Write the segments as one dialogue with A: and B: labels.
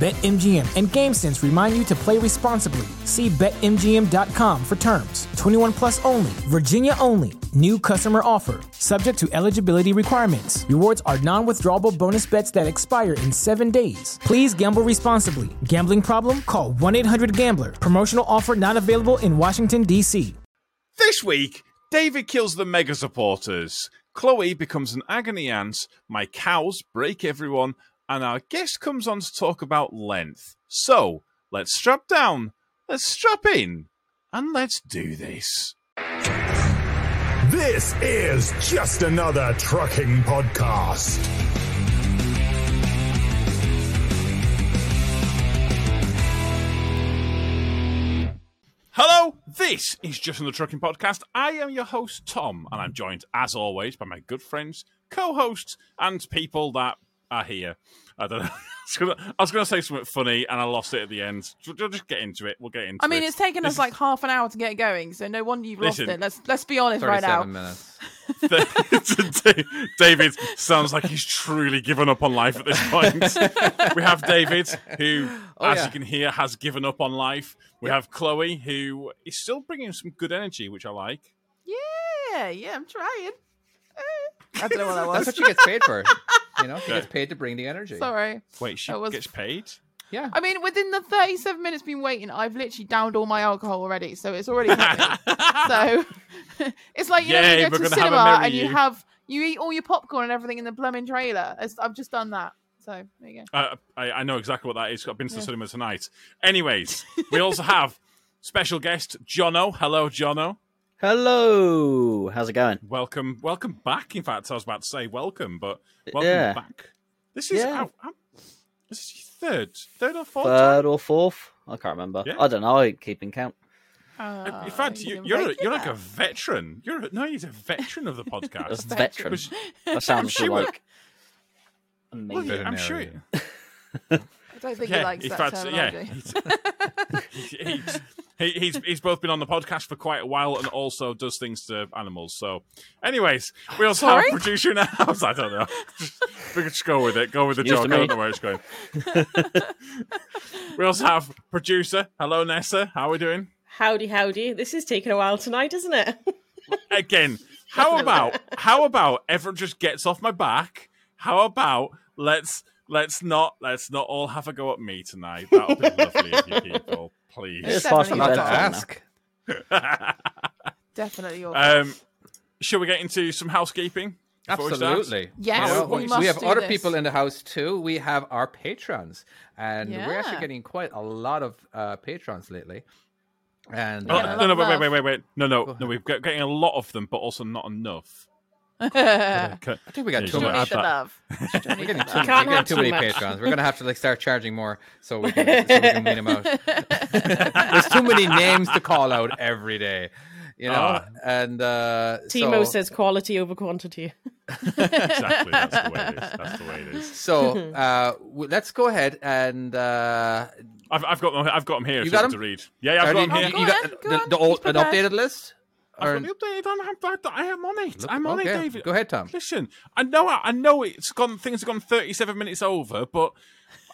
A: BetMGM and GameSense remind you to play responsibly. See BetMGM.com for terms. 21 plus only, Virginia only. New customer offer, subject to eligibility requirements. Rewards are non withdrawable bonus bets that expire in seven days. Please gamble responsibly. Gambling problem? Call 1 800 Gambler. Promotional offer not available in Washington, D.C.
B: This week, David kills the mega supporters. Chloe becomes an agony aunt. My cows break everyone and our guest comes on to talk about length. So let's strap down, let's strap in, and let's do this.
C: This is just another trucking podcast.
B: Hello, this is Just Another Trucking Podcast. I am your host, Tom, and I'm joined, as always, by my good friends, co hosts, and people that are here. I don't know. I was going to say something funny, and I lost it at the end. We'll just get into it. We'll get into.
D: I mean,
B: it.
D: it's taken
B: This
D: us like half an hour to get going, so no wonder you've lost
B: Listen.
D: it. Let's let's be honest right
E: 37
D: now.
E: minutes.
B: David sounds like he's truly given up on life at this point. we have David, who,
E: Oh,
B: as
E: yeah.
B: you can hear, has given up on life. We have Chloe, who is still bringing some good energy, which I like.
D: Yeah, yeah, I'm trying. Eh, I don't know what that
E: That's
D: was.
E: what she gets paid for. You know, she gets paid to bring the energy.
D: Sorry.
B: Wait, she
D: That was-
B: gets paid?
E: Yeah.
D: I mean, within the 37 minutes been waiting, I've literally downed all my alcohol already, so it's already happening. so it's like you know, when
B: Yay,
D: you go
B: we're
D: to
B: gonna
D: the
B: have a
D: cinema
B: merry
D: and you
B: you.
D: have you eat all your popcorn and everything in the blooming trailer. It's, I've just done that. So there you go.
B: Uh, I, I know exactly what that is. I've been to the
D: Yeah.
B: cinema tonight. Anyways, we also have special guest Jono. Hello, Jono.
F: Hello, how's it going?
B: Welcome, welcome back. In fact, I was about to say welcome, but welcome
F: Yeah.
B: back. This is
F: Yeah.
B: how- how- this is your third, third or fourth. time?
F: Third or fourth? I can't remember.
B: Yeah.
F: I don't know. I ain't keeping count.
D: Uh,
B: In fact, you,
D: you can
B: you're a,
D: make it
B: you're like a
D: up.
B: veteran. You're a, no, he's a veteran of the
F: A
B: podcast.
F: veteran.
B: Which-
F: That sounds
B: sure-
F: like
B: well,
F: amazing.
B: yeah, I'm sure.
E: Veterinarian.
D: I don't think he
B: Yeah,
D: likes
B: in
D: that
B: fact, yeah,
D: terminology.
B: he's, he's, he- he's he's both been on the podcast for quite a while and also does things to animals. So, anyways, we also
D: Sorry?
B: have producer in the house. I don't know. Just, we can just go with it. Go with the
F: News to
B: joke. I don't
F: me.
B: know where it's going. we also have producer. Hello, Nessa. How are we doing?
G: Howdy, howdy. This is taking a while tonight, isn't it?
B: again. How about how about everyone just gets off my back? How about let's let's not let's not all have a go at me tonight. That'll be lovely of you people, please.
F: It's fast
D: Definitely
E: Not
F: and
D: That's
E: to
D: not
F: better.
E: ask.
D: Definitely your
B: Um, shall we get into some housekeeping? before we start?
E: Absolutely.
D: Yes,
B: we
E: we,
B: must
E: have
D: do
E: other
D: this.
E: people in the house too. We have our patrons, and we're actually
D: Yeah.
E: getting quite a lot of uh, patrons lately. And uh,
B: Oh,
D: Yeah,
B: no, no,
D: love,
B: wait, wait,
D: love.
B: wait, wait, wait. No,
E: Go
B: no, no.
E: ahead.
B: We've got getting a lot of them, but also not enough. Okay.
E: I think we
B: Yeah,
E: got too
B: you
D: Still
B: wanna
D: need
E: much.
D: the
B: add that?
D: love. Still
E: We're
D: need
E: getting
D: the love.
E: too, we're
G: Can't
E: getting
G: have
E: too
G: too
E: many
G: much.
E: patrons. We're going to have to like start charging more so we can, so we can weed 'em out. There's too many names to call out every day, you know.
B: Ah.
E: and uh, so,
G: Timo says quality over quantity.
B: exactly. That's the way it is. That's the way it is.
E: So uh, w- let's go ahead and uh,
B: I've, I've got them. I've got them here.
E: You
B: if you
E: got
B: want
E: 'em?
B: to read. Yeah, yeah I've
E: Ernie,
B: got 'em here.
E: you,
D: Go
E: you
D: on,
E: got
D: go
E: the,
D: on,
E: the old,
D: he's
E: an
D: prepared.
E: updated list. Or-
B: I've got the update on. I'm- I am on it.
E: Look,
B: I'm on
E: okay.
B: it, David.
E: Go ahead, Tom.
B: Listen, I know, I know it's gone. Things have gone 37 minutes over, but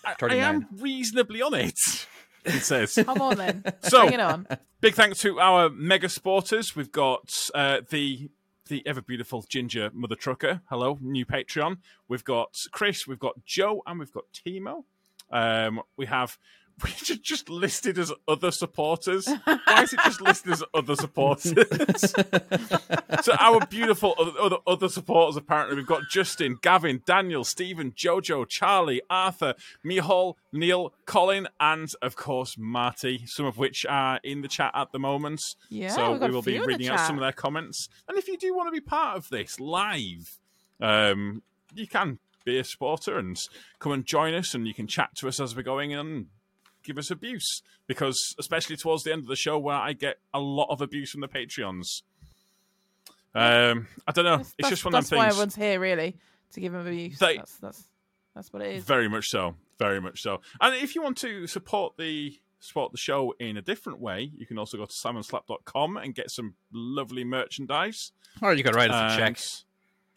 B: I, I am
E: 39.
B: reasonably on it. It says.
D: Come on then.
B: so,
D: Bring it on.
B: big thanks to our mega sporters. We've got uh, the the ever beautiful ginger mother trucker. Hello, new Patreon. We've got Chris. We've got Joe, and we've got Timo. Um, we have we should just listed as other supporters. Why is it just listed as other supporters? so our beautiful oth- other, other supporters apparently we've got Justin, Gavin, Daniel, Stephen, Jojo, Charlie, Arthur, Mihal, Neil, Colin, and of course Marty. Some of which are in the chat at the moment.
D: Yeah,
B: so
D: we've got
B: we
D: a
B: will be
D: few in the
B: reading out some of
D: chat.
B: their comments. And if you do want to be part of this live, um, you can be a supporter and come and join us, and you can chat to us as we're going and give us abuse because especially towards the end of the show where I get a lot of abuse from the Patreons. Um, I don't know.
D: That's-
B: it's just one
D: that's-
B: of them
D: That's why
B: things.
D: everyone's here, really, to give him abuse.
B: They-
D: That's that's that's what it is.
B: Very much so. Very much so. And if you want to support the support the show in a different way, you can also go to simonslap.com and get some lovely merchandise.
E: Or you could write us a check.
B: And-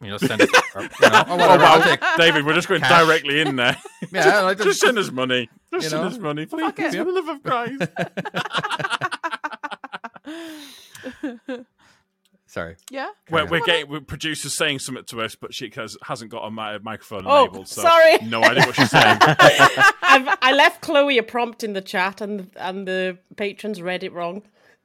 B: Oh,
E: You know, send us. Or, you know, or whatever. I'll take,
B: David, we're just going
E: Cash.
B: directly in there.
E: Oh, yeah, like
B: just send us money. Just
E: You
B: send
E: know?
B: us money, please.
D: Fuck it.
B: For the love of Christ.
E: Sorry.
D: yeah.
B: We're,
E: Yeah.
B: we're getting we're producers saying something to us, but she has, hasn't got a mi- microphone
G: Oh,
B: enabled. So
G: sorry.
B: No idea what she's saying.
G: I've, I left Chloe a prompt in the chat, and and the patrons read it wrong.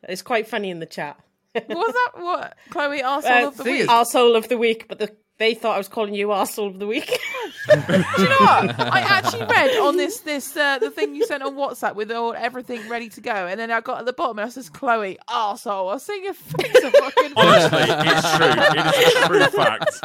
G: It's quite funny in the chat.
D: What was that? What Chloe asked
G: Uh,
D: all of the week.
G: Arsehole of the week, but the, they thought I was calling you arsehole of the week.
D: Do you know what? I actually read on this this uh, the thing you sent on WhatsApp with all everything ready to go, and then I got at the bottom and I says Chloe arsehole. I was seeing your face a fucking.
B: Honestly, it's true. It is a true fact.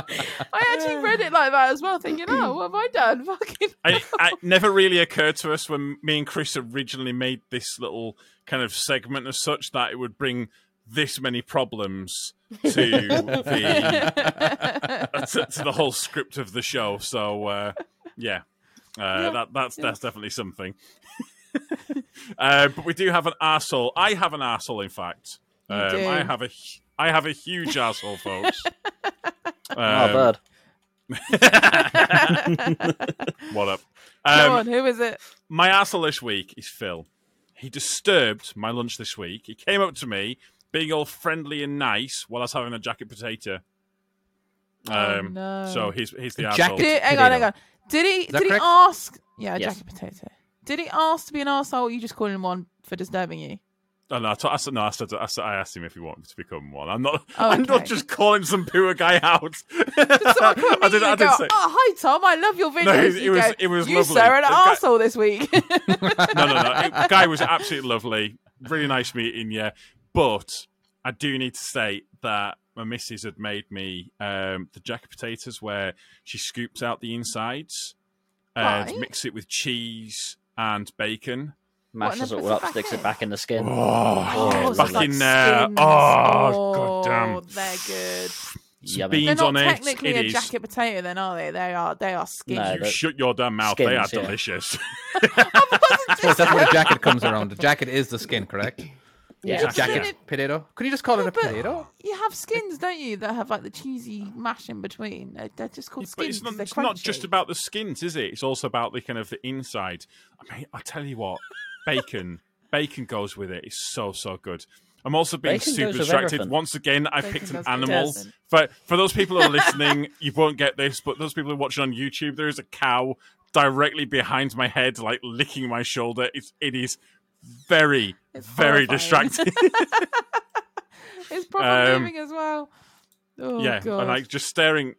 D: I actually read it like that as well, thinking, oh, what have I done? Fucking.
B: I, I it never really occurred to us when me and Chris originally made this little kind of segment as such that it would bring this many problems to the to, to the whole script of the show. So uh, yeah, uh, that that's that's definitely something. uh, but we do have an arsehole. I have an arsehole, in fact. Um,
D: do.
B: I have a hu- I have a huge arsehole, folks.
F: Ah,
B: Um,
F: bird.
B: what up?
D: Go
B: Um,
D: on, who is it?
B: my asshole this week is Phil. He disturbed my lunch this week. He came up to me, being all friendly and nice, while I was having a jacket potato. Um,
D: Oh, no.
B: So he's he's the
E: A
B: asshole.
E: jacket-
D: Did, hang on, hang on. Did he?
E: that
D: Did he
E: correct?
D: ask? Yeah, a
F: Yes.
D: jacket potato. Did he ask to be an arsehole? Or you just calling him one for disturbing you?
B: Oh, no, I, t- I said, no, I said, I said, I asked him if he wanted to become one. I'm not.
D: Oh,
B: I'm not
D: okay.
B: just calling some poor guy out.
D: Someone come up
B: I
D: to you
B: did. I
D: and
B: did
D: go,
B: say.
D: "Oh, hi Tom, I love your videos."
B: No, it- it
D: You
B: was-
D: go,
B: it was
D: you
B: lovely.
D: sir, are an
B: The guy-
D: arsehole this week.
B: no, no, no. It- the guy was absolutely lovely. Really nice meeting you. But I do need to say that my missus had made me um, the jacket potatoes where she scoops out the insides and
D: Right.
B: mix it with cheese and bacon.
F: Mashes it
D: number is
F: all up,
D: that
F: sticks
D: back
F: it back in the skin.
B: Oh,
F: it's
B: back
F: like
B: in there. Oh, god damn.
D: They're good.
B: Some
F: Yummy.
D: They're
B: beans
D: not
B: on it.
D: technically
B: It
D: a
B: is.
D: jacket potato, then are they? They are. They are skin.
F: No,
B: You
F: that-
B: shut your damn mouth. they are
F: Skins, yeah.
B: delicious.
E: Well, that's where the jacket comes around. The jacket is the skin, correct?
F: Yeah.
E: It's a
B: Jacket.
E: jacket potato. Could you just call it a
D: But
E: potato?
B: Um,
D: you have skins, don't you? That have like the cheesy mash in between. They're- They're just called
B: But
D: skins.
B: it's not,
D: they're
B: it's not just
D: crunchy.
B: about the skins, is it? It's also about the kind of the inside. I mean, I tell you what, bacon, bacon goes with it. It's so so good. I'm also being
F: Bacon
B: super
F: goes with
B: distracted.
F: everything.
B: Once again, I
D: Bacon
B: picked an
D: goes with
B: animal.
D: everything.
B: For for those people who are listening, you won't get this, but those people who are watching on YouTube, there is a cow directly behind my head, like licking my shoulder. It's it is very
D: It's
B: very
D: horrifying.
B: distracting.
D: It's probably
B: Um,
D: moving as well. Oh
B: yeah,
D: god.
B: and like just staring,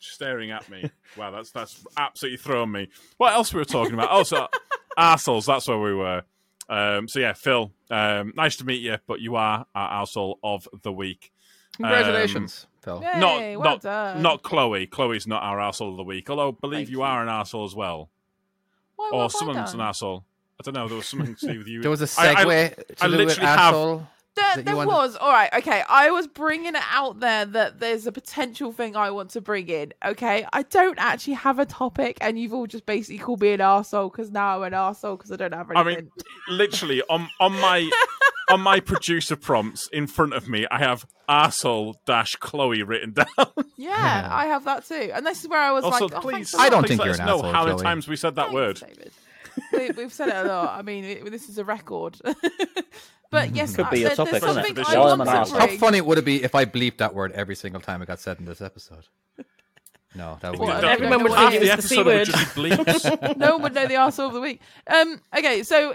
B: just staring at me. wow, that's that's absolutely thrown me. What else we were talking about? Oh, so arseholes. That's where we were. Um, so yeah, Phil, um, nice to meet you, but you are our arsehole of the week.
E: Congratulations, Phil.
D: Yay,
B: not
D: well
B: not
D: done.
B: not Chloe. Chloe's not our arsehole of the week. Although I believe
F: Thank
B: you,
F: you.
B: are an arsehole as well,
D: Why,
B: or
D: what have I
B: someone's an
D: Oh, done?
B: arsehole. I don't know. There was something to do with you.
E: There was a
B: I- I-
E: segue to
B: I
E: do with
B: literally have-
E: asshole.
D: There,
E: that you
D: there
E: wanted-
D: was. All right. Okay. I was bringing it out there that there's a potential thing I want to bring in. Okay. I don't actually have a topic, and you've all just basically called me an arsehole because now I'm an arsehole because I don't have
B: I
D: anything.
B: mean, literally on on my on my producer prompts in front of me, I have arsehole dash Chloe written down.
D: yeah, I have that too. And this is where I was
B: Also,
D: like, oh,
B: please,
D: thanks a
E: I
D: lot.
E: don't
B: please
E: think
B: let
E: you're
B: us
E: an
B: know
E: asshole,
B: how many
E: Chloe.
B: times we said that word.
D: David. We- We've said it a lot. I mean, it, this is a record. but yes,
F: Could
D: I-
F: be a
D: there-
F: topic,
D: there's
B: couldn't it?
D: something
B: This
D: I
B: is
D: want
B: an
D: to
F: arsehole.
E: How
D: bring.
E: funny would it be if I bleeped that word every single time it got said in this episode? No, that would
D: Well,
E: be.
D: Don't- everyone would
B: Half
D: think
B: the
D: it
G: was
B: episode
G: the
B: would just be bleeps.
D: no one would know the arsehole of the week. Um, okay, so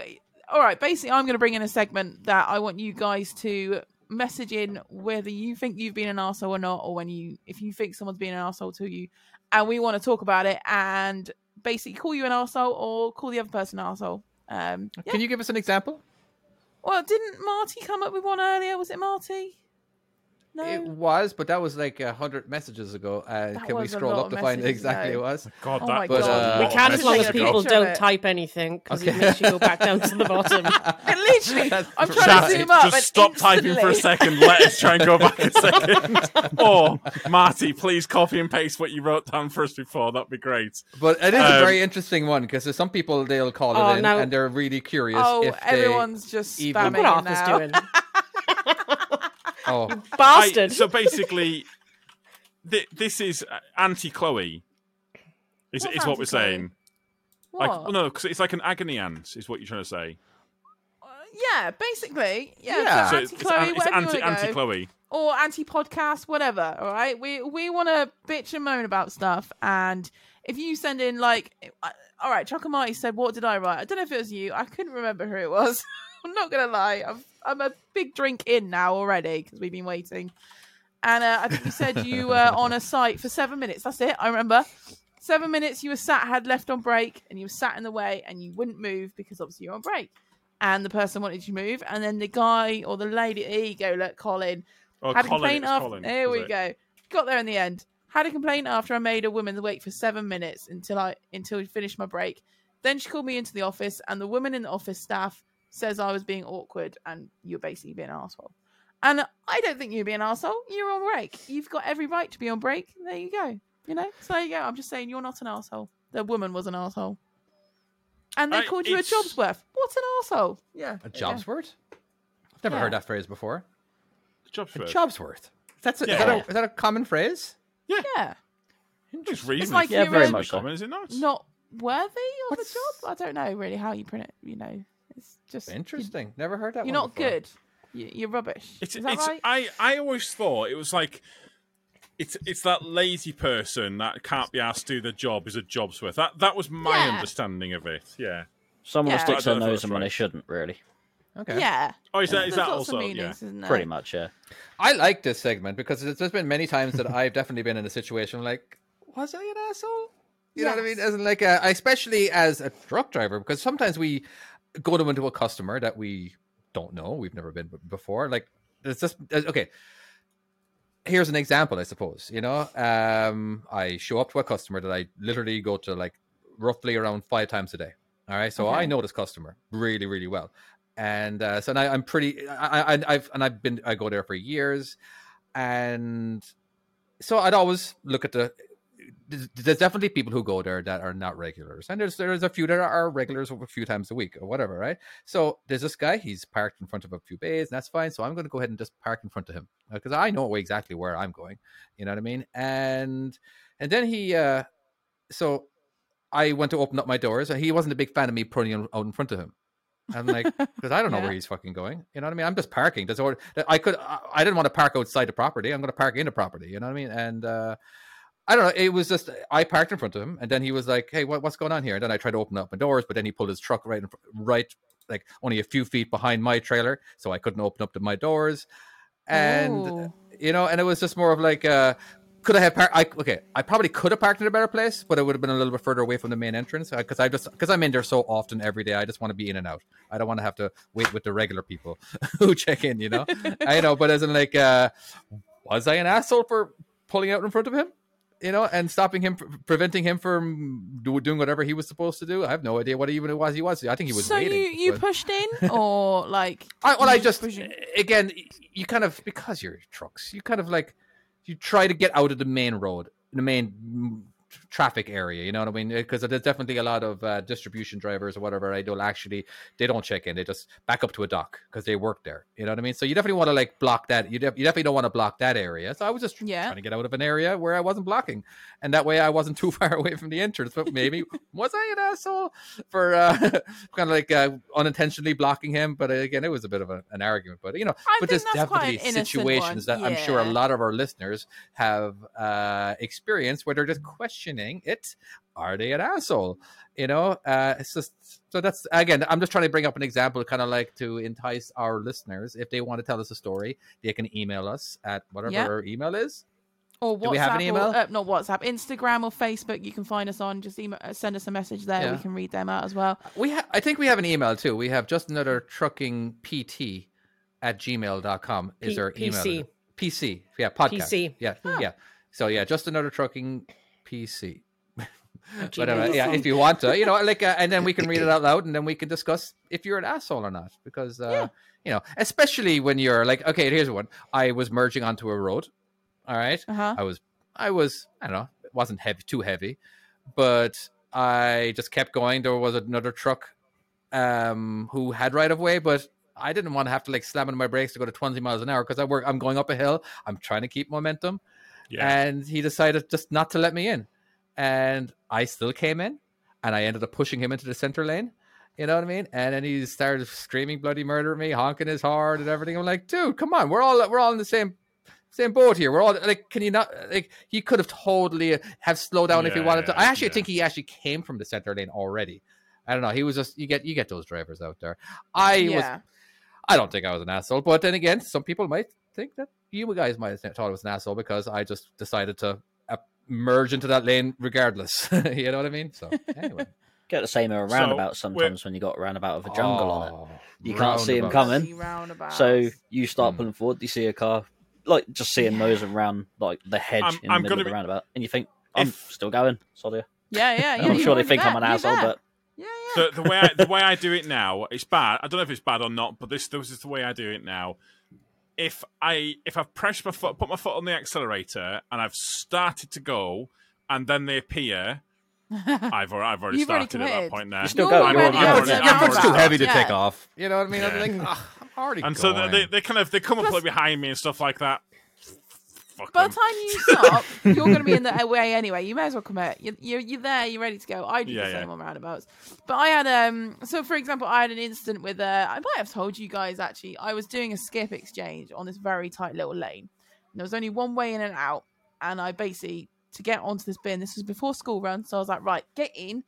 D: all right, basically, I'm going to bring in a segment that I want you guys to message in whether you think you've been an arsehole or not, or when you, if you think someone's been an arsehole to you, and we want to talk about it and basically call you an arsehole or call the other person an arsehole. Um, yeah.
E: Can you give us an example?
D: Well, didn't Marty come up with one earlier? Was it Marty? No.
E: It was, but that was like a hundred messages ago. Uh,
D: That
E: can we
D: was a
E: scroll
D: lot
E: up
D: of
E: to find
D: messages
E: exactly
D: ago.
E: it was?
B: God,
D: Oh my
B: that
D: God.
B: was a
E: We
B: lot
G: we can
B: of
G: as long
D: message
G: as
B: messages
D: ago.
G: people
D: Picture
G: don't
D: it.
G: type anything because
E: Okay.
G: it makes you go back down to the bottom.
D: And literally, I'm trying
B: Just-
D: to zoom
B: just
D: up. and
B: stop typing for a
D: instantly-
B: second. Let us try and go back a second. or Marty, please copy and paste what you wrote down for us before. That'd be great.
E: But it is a
B: Um,
E: very interesting one because there's some people they'll call it
G: Oh,
E: in
G: no.
E: and they're really curious.
D: Oh,
E: if they,
D: everyone's just
E: even-
D: spamming
E: Look
G: Look
E: what
D: it
G: what Arthur's
D: now.
G: doing.
E: Oh,
B: I-
G: Bastard.
B: so basically, thi- this is anti Chloe. Is,
D: What's
B: is what we're
D: anti-Chloe?
B: saying?
D: What?
B: Like, well, no, because it's like an agony ant. Is what you're trying to say?
D: Uh, yeah, basically. Yeah,
E: Yeah.
B: So
D: So
B: it's,
D: anti
B: it's,
D: Chloe,
B: an- it's
D: whatever
B: anti
D: you want
B: anti
D: to go,
B: Chloe.
D: or anti podcast, whatever. All right, we we want to bitch and moan about stuff, and if you send in like, uh, all right, Chuck and Marty said, "What did I write?" I don't know if it was you. I couldn't remember who it was. I'm not gonna lie. I've, I'm a big drink in now already because we've been waiting. And uh, I think you said you were on a site for seven minutes. That's it. I remember. Seven minutes you were sat, had left on break, and you were sat in the way and you wouldn't move because obviously you're on break. And the person wanted you to move. And then the guy or the lady, there you go, look, Colin.
B: Oh,
D: had a
B: Colin,
D: complaint
B: it's
D: after.
B: Colin,
D: there
B: was
D: we
B: it?
D: go. Got there in the end. Had a complaint after I made a woman wait for seven minutes until I until we finished my break. Then she called me into the office, and the woman in the office staff says I was being awkward, and you're basically being an asshole. And I don't think you'd be an asshole. You're on break. You've got every right to be on break. There you go. You know. So there you go. I'm just saying you're not an asshole. The woman was an asshole. And they
B: I-
D: called you
B: it's-
D: a job's worth. What an asshole. Yeah.
E: a job's worth? I've never
D: Yeah.
E: heard that phrase before.
B: Jobs
E: A
B: first.
E: job's worth. That's a, is,
B: Yeah.
E: that a, is that a common phrase?
D: Yeah.
B: It's reasonably,
D: like
F: Yeah,
D: you're
F: very
D: a-
F: much so.
B: common, is it not?
D: not worthy of
E: What's-
D: a job. I don't know really how you print it. You know, it's just
E: Interesting. Never heard that.
D: You're
E: one
D: not
E: before.
D: good. You- You're rubbish.
B: It's,
D: Is that
B: it's
D: right?
B: I, I always thought it was like it's it's that lazy person that can't be asked to do their job is a job's worth. That that was my
D: Yeah.
B: understanding of it. Yeah.
F: Someone
D: Yeah.
F: who sticks
B: I don't
F: their
B: know if
F: nose
B: that's
F: in when they
B: right.
F: shouldn't, really.
E: Okay.
D: Yeah.
B: Oh, is that
D: There's
B: is that
D: lots of
B: also yeah?
D: meanings, isn't there?
F: Pretty much, yeah.
E: I like this segment because it's, there's been many times that I've definitely been in a situation like, was I an asshole? You know what I mean?
D: Yes.
E: As in like, uh, especially as a truck driver, because sometimes we go to into a customer that we don't know, we've never been b- before. Like, it's just uh, okay. Here's an example, I suppose. You know, um, I show up to a customer that I literally go to like roughly around five times a day. All right, so I know this customer really, really well, and uh, so now I'm pretty. I, I, I've and I've been. I go there for years, and so I'd always look at the. There's there's definitely people who go there that are not regulars, and there's there's a few that are regulars a few times a week or whatever, right? So there's this guy. He's parked in front of a few bays, and that's fine. So I'm going to go ahead and just park in front of him because I know exactly where I'm going. You know what I mean? And and then he, uh so I went to open up my doors, and he wasn't a big fan of me putting him out in front of him. I'm like, because I don't know
D: Yeah.
E: where he's fucking going. You know what I mean? I'm just parking. That's all. that- I could. I, I didn't want to park outside the property. I'm going to park in the property. You know what I mean? And uh I don't know. It was just I parked in front of him, and then he was like, "Hey, what, what's going on here?" And then I tried to open up my doors, but then he pulled his truck right, in, fr- right, like only a few feet behind my trailer, so I couldn't open up to my doors. And
D: Ooh.
E: you know, and it was just more of like, uh, could I have parked? I, okay, I probably could have parked in a better place, but it would have been a little bit further away from the main entrance because I just because I'm in there so often every day. I just want to be in and out. I don't want to have to wait with the regular people who check in. You know, I know, but as in like, uh, was I an asshole for pulling out in front of him? You know, and stopping him, fr- preventing him from do, doing whatever he was supposed to do. I have no idea what even it was he was. I think he was
D: so
E: waiting.
D: you you
E: but-
D: pushed in or like?
E: I, well, I
D: you
E: just
D: presume-
E: again, you kind of because you're trucks, you kind of like you try to get out of the main road, the main mm, traffic area. You know what I mean? Because there's definitely a lot of uh, distribution drivers or whatever. I don't actually they don't check in; they just back up to a dock because they work there. You know what I mean? So you definitely want to like block that. You, def- you definitely don't want to block that area. So I was just tr-
D: Yeah.
E: trying to get out of an area where I wasn't blocking, and that way I wasn't too far away from the entrance. But maybe was I an asshole for uh, kind of like uh, unintentionally blocking him. But uh, again, it was a bit of a, an argument. But you know,
D: I
E: but
D: think
E: there's
D: that's quite an
E: definitely
D: innocent
E: situations
D: one.
E: that I'm sure a
D: Yeah.
E: lot of our listeners have uh, experienced where they're just questioning it. Are they an asshole? You know, uh, it's just so that's again. I'm just trying to bring up an example, kind of like to entice our listeners. If they want to tell us a story, they can email us at whatever
D: Yeah.
E: our email is.
D: Or WhatsApp,
E: Do we have an email?
D: Or, uh, not WhatsApp, Instagram or Facebook. You can find us on. Just email, uh, send us a message there.
E: Yeah.
D: We can read them out as well.
E: We ha- I think we have an email too. We have just another trucking PT at gmail.com is
G: P-
E: our email.
G: PC.
E: PC. Yeah, podcast.
G: PC.
E: Yeah.
D: Oh.
E: Yeah. So yeah, just another trucking PC. Whatever. Yeah, if you want to, you know, like, uh, and then we can read it out loud, and then we can discuss if you're an asshole or not, because, uh,
D: Yeah.
E: you know, especially when you're like, okay, here's one. I was merging onto a road. All right,
D: Uh huh.
E: I was, I was, I don't know, it wasn't heavy, too heavy, but I just kept going. There was another truck um, who had right of way, but I didn't want to have to like slam on my brakes to go to 20 miles an hour because I work, I'm going up a hill. I'm trying to keep momentum.
B: Yeah.
E: And he decided just not to let me in. And I still came in and I ended up pushing him into the center lane. You know what I mean? And then he started screaming bloody murder at me, honking his horn and everything. I'm like, dude, come on, we're all we're all in the same same boat here. We're all like, can you not like he could have totally have slowed down if he
B: Yeah,
E: wanted to. I
B: yeah,
E: actually
B: yeah.
E: think he actually came from the center lane already. I don't know. He was just you get you get those drivers out there. I was
D: Yeah.
E: I don't think I was an asshole, but then again, some people might think that you guys might have thought I was an asshole because I just decided to uh, merge into that lane regardless. you know what I mean? So anyway,
F: Get the same around
B: So,
F: roundabout
B: we're-
F: sometimes when you got a roundabout with a jungle on it.
E: Oh,
F: You can't see him
E: roundabouts.
F: coming.
D: Bloody
B: Oh,
D: roundabouts.
F: So you start
E: Hmm.
F: pulling forward, you see a car, like just seeing those around like the hedge
B: I'm-
F: in the
B: I'm
F: middle
B: gonna
F: of the
B: be-
F: roundabout, and you think I'm
B: If-
F: still going. Sorry,
D: Yeah, yeah, yeah.
F: I'm
D: you
F: sure they
D: were
F: think I'm
D: there,
F: an
D: you
F: asshole,
D: there.
F: but
D: yeah, yeah.
B: the, the way I, the way I do it now, it's bad. I don't know if it's bad or not, but this this is the way I do it now. If I if I've pressed my foot, put my foot on the accelerator, and I've started to go, and then they appear, I've already, I've already
D: You've already
B: started at that
D: committed.
B: point there.
F: You still
D: You're
F: go.
D: already
F: You're,
B: already
F: you're,
B: out
F: already
B: there.
F: out.
E: Your foot's too
D: roundabout,
E: heavy to
D: yeah.
E: take off. You know what I mean? I'm
B: Yeah.
E: thinking, "Ah, I'm already
B: and so
E: going.
B: they, they, they kind of they come and
D: Plus-
B: play behind me and stuff like that. Fuck
D: By
B: them.
D: the time you stop, you're going to be in the way anyway. You may as well commit. You're, you're, you're there. You're ready to go. I do
B: Yeah,
D: the same
B: yeah.
D: on roundabouts. But I had um. So for example, I had an incident with uh. I might have told you guys actually. I was doing a skip exchange on this very tight little lane. And there was only one way in and out, and I basically to get onto this bin. This was before school run, so I was like, right, get in,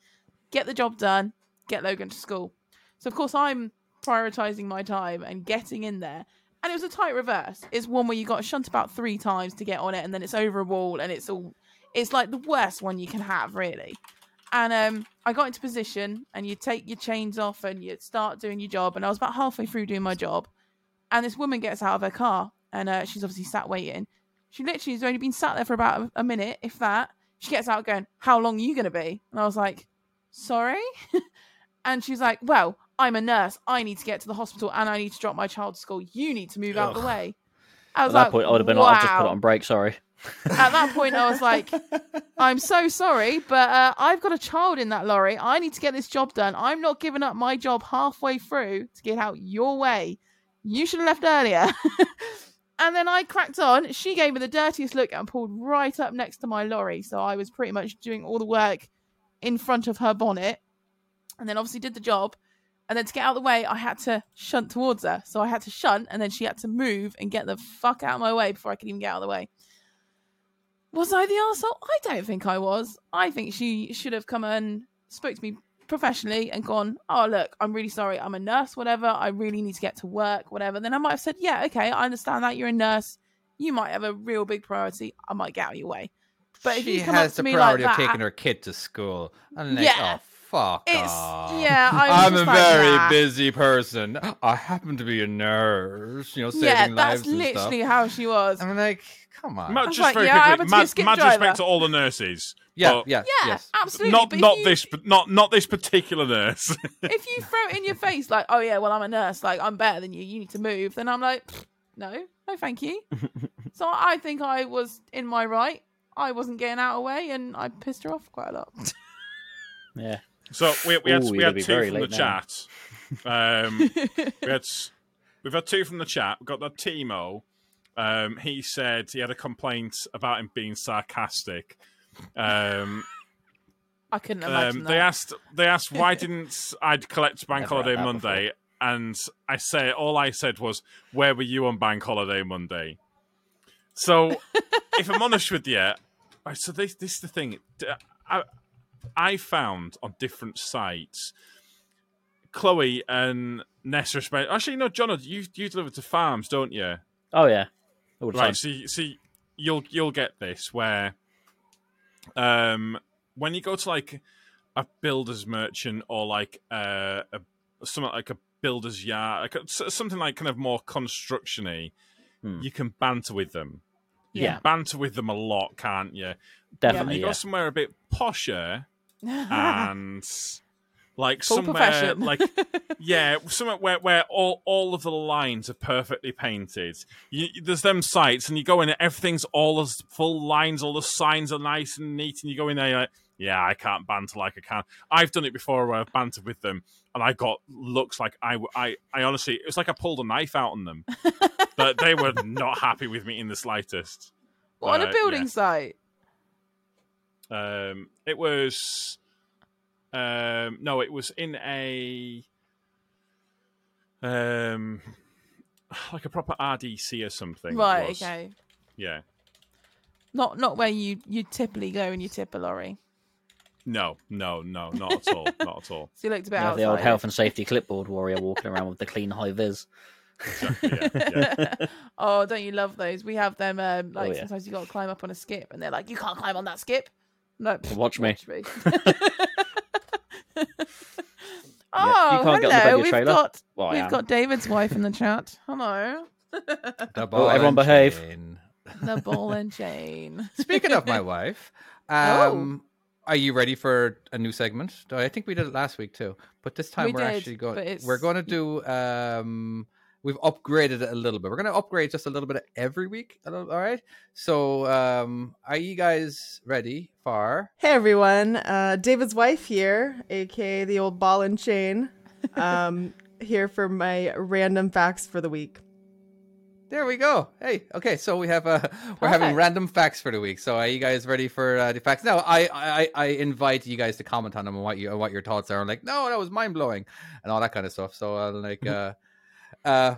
D: get the job done, get Logan to school. So of course I'm prioritizing my time and getting in there. And it was a tight reverse. It's one where you got shunt about three times to get on it, and then it's over a wall, and it's all. It's like the worst one you can have, really. And um, I got into position, and you take your chains off, and you start doing your job. And I was about halfway through doing my job, and this woman gets out of her car, and uh, she's obviously sat waiting. She literally has only been sat there for about a, a minute, if that. She gets out going, "How long are you going to be?" And I was like, "Sorry," and she's like, "Well." I'm a nurse. I need to get to the hospital and I need to drop my child to school. You need to move out the way. I
F: At
D: was
F: that
D: like,
F: point, I would have been
D: wow.
F: like, I've just put it on break. Sorry.
D: At that point, I was like, I'm so sorry, but uh, I've got a child in that lorry. I need to get this job done. I'm not giving up my job halfway through to get out your way. You should have left earlier. and then I cracked on. She gave me the dirtiest look and pulled right up next to my lorry. So I was pretty much doing all the work in front of her bonnet and then obviously did the job. And then to get out of the way, I had to shunt towards her. So I had to shunt and then she had to move and get the fuck out of my way before I could even get out of the way. Was I the arsehole? I don't think I was. I think she should have come and spoke to me professionally and gone, Oh, look, I'm really sorry. I'm a nurse, whatever. I really need to get to work, whatever. Then I might have said, Yeah, okay, I understand that. You're a nurse. You might have a real big priority. I might get out of your way. But if
E: she
D: you come up
E: has
D: to
E: the
D: me
E: priority
D: like
E: of
D: that,
E: taking her kid to school. I'm like,
D: Yeah.
E: oh, fuck
D: it's,
E: off.
D: yeah, I was
E: I'm a
D: just like,
E: very
D: "Nah."
E: busy person. I happen to be a nurse, you know, saving
D: Yeah,
E: lives
D: that's
E: and stuff. Um,
D: literally how she was.
E: I'm like, come on.
B: Ma-
D: was
B: just
D: like,
B: very
D: yeah, I
B: quickly,
D: happen to be a
B: mad,
D: skip
B: mad
D: driver.
B: respect to all the nurses.
E: yeah,
B: but
E: yeah,
D: Yeah,
E: yes.
D: absolutely.
B: Not
D: but if
B: not
D: you-
B: this not not this particular nurse.
D: if you throw it in your face like, oh yeah, well I'm a nurse, like I'm better than you, you need to move, then I'm like, "Pfft, no, no, thank you. so I think I was in my right. I wasn't getting out of the way, and I pissed her off quite a lot.
F: Yeah.
B: So we, we had
F: Ooh,
B: we
F: you're
B: had
F: gonna be
B: two
F: very
B: from the
F: late now.
B: chat. Um, we had s- we've had two from the chat. We've got that Timo. Um, he said he had a complaint about him being sarcastic. Um,
D: I couldn't imagine
B: um,
D: that.
B: they asked they asked why didn't I collect Bank
F: Never
B: Holiday
F: had that
B: Monday? And I say all I said was, "Where were you on Bank Holiday Monday?" So, if I'm honest with you, Right, so this this is the thing. D- I I found on different sites, Chloe and Nessa. Spe- Actually, no, John, you you deliver to farms, don't you?
F: Oh yeah, all the time.
B: Right. See, see, you'll you'll get this where, um, when you go to like a builder's merchant or like uh, a something like a builder's yard, like a- s- something like kind of more constructiony,
F: Hmm.
B: you can banter with them. You
F: Yeah.
B: can banter with them a lot, can't you? And
F: Definitely.
B: you
F: Uh, Yeah.
B: go somewhere a bit posher and like
D: Full
B: somewhere
D: profession.
B: like yeah somewhere where, where all, all of the lines are perfectly painted you, there's them sites and you go in and everything's all as full lines all the signs are nice and neat and you go in there you're like yeah i can't banter like i can i've done it before where i've bantered with them and i got looks like i w- i, I honestly it was like i pulled a knife out on them but they were not happy with me in the slightest
D: Well, on
B: Uh,
D: a building
B: yeah.
D: site.
B: Um, it was um, no, it was in a um, like a proper RDC or something. it
D: Right,
B: was.
D: okay.
B: Yeah.
D: Not not where you you typically go when you tip a lorry.
B: No, no, no, not at all, not at all.
D: So you looked a bit
F: You have
D: outside.
F: the old health and safety clipboard warrior walking around with the clean high vis.
B: Exactly, yeah, yeah.
D: oh, don't you love those? We have them. Um, like
F: Oh, yeah.
D: sometimes you got to climb up on a skip, and they're like, "You can't climb on that skip." No, pff,
F: Watch me.
D: me.
F: Yeah,
D: oh,
F: you can't get
D: hello.
F: on the back of your
D: We've
F: trailer.
D: got
F: Well, I
D: we've
F: am.
D: got David's wife in the chat. Hello,
E: The
F: Oh, everyone
E: and
F: behave.
E: chain.
D: the ball and chain.
E: Speaking of my wife, um, are you ready for a new segment? Oh, I think we did it last week too, but this time
D: We
E: we are
D: did,
E: actually
D: but
E: going.
D: it's-
E: We're going to do. Um, we've upgraded it a little bit. We're going to upgrade just a little bit every week. a little- all right. So, um, are you guys ready for?
H: Hey everyone, uh, David's wife here, aka the old ball and chain, um, here for my random facts for the week.
E: There we go. Hey, okay, so we have uh, we're having
D: Perfect.
E: random facts for the week. So are you guys ready for uh, the facts? Now, I, I I invite you guys to comment on them and what you and what your thoughts are. And like, no, that was mind blowing, and all that kind of stuff. So uh, like, uh, uh,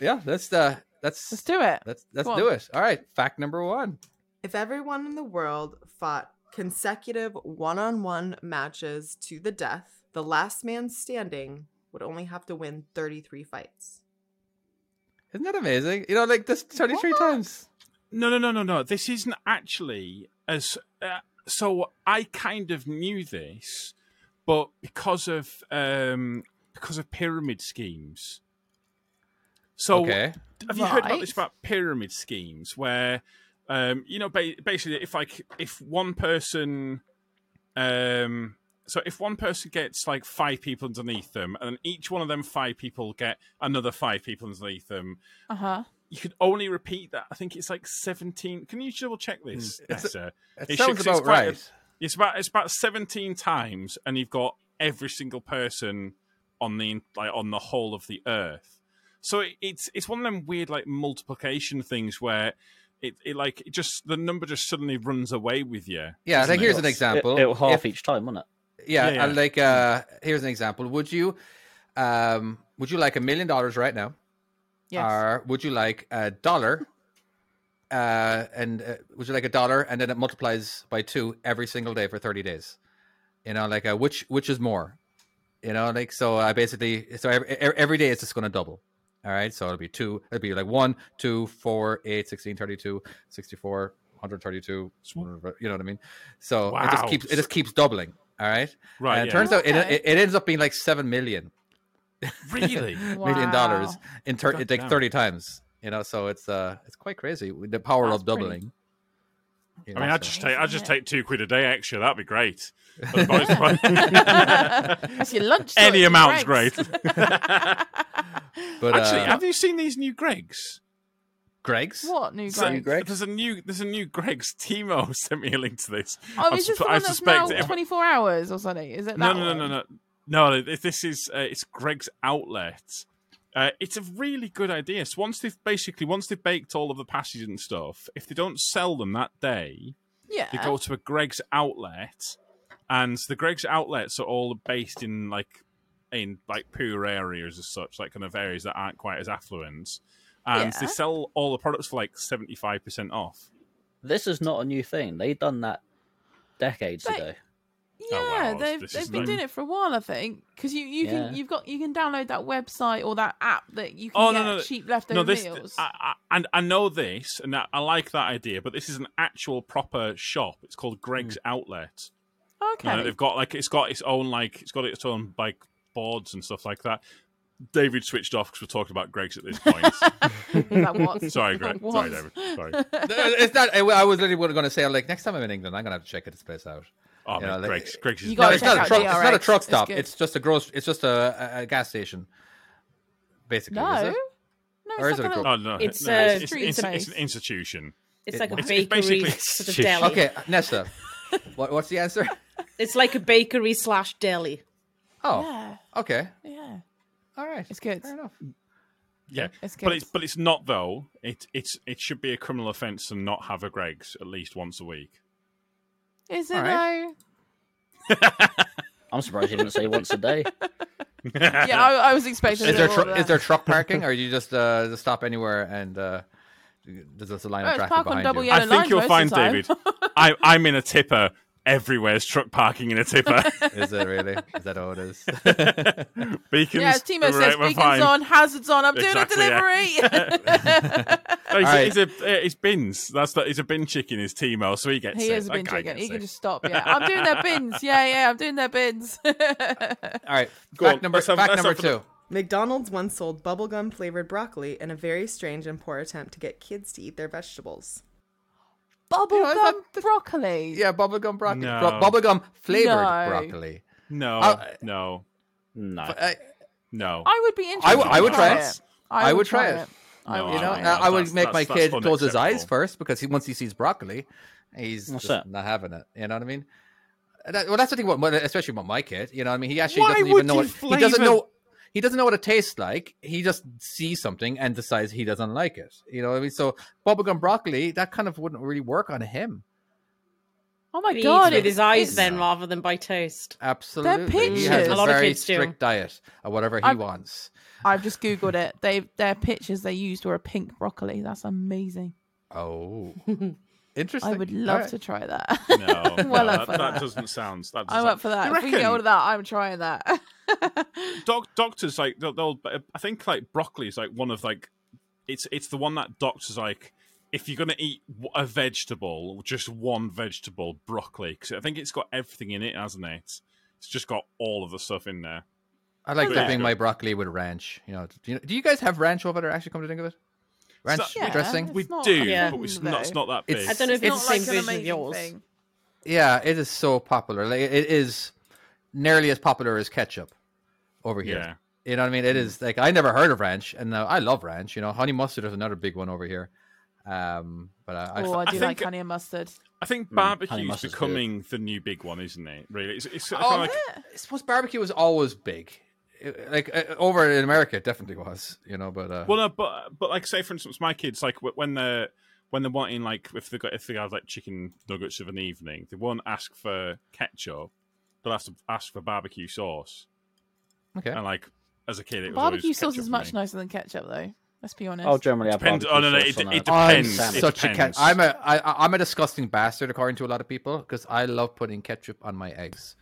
E: yeah, let's uh, let's
D: Let's do it.
E: let's let's
D: Go
E: do
D: on.
E: it. All right, fact number one.
H: If everyone in the world fought consecutive one on one matches to the death, the last man standing would only have to win 33 fights.
E: Isn't that amazing? You know, like this thirty three times.
B: No, no, no, no, no. This isn't actually as. Uh, so I kind of knew this, but because of um, because of pyramid schemes. So
E: okay,
B: Have you heard about
D: Right.
B: this about pyramid schemes where, um, you know, ba- basically, if like if one person, um, so if one person gets like five people underneath them, and each one of them five people get another five people underneath them,
D: Uh huh.
B: you could only repeat that. I think it's like seventeen. Can you double check this?
E: It's-
B: Nessa?
E: it
B: It should-
E: sounds
B: it's
E: about
B: quite a-
E: right.
B: It's about it's about seventeen times, and you've got every single person on the like on the whole of the earth. So it, it's it's one of them weird like multiplication things where it, it like it just the number just suddenly runs away with you.
E: Yeah,
B: doesn't
E: like here's
B: it?
E: an example.
F: It, will half
E: If-
F: each time, won't it?
E: yeah,
B: Yeah,
E: and
B: yeah.
E: like uh here's an example would you um would you like a million dollars right now
D: Yes.
E: or would you like a dollar uh and uh, would you like a dollar and then it multiplies by two every single day for 30 days you know like uh, which which is more you know like so i basically so every, e- every day it's just going to double all right so it'll be two it'll be like one two four eight 16 32 64 132 whatever, you know what i mean so it just
B: Wow.
E: keeps it just keeps doubling all right
B: Right.
E: and
B: yeah.
E: it Uh, turns out it,
D: Okay.
E: it, it ends up being like seven million
B: really.
E: million dollars
D: Wow.
E: in tur-
B: God
E: it's like
B: damn.
E: thirty times. You know, so it's uh it's quite crazy with the power
D: That's
E: of
D: pretty-
E: doubling.
B: I
E: You know,
B: mean, I
E: so-
B: just take I just
D: Isn't it?
B: take two quid a day extra. That'd be great. Any
D: That's your lunch. sorted,
B: amount's
D: Greg's.
B: great.
E: but
B: Actually,
E: uh,
B: have you seen these new Gregs?
E: Greg's.
D: What new
B: So-
D: Greg?
F: Greg?
B: There's a new there's a new Greg's. Timo sent me a link to this.
D: Oh,
B: I
D: is this
B: suspe-
D: the
B: I
D: one that's now
B: suspect it-
D: 24 hours or something? Is it
B: No,
D: that
B: no, no, no,
D: one?
B: no, no. no, th- This is uh, it's Greg's outlet. Uh, it's a really good idea. So once they've basically once they've baked all of the pasties and stuff, if they don't sell them that day,
D: Yeah.
B: they go to a Greg's outlet, and the Greg's outlets are all based in like in like poor areas as such, like kind of areas that aren't quite as affluent, and they
D: Yeah.
B: sell all the products for like seventy five percent off.
F: This is not a new thing. They done that decades
D: They-
F: ago.
D: Yeah,
B: Oh, wow,
D: they've
B: this
D: they've
B: is
D: been
B: like-
D: doing it for a while, I think, because you you
F: Yeah.
D: can you've got you can download that website or that app that you can
B: Oh, no,
D: get
B: no, no.
D: cheap leftover
B: no, this uh,
D: meals.
B: I, I, and I know this, and I, I like that idea, but this is an actual proper shop. It's called Greg's Outlet. You know,
D: okay,
B: they've got like it's got its own like it's got its own like boards and stuff like that. David switched off because we're talking about Greg's at this point.
D: Is that what?
B: Sorry, Greg. Sorry,
D: What?
B: David. Sorry.
E: No, it's not. I I was literally going to say, like, next time I'm in England, I'm going to have to check this place out.
B: Oh,
E: You
B: man,
E: know, like-
B: Greg's, Greg's is
D: You
E: No,
D: gotta
E: it's not,
D: check
E: a
D: out
E: truck, it's not a
D: DRX.
E: truck
D: It's
E: stop.
D: good.
E: It's, just a gross. It's just a, a, a gas station, basically.
D: No,
E: is
D: no,
E: it? Or
D: it's
E: is
D: like
E: it a
D: a
E: gro-
B: Oh no,
G: It's,
B: no,
G: uh,
B: it's, it's,
D: street
B: it's, it's an
D: space.
B: institution.
G: It's
E: It-
G: like a
B: it's- it's
G: bakery
B: basically-
G: sort of deli.
E: Okay, Nesta. what, what's the answer?
G: It's like a bakery slash deli.
E: Oh,
D: yeah,
E: okay.
D: yeah,
E: All right.
D: It's good.
E: Fair enough.
B: Yeah,
D: It's good.
B: but it's but it's not though. It it's it should be a criminal offence to not have a Greg's at least once a week.
D: Is it
E: Alright.
F: I'm surprised you didn't say once a day.
D: though? Yeah, I, I was expecting.
E: Is
D: a
E: there,
D: little
E: tru-
D: of
E: is
D: that.
E: there truck parking, or you just uh, just stop anywhere and uh, there's just a line
D: Oh,
E: of
D: it's
E: traffic
D: park on
E: behind
D: double
E: you?
D: Yeah,
B: I
D: the
B: think
D: lines
B: you'll
D: most of
B: find
D: the time.
B: David. I I'm in a tipper. Everywhere's truck parking in a tipper.
E: Is it really? Is that how it is?
B: beacons.
D: Yeah, as Timo
B: right,
D: says,
B: we're
D: beacons
B: fine.
D: on, hazards on. I'm
B: Exactly,
D: doing a
B: yeah.
D: delivery.
B: No, he's,
E: All right.
B: he's a he's bins. That's the, he's a bin chicken. Is Timo, so he gets
D: he
B: it.
D: is a
B: That
D: bin
B: guy
D: chicken.
B: gets
D: He can
B: it.
D: just stop. Yeah, I'm doing their bins. Yeah, yeah, I'm doing their bins.
E: All right.
B: Go
E: fact
B: on,
E: number,
B: let's have-
E: fact
B: let's
E: number
B: have the-
E: two.
H: McDonald's once sold bubblegum flavored broccoli in a very strange and poor attempt to get kids to eat their vegetables.
D: Bubblegum
E: thought
D: broccoli.
E: Yeah, bubblegum broccoli.
B: No.
E: Bro- bubblegum flavored
D: No.
E: broccoli. uh,
B: No,
E: I-
B: no,
F: No.
E: I,
B: no.
D: I would be interested.
E: I would- I
D: to
E: would try it.
D: I would try it. I
B: No,
D: would
E: you know,
D: try it.
B: no,
E: I, I would
B: that's-
E: make my
B: that's-
E: kid
B: that's
E: close his eyes
B: unacceptable.
E: first because he, once he sees broccoli, he's
F: What's
E: just
F: that?
E: not having it. You know what I mean? And that- well, that's the thing about my- especially about my kid. You know, what I mean, he actually
B: Why
E: doesn't
B: would
E: even know what
B: you
E: he doesn't
B: flavour-
E: know. He doesn't know what it tastes like. He just sees something and decides he doesn't like it. You know what I mean? So bubblegum broccoli, that kind of wouldn't really work on him.
D: Oh my
G: He
D: god!
G: eats with
D: it-
G: his eyes
D: it's-
G: then rather than by taste.
E: Absolutely, he has
D: pictures.
E: a,
D: A
G: lot of
E: very
G: kids do.
E: strict diet of whatever he
D: I've-
E: wants.
D: I've just googled it. They their pictures they used were a pink broccoli. That's amazing.
E: Oh,
D: I
E: interesting.
D: would
E: All
D: love
E: right.
D: to try that.
B: No, no,
D: well up
B: that,
D: for that.
B: that doesn't sound. That doesn't
D: I'm up for that.
B: You
D: If we can get
B: reckon?
D: hold of that, I'm trying that.
B: doc- doctors like they'll, they'll I think like broccoli is like one of like it's it's the one that doctors like if you're gonna eat w- a vegetable just one vegetable broccoli because I think it's got everything in it hasn't it it's just got all of the stuff in there
E: I like
B: Okay.
E: dipping my broccoli with ranch. You know, do you, do you guys have ranch over there? Actually, come to think of it, ranch
B: So-
D: Yeah,
E: dressing.
D: it's
B: we
D: not
B: do
D: a
G: Yeah.
B: but it's
D: thing,
B: not it's
D: though.
B: not that big
E: It's-
G: I don't know if
D: It's
G: it's,
D: not
G: the same
D: like an
G: version of
D: amazing
G: yours.
D: thing.
E: Yeah, it is so popular. Like it is nearly as popular as ketchup over here.
B: yeah Mm.
E: You know what I mean? It is like I never heard of ranch, and uh, I love ranch. You know, honey mustard is another big one over here. Um, but I, I,
D: Oh, I
B: I
D: do like
B: think-
D: honey and mustard.
B: I think
F: Mm,
B: barbecue
F: honey
B: is
F: mustard's good.
B: becoming the new big one isn't it really it's, it's kinda
E: Oh,
B: like
E: I suppose barbecue was always big. It- like uh, over in America, it definitely was. You know, but uh,
B: Well, no, but but like say for instance, my kids like wh- when they're when they're wanting like if they got if they have like chicken nuggets of an evening, they won't ask for ketchup. They'll have to ask for barbecue sauce.
E: okay.
B: And like as a kid, it was always
D: Barbecue sauce
B: ketchup
D: is
B: for
D: much
B: me.
D: nicer than ketchup, though. Let's be honest.
F: I'll generally have
B: Depends-
F: barbecue
B: oh, no, no,
F: sauce
B: it-
F: on
B: it
F: a-
B: depends.
E: I'm
B: Depends. It
E: such a cat.
B: depends.
E: I'm a I, I- I'm a disgusting bastard according to a lot of people because I love putting ketchup on my eggs.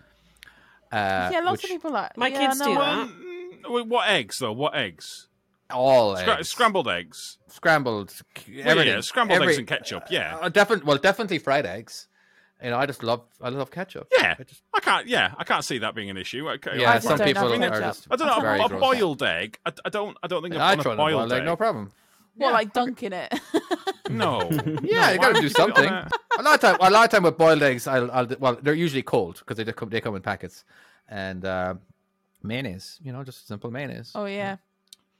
E: Uh,
D: yeah, lots
E: which-
D: of people like.
G: My
D: yeah,
G: kids
D: no,
G: do
D: I-
G: that.
B: Well, mm, wait, what eggs though? What eggs?
E: all
B: Scra-
E: eggs.
B: scrambled eggs.
E: scrambled,
B: Well,
E: everything,
B: yeah, scrambled
E: Every-
B: eggs and ketchup. Yeah,
E: Uh, definitely, well, definitely fried eggs. You know, I just love I love ketchup.
B: yeah.
E: I just-
B: I can't. Yeah, I can't see that being an issue. Okay.
E: yeah.
D: I
E: Some
D: don't
E: people
D: have
E: are
D: ketchup.
E: just.
B: I don't
E: it's very
B: know. A, a
E: gross.
B: boiled egg. I, I don't. I don't think
E: And
B: I've done
E: I try
B: a
E: on a boiled
B: boiled
E: egg,
B: egg.
E: no problem.
D: What, like dunking it?
B: No.
E: Yeah, you got to do something.
B: a-
E: a lot of time, a lot of time with boiled eggs, I'll, I'll do- well, they're usually cold because they do come they come in packets, and uh, mayonnaise. You know, just simple mayonnaise.
D: oh yeah.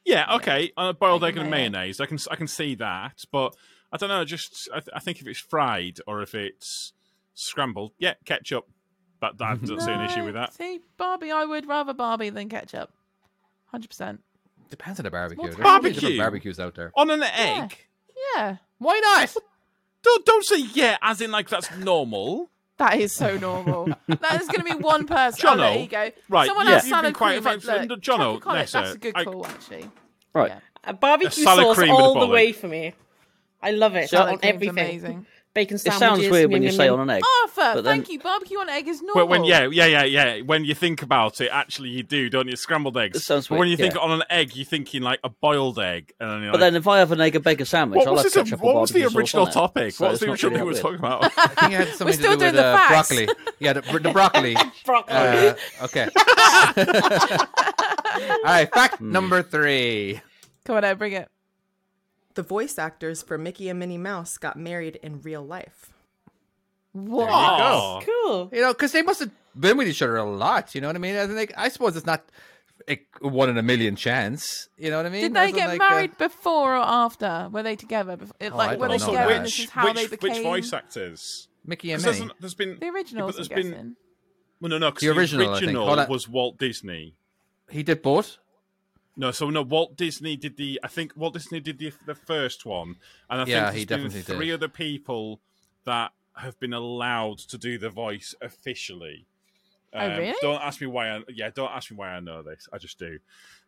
B: Yeah, okay. On a boiled
D: Like
B: egg and a
D: mayo.
B: mayonnaise, I can I can see that, but I don't know. Just I, th- I think if it's fried or if it's scrambled, yeah, ketchup. But I
F: Mm-hmm.
B: don't see an issue with
D: No,
B: that.
D: See, Barbie, I would rather Barbie than ketchup. Hundred percent.
E: Depends on the barbecue.
D: more
E: There's so many
B: Barbecue.
E: different barbecues out there.
B: On an egg,
D: Yeah,
E: Why not?
B: don't don't say yeah as in like that's normal.
D: that is so normal. that is going to be one person. Oh,
B: Jono.
D: there you go.
B: Right,
D: Someone
B: yeah.
D: else
B: You've been
D: salad
B: quite
D: cream it.
B: offensive.
D: Look,
B: Jono,
D: chocolate colour,
B: Nessa,
D: That's a good
B: uh, I-
D: call, actually.
F: Right.
D: Yeah.
G: A barbecue
B: salad
G: sauce
B: cream with a
G: all the
B: bollock.
G: way for me. I love it
D: Salad
G: on
D: cream's
G: everything.
D: amazing.
G: bacon
F: It
G: sandwiches.
F: sounds weird
G: yum,
F: when you
G: yum,
F: say on
G: yum.
F: an egg.
D: Arthur,
F: But then-
D: thank you. Barbecue on egg is normal.
B: But when yeah, yeah, yeah, yeah. When you think about it, actually you do, don't you? Scrambled eggs.
F: It sounds
B: but when
F: weird,
B: you think
F: yeah.
B: on an egg, you're thinking like a boiled egg, and then you're
F: But
B: like,
F: then if I have an egg and bacon sandwich,
B: what
F: I'll
B: was,
F: have
B: this,
F: ketchup
B: what
F: and
B: was the
F: barbecue sauce
B: original
F: on it.
B: topic?
F: So
B: what was
F: it's
B: the
F: not
B: original
F: really
B: thing we were talking
F: that weird.
B: about?
E: I think it had something
D: still
E: to do
D: doing
E: with
D: the
E: uh,
D: facts.
E: broccoli. Yeah, the, bro- the broccoli.
G: Broccoli.
E: Uh, okay. All right, fact
B: Hmm.
E: number three.
D: Come on, out, bring it.
H: The voice actors for Mickey and Minnie Mouse got married in real life.
E: There you
D: What?
B: Oh,
G: cool.
E: You know, because they must have been with each other a lot. You know what I mean? I think I suppose it's not a one in a million chance. You know what I mean?
D: Did they
E: Wasn't
D: get
E: like, uh,
D: married before or after? Were they together? Before?
E: Oh, I
D: like, were
E: don't
D: they
E: know
D: together?
E: that.
D: and this
B: which
D: is how they
B: which,
D: became
B: which voice actors?
E: Mickey
B: 'Cause
E: and
B: there's,
E: Minnie.
B: there's been
D: the originals.
B: but there's
D: I'm
B: been-
D: guessing.
B: well, no, no, 'cause
E: The
B: the
E: original, I
B: original,
E: think. Hold on.
B: was Walt Disney.
E: He did both.
B: No, so no. Walt Disney did the. I think Walt Disney did the the first one, and I
E: Yeah, he
B: think there's been
E: definitely did.
B: three other people that have been allowed to do the voice officially. Um,
D: Oh, really?
B: Don't ask me why. I, yeah, don't ask me why I know this. I just do.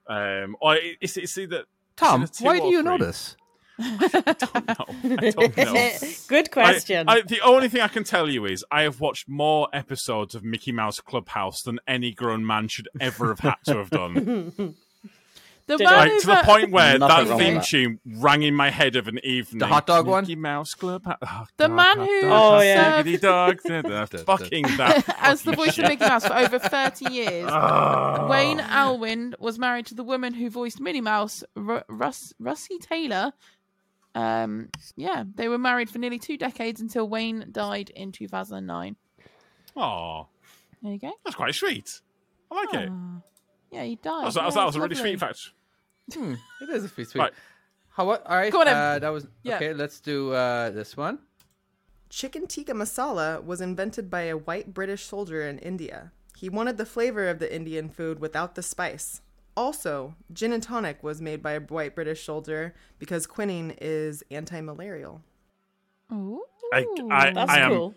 B: Um, or it's it's either
E: Tom,
B: it's either two
E: why do
B: or
E: you know
B: three.
E: this?
B: No, I don't know.
G: Good question.
B: I, I, the only thing I can tell you is I have watched more episodes of Mickey Mouse Clubhouse than any grown man should ever have had to have done.
D: The
G: Did-
D: one
B: like
D: who's
B: to the
D: like-
B: point where
F: Nothing
B: that
F: wrong with
B: theme
F: that.
B: tune rang in my head of an evening.
E: hot dog one?
B: Mickey Mouse Clubhouse. Oh,
D: The
B: dog,
D: man
B: hot
D: who
B: dog,
G: Oh, yeah.
B: diggity dog, da, da,
E: da.
B: fucking that.
D: as the
B: fucking
D: voice
B: shit.
D: of Mickey Mouse for over 30 years.
B: Ah.
D: Wayne Alwyn was married to the woman who voiced Minnie Mouse, Ru- Russ- Russie Taylor. Um, yeah, they were married for nearly two decades until Wayne died in 2009.
B: Aw,
D: There you go.
B: that's quite sweet. I like it.
D: Ah. Yeah, he died.
B: That was,
D: yeah,
B: that was, that was a really
D: lovely.
B: sweet fact.
E: Hmm, it is a sweet. sweet.
B: Right.
E: How what? All right.
D: Go on, Em.
E: uh, that was
D: Yeah.
E: okay. Let's do uh, this one.
H: Chicken tikka masala was invented by a white British soldier in India. He wanted the flavor of the Indian food without the spice. Also, gin and tonic was made by a white British soldier because quinine is anti malarial.
D: Ooh.
B: I- I-
G: That's
B: I am-
G: cool.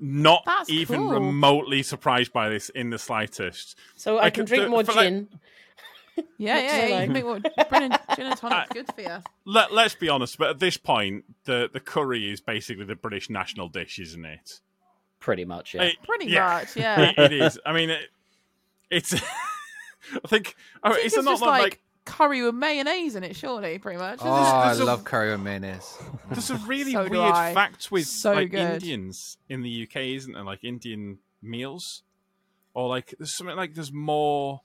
B: Not
D: That's
B: even
D: cool.
B: remotely surprised by this in the slightest.
G: So I,
B: I
G: can
B: could do
G: drink
B: it
G: more
B: for, like,
G: gin.
D: yeah,
G: That's
D: yeah,
G: what I
D: yeah. You
G: like.
D: can make what Brennan gin and tonic's good for you.
B: Let, let's be honest, but at this point, the, the curry is basically the British national dish, isn't it?
F: Pretty much, yeah.
B: It-
D: Pretty
B: yeah.
D: much, yeah.
B: It, it is. I mean, it, it's. I think. I
D: I think
B: it's
D: it's
B: not
D: just
B: like, Ah.
D: like, curry with mayonnaise in it, surely, pretty much.
E: Oh, I
B: there's a-
E: love curry and mayonnaise.
B: there's a really
D: So do
B: weird
D: I.
B: fact with
D: So
B: like
D: good.
B: Indians in the UK, isn't there? Like Indian meals, or like there's something like there's more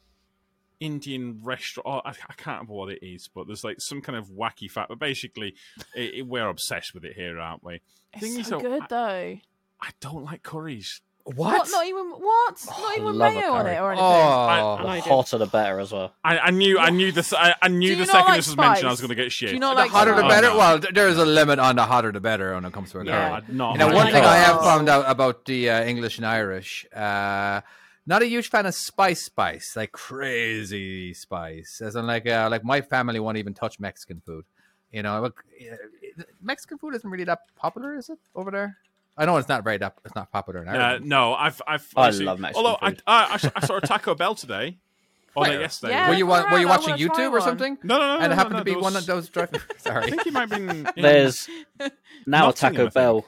B: Indian restaurant. Or I, I can't remember what it is, but there's like some kind of wacky fact. But basically, it, it- we're obsessed with it here, aren't we? Thing
D: It's
B: is,
D: so
B: though,
D: good,
B: I-
D: though.
B: I don't like curries.
D: What? Not even what?
F: Oh, I
D: not even
F: love a
D: mayo on
F: curry.
D: it or anything.
E: Oh,
G: I
F: The
G: do.
F: hotter the better as well.
B: I, I knew, I knew this. I, I knew
D: Do
B: the
D: you not
B: second
D: like
B: this was mentioned, I was
D: spice?
B: going to get shit.
D: Do you not
E: the
D: like
E: hotter the
D: spice?
E: better.
B: Oh, no.
E: Well, th- there is a limit on the hotter the better when it comes to a
B: No,
E: curry.
B: I'd not.
E: You know,
B: like
E: one
B: it.
E: thing I have
D: Oh.
E: found out about the uh, English and Irish, uh, not a huge fan of spice, spice like crazy spice. As in, like, uh, like my family won't even touch Mexican food. You know, like, uh, Mexican food isn't really that popular, is it over there? I know it's not very that it's not popular in
B: Uh,
E: Ireland.
B: no, I've, I've.
F: I
B: honestly-
F: love Mexican
B: Although
F: food.
B: I, I, I, saw- I saw a Taco Bell today, or no,
E: Where?
B: yesterday.
D: Yeah.
E: were you wa-
D: look
E: were you
D: around, I
E: watching
D: wanna try
E: YouTube or
D: one.
E: something?
B: No, no, no.
E: and
B: no,
E: it happened
B: no,
E: to be
B: there
E: one
B: was-
E: of those driving.
B: I
E: Sorry,
B: think he might have been. in-
F: There's now a
B: Nottingham, I
F: Taco
B: think.
F: Bell.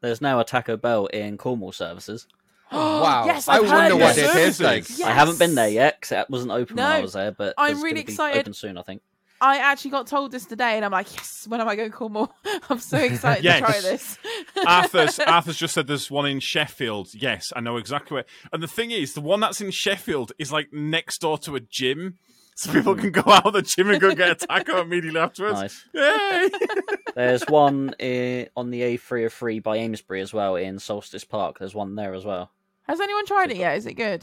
F: There's now a Taco Bell in Cornwall services.
E: wow.
D: Yes,
E: I
D: I've
E: wonder
D: heard
E: what
D: this.
E: it tastes like.
B: Services.
F: I haven't been there
D: Yes.
F: yet because it wasn't open when I
D: No.
F: was there, but
D: I'm
F: it's
D: really
F: gonna be
D: excited.
F: Open soon, I think.
D: I actually got told this today, and I'm like, yes. When am I going to Cornwall? I'm so excited
B: Yes.
D: to try this.
B: Arthur's Arthur's just said there's one in Sheffield. Yes, I know exactly where. And the thing is, the one that's in Sheffield is like next door to a gym, so people
E: Hmm.
B: can go out of the gym and go get a taco immediately afterwards.
F: Nice.
B: Yay!
F: There's one eh, on the A303 by Amesbury as well in Solstice Park. There's one there as well.
D: Has anyone tried it yet? Is it good?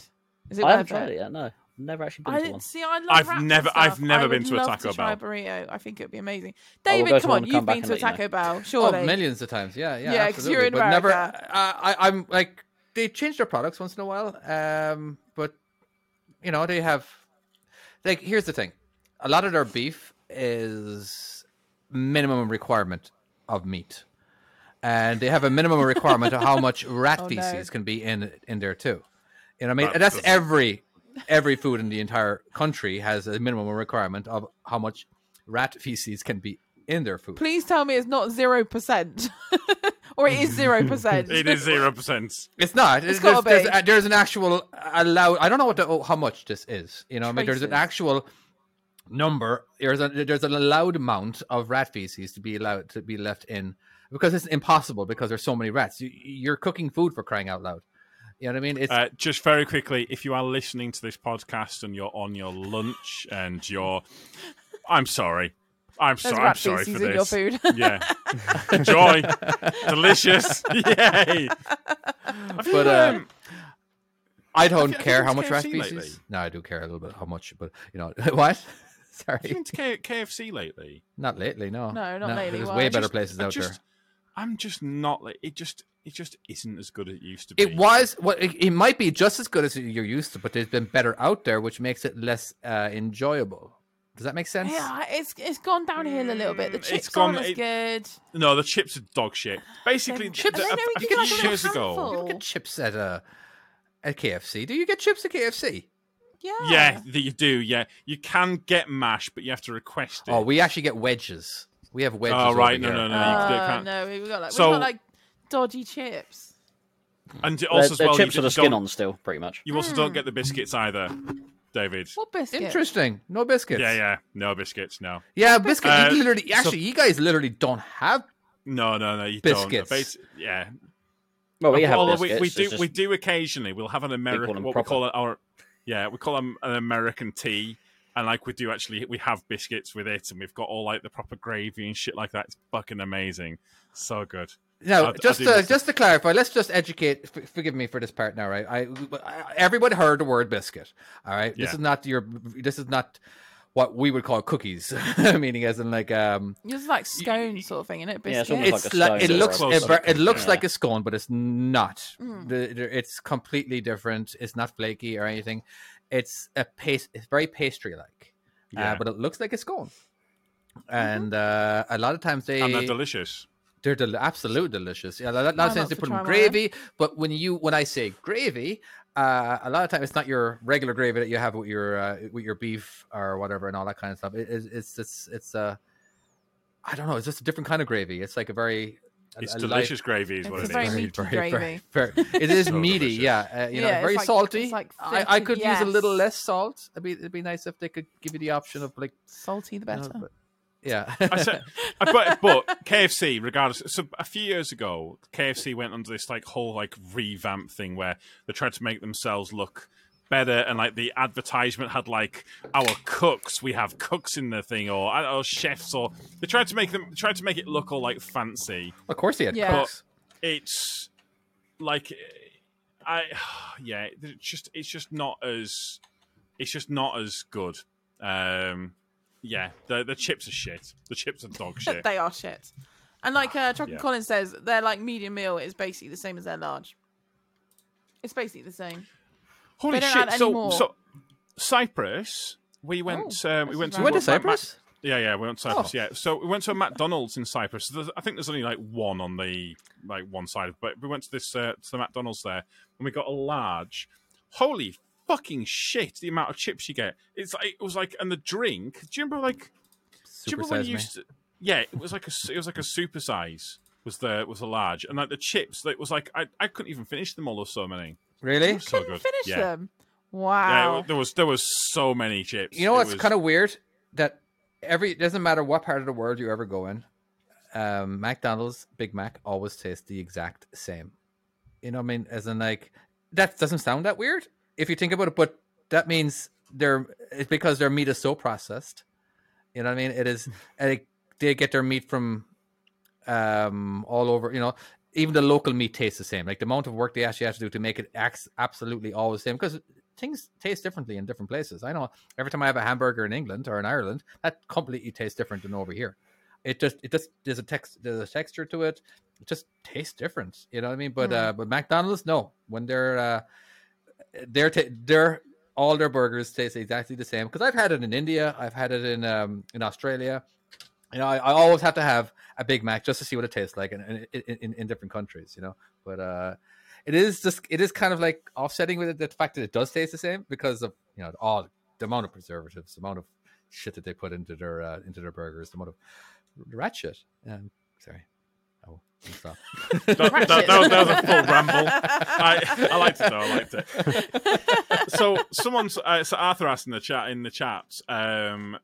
D: Is it
F: I
D: worth
F: haven't tried it yet. No, I've never actually been
D: I
F: to
D: didn't
F: one.
D: see. I love.
B: I've
D: wraps and
B: never- I've
D: stuff. I
B: never
D: would
B: been to a
D: love
B: Taco
D: to try
B: Bell.
D: burrito. I think it would be amazing.
F: I will
D: David,
F: go to
D: come
F: one
D: on.
F: and
D: You've
F: come back
D: been
F: and
D: to a
F: let you know.
D: Taco Bell,
E: Oh,
D: surely?
E: millions of times. Yeah, yeah.
D: Yeah, 'cause
E: absolutely.
D: you're in
E: but never.
D: America.
E: I, I, I'm like they change their products once in a while. Um, but you know they have like here's the thing, a lot of their beef is minimum requirement of meat, and they have a minimum requirement of how much rat
D: Oh, no.
E: feces can be in in there too. You know what I mean?
B: That
E: And that's
B: doesn't-
E: every every food in the entire country has a minimum requirement of how much rat feces can be in their food.
D: Please tell me it's not zero percent or it is zero percent.
B: It is zero percent.
E: It's not.
D: It's
E: there's,
D: gotta be.
E: there's, uh, there's an actual allowed. I don't know what the, oh, how much this is. You know, what I mean, there's an
D: Choices.
E: actual number. There's a, there's an allowed amount of rat feces to be allowed to be left in because it's impossible because there's so many rats. You, you're cooking food for crying out loud. You know what I mean? It's
B: Uh, just very quickly, if you are listening to this podcast and you're on your lunch and you're, I'm sorry, I'm
D: There's
B: sorry, I'm
D: rat
B: sorry for
D: feces in your
B: this.
D: food.
B: Yeah, enjoy, delicious, yay. um,
E: but uh, I don't
B: you- have you
E: care
B: been
E: how
B: to
E: much rat
B: KFC
E: feces.
B: lately?
E: No, I do care a little bit how much, but you know what?
B: Have you
E: Sorry,
B: been to K- KFC lately?
E: not lately. No,
D: No, not lately,
E: There's
D: why?
E: way
D: I
E: better
B: just-
E: places
B: I
E: out there.
B: just- I'm just not like it. Just it just isn't as good as it used to be.
E: It was what it, it might be just as good as you're used to, but there's been better out there, which makes it less uh, enjoyable. Does that make sense?
D: Yeah, it's it's gone downhill a little bit. The
B: Mm,
D: chips
B: it's gone-
D: aren't as
B: it-
D: good.
B: No, the chips are dog shit. Basically,
D: Them chips-
B: the-
D: I know,
B: a,
D: you
B: few
D: got a
B: years
D: handful.
B: ago.
E: You don't get chips at a at KFC. Do you get chips at KFC?
D: Yeah.
B: Yeah,
D: Oh.
B: that you do. Yeah, you can get mash, but you have to request it.
E: Oh, we actually get wedges. We have wedges.
B: Oh,
E: over
B: right, no,
E: here.
B: no, no, you, they
D: Uh,
B: can't.
D: no, we've got like
B: So-
D: we've got like dodgy chips.
B: And
F: They're,
B: also, as
F: they're
B: well,
F: chips
B: you,
F: with a
B: don't-
F: skin on still, pretty much.
B: you also don't get the biscuits either, David.
D: Hmm. What biscuit?
E: Interesting. No biscuits.
B: Yeah, yeah, no biscuits, no,
E: Yeah, biscuits.
B: Uh,
E: you literally,
B: so-
E: actually, you guys literally don't have.
B: no, no, no. You
E: Biscuits.
B: don't. Basi- yeah,
F: Well, we have
B: Well,
F: biscuits.
B: we
F: it's
B: do
F: just-
B: we do occasionally. We'll have an American
F: them
B: what
F: proper.
B: we call it our yeah we call them an American tea, and like we do actually we have biscuits with it, and we've got all like the proper gravy and shit like that. It's fucking amazing, so good.
E: Now,
B: I- I
E: just
B: do
E: to,
B: listen.
E: just to clarify, let's just educate. F- forgive me for this part now, right? I, I everybody heard the word biscuit. All right, this
B: Yeah.
E: is not your. This is not what we would call cookies, meaning as in like um,
D: Yours is like scone sort of thing, isn't it?
F: Yeah, it's
D: Biscuit.
F: almost like
E: it's
F: a
E: like, it
F: scone or
E: looks
B: something.
E: it, ver- it looks
F: Yeah.
E: like a scone, but it's not.
D: Mm.
E: The- the- it's completely different. It's not flaky or anything. It's a paste. It's very pastry like,
B: Yeah,
E: uh, but it looks like a scone. And uh, a lot of times they
D: Eh,
B: and they're delicious.
E: they're del- absolute delicious. Yeah, a lot, a lot
D: I'm
E: of times
D: up
E: they
D: for
E: put them in
D: trying one of them.
E: gravy, but when you when I say gravy, uh, a lot of times it's not your regular gravy that you have with your uh, with your beef or whatever and all that kind of stuff. It, it's it's it's it's uh, I don't know. It's just a different kind of gravy. It's like a very a-
B: It's
E: a light-
B: delicious gravy, is
D: It's
B: what
D: a
B: it
D: very
B: is.
D: meaty gravy.
E: very- it is
B: So
E: meaty,
B: delicious.
E: yeah. Uh, you know,
D: Yeah, it's like-
E: very
D: it's
E: salty.
D: like
E: I, I
D: finicky-
E: could use a little
D: yes.
E: less salt. It'd be, it'd be nice if they could give you the option of like,
D: Salty the
E: you know,
D: better.
E: but- yeah.
B: I said, I- but, but KFC, regardless, so a few years ago, KFC went under this like whole like revamp thing where they tried to make themselves look better, and like the advertisement had like our cooks, we have cooks in the thing, or I don't know, chefs, or they tried to make them tried to make it look all like fancy.
E: of course, he had
D: Yeah.
E: cooks.
B: It's like I, yeah, it's just it's just not as it's just not as good. Um, yeah, the the chips are shit. The chips are dog shit.
D: they are shit. And like uh, Chuck
B: Yeah.
D: and Collins says, their like medium meal is basically the same as their large. It's basically the same.
B: Holy
D: They don't
B: shit!
D: add any
B: So,
D: more.
B: so Cyprus, we went.
D: Oh,
B: um, we
D: this
B: went
D: is
B: to
D: right.
E: You went to
D: Well,
B: Ma- Ma-
E: Cyprus?
B: yeah, yeah, we went to Cyprus.
E: Oh.
B: Yeah, so we went to a McDonald's in Cyprus. There's, I think there's only like one on the like one side, but we went to this uh, to the McDonald's there, and we got a large. Holy fucking shit! The amount of chips you get. It's like it was like, and the drink. Do you remember like? Do you remember when you
E: Supersize me.
B: used to? Yeah, it was like a s- it was like a super size was the was a large, and like the chips, like, it was like I, I couldn't even finish them all. There was so many.
E: Really?
B: So
D: Couldn't
B: good.
D: finish
B: yeah.
D: them.
B: Yeah,
D: Wow.
B: it- there was there was so many chips.
E: You know
B: It
E: what's
B: was-
E: kind of weird? That every it doesn't matter what part of the world you ever go in, um, McDonald's Big Mac always tastes the exact same. You know what I mean? As in like that doesn't sound that weird if you think about it, but that means they're it's because their meat is so processed. You know what I mean? It is they, they get their meat from um all over, you know. Even the local meat tastes the same. Like the amount of work they actually have to do to make it acts absolutely all the same because things taste differently in different places. I know every time I have a hamburger in England or in Ireland, that completely tastes different than over here. It just it just there's a text there's a texture to it. It just tastes different. You know what I mean? But uh but McDonald's, no. When they're uh their ta- their all their burgers taste exactly the same because I've had it in India, I've had it in um, in Australia. You know, I, I always have to have a Big Mac just to see what it tastes like in in, in, in different countries. You know, but uh, it is just it is kind of like offsetting with it, the fact that it does taste the same because of you know all the amount of preservatives, the amount of shit that they put into their uh, into their burgers, the amount of rat shit. Um, sorry, I will and stuff.
B: That, that,
D: Ratchet.
B: that was, that was a full ramble. I, I liked it though. I liked it. So someone's uh, so Arthur asked in the chat in the chat, um,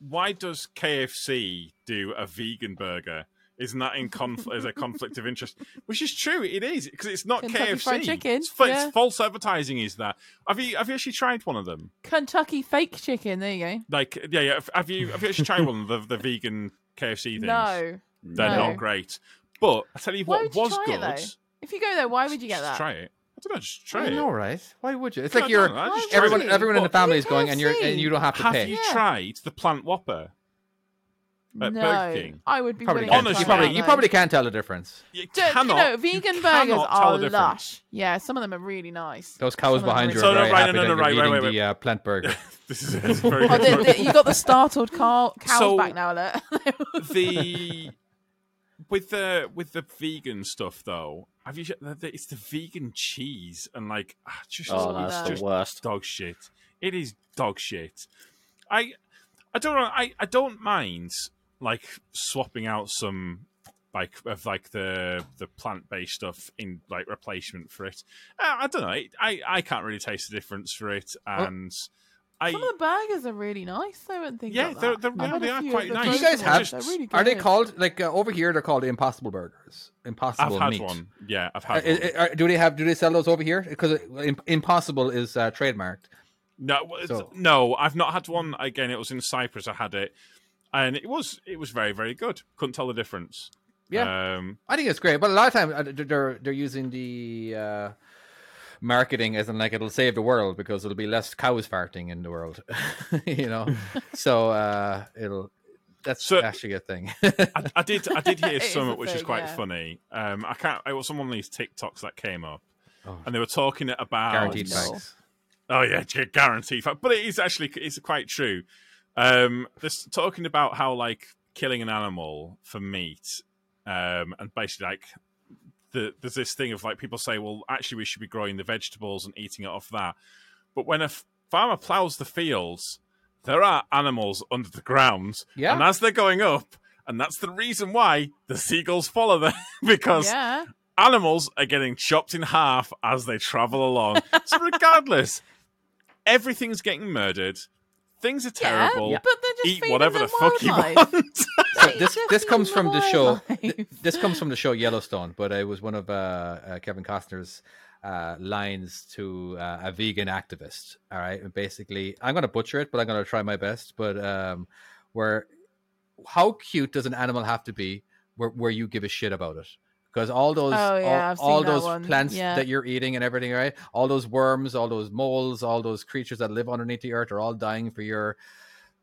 B: why does KFC do a vegan burger? Isn't that in conf- is a conflict of interest? Which is true. It is because it's not
D: Kentucky
B: KFC.
D: Fried Chicken,
B: It's, fa-
D: yeah.
B: it's false advertising. Is that? Have you have you actually tried one of them?
D: Kentucky fake chicken. There you go.
B: Like yeah yeah. Have you have you actually tried one of the, the vegan KFC things?
D: No.
B: they're
D: No.
B: not great. But I tell you
D: Why
B: what
D: would you
B: was
D: try it,
B: good.
D: though? If you go there, why would you get
B: Just
D: that?
B: Try it. I don't know. Just try
E: I
B: it.
E: know, right? Why would you? It's
B: No,
E: like
B: no,
E: you're
B: no, I just
E: everyone.
B: tried it.
E: Everyone in the
B: What-
E: family is going, and you're and
D: KFC?
E: you don't have to
B: Have
E: pay.
B: you
D: Yeah.
B: tried the Plant Whopper? At
D: no.
B: Burger King.
D: I would be
E: Probably
D: willing
E: can't.
D: to
B: Honestly,
E: you
D: try
E: probably
D: that,
E: you
D: though.
E: probably can't tell the difference.
B: You
D: Do- do you
B: cannot.
D: know, vegan
B: you cannot
D: burgers
B: tell
D: are
B: the difference.
D: lush. Yeah, some of them are really nice.
E: Those cows
D: Someone
E: behind
D: might-
E: you are
B: So, no,
E: very
B: right, no,
E: happy that
B: no,
E: you're
B: right,
E: eating
B: right, right,
E: the uh, plant burger.
B: This is, this is very
D: Oh, the,
B: good.
D: the, you got the startled cow, cows
B: So-
D: back now, look.
B: the with the with the vegan stuff though. Have you? sh- the- the- It's the vegan cheese and like ah, just
F: Oh,
D: Just-
F: that's
B: just
F: the worst.
B: dog shit. It is dog shit. I I don't know. I, I don't mind like swapping out some like of like the the plant based stuff in like replacement for it. Uh, I don't know. I I can't really taste the difference for it, and I
D: Some of the burgers are really nice. I wouldn't think.
B: Yeah,
D: about
B: they're-
D: that.
B: they're-
D: I've had
B: they
D: a
B: are
D: few of
B: quite
D: the
B: nice.
E: Do you
D: frozen
E: guys have-
D: ones, they're really
E: Are they
D: good.
E: called like uh, over here? They're called impossible burgers.
B: I've
E: Impossible
B: had
E: meat.
B: one. Yeah, I've
E: Uh,
B: had one.
E: i- i- are- do they have? Do they sell those over here? Because impossible is uh, trademarked.
B: No, well, it's-
E: So-
B: no, I've not had one. Again, it was in Cyprus. I had it, and it was it was very very good. Couldn't tell the difference. Yeah, um,
E: Uh, I think it's great, but a lot of times uh, they're- they're they're using the uh, marketing as in like it'll save the world because there'll be less cows farting in the world, you know. so uh, it'll that's
B: So-
E: actually a thing.
B: I, I did I did hear
D: It is
B: some
D: a
B: which is
D: thing,
B: quite
D: yeah.
B: funny. Um, I can't. It was someone of these TikToks that came up,
E: Oh.
B: and they were talking about
E: Guaranteed
D: no.
E: facts.
B: Oh yeah, gu- guaranteed fact. But it is actually it's quite true. Um, this talking about how like killing an animal for meat, um, and basically like the, there's this thing of like people say, well, actually we should be growing the vegetables and eating it off that. But when a f- farmer plows the fields, there are animals under the ground,
E: Yeah.
B: and as they're going up, and that's the reason why the seagulls follow them because
D: Yeah,
B: animals are getting chopped in half as they travel along. so regardless, everything's getting murdered. Things are
D: yeah,
B: terrible.
D: but they're just
B: Eat
D: feeding
B: whatever the
D: them
B: fuck you
D: wildlife.
B: want.
E: So
D: just
E: this this
D: feeding
E: comes
D: the
E: from the show.
D: wildlife.
E: th- This comes from the show Yellowstone, but it was one of uh, uh, Kevin Costner's uh, lines to uh, a vegan activist. All right, and basically, I'm going to butcher it, but I'm going to try my best. But um, where, how cute does an animal have to be where, where you give a shit about it? Because all those
D: Oh,
E: all-
D: yeah, I've seen
E: all,
D: that
E: those
D: one.
E: plants
D: Yeah.
E: that you're eating and everything, right? All those worms, all those moles, all those creatures that live underneath the earth are all dying for your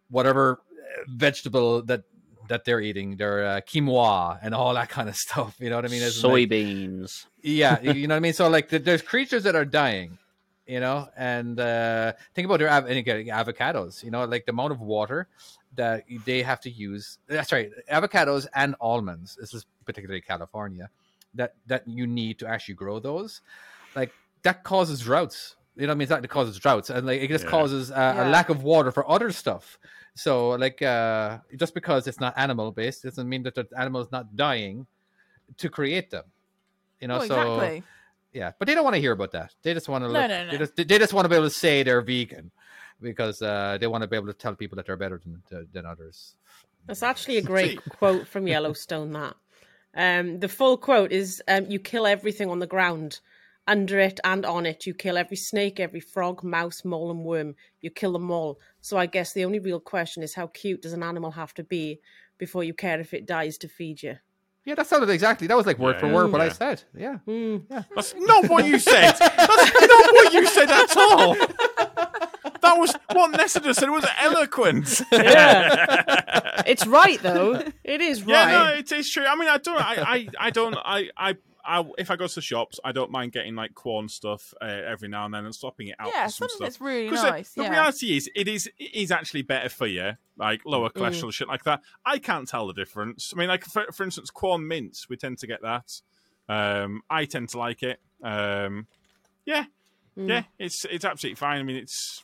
E: whatever uh, vegetable that that they're eating, their uh, quinoa and all that kind of stuff. You know what I mean? It's like-
F: Soybeans.
E: yeah, you you know what I mean. So like, th- there's creatures that are dying. You know, and uh, think about their av- and again, avocados. You know, like the amount of water that they have to use. That's right, avocados and almonds. This is particularly California that that you need to actually grow those. Like that causes droughts. You know, what I mean, it's not that causes droughts, and like it just
B: Yeah.
E: causes uh, a
D: Yeah.
E: lack of water for other stuff. So, like, uh, just because it's not animal based doesn't mean that the animal is not dying to create them. You know,
D: Oh,
E: so
D: exactly.
E: yeah, but they don't want to hear about that. They just want to
D: No,
E: look,
D: no, no.
E: They just, they just want to be able to say they're vegan because uh, they want to be able to tell people that they're better than than others.
G: That's actually a great quote from Yellowstone. That um, the full quote is: um, "You kill everything on the ground, under it and on it. You kill every snake, every frog, mouse, mole, and worm. You kill them all. So I guess the only real question is how cute does an animal have to be before you care if it dies to feed you?
E: Yeah, that sounded exactly. That was like word
B: Yeah,
E: for
B: yeah,
E: word what I
B: yeah.
E: said. Yeah.
D: Mm.
B: That's not what you said. That's not what you said at all. That was what Nessa just said was eloquent.
G: It's right though. It is
B: Yeah,
G: right.
B: no, it is true. I mean, I don't, I, I, I don't, I, I, I, if I go to the shops, I don't mind getting like corn stuff uh, every now and then and swapping it out.
D: yeah,
B: for some
D: something
B: stuff.
D: that's really
B: Because the-
D: nice.
B: the,
D: yeah.
B: reality is, it is it is actually better for you, like lower
D: Mm.
B: cholesterol shit like that. I can't tell the difference. I mean, like for, for instance, corn mints, we tend to get that. Um, I tend to like it. Um, yeah,
D: Mm.
B: yeah, it's it's absolutely fine. I mean, it's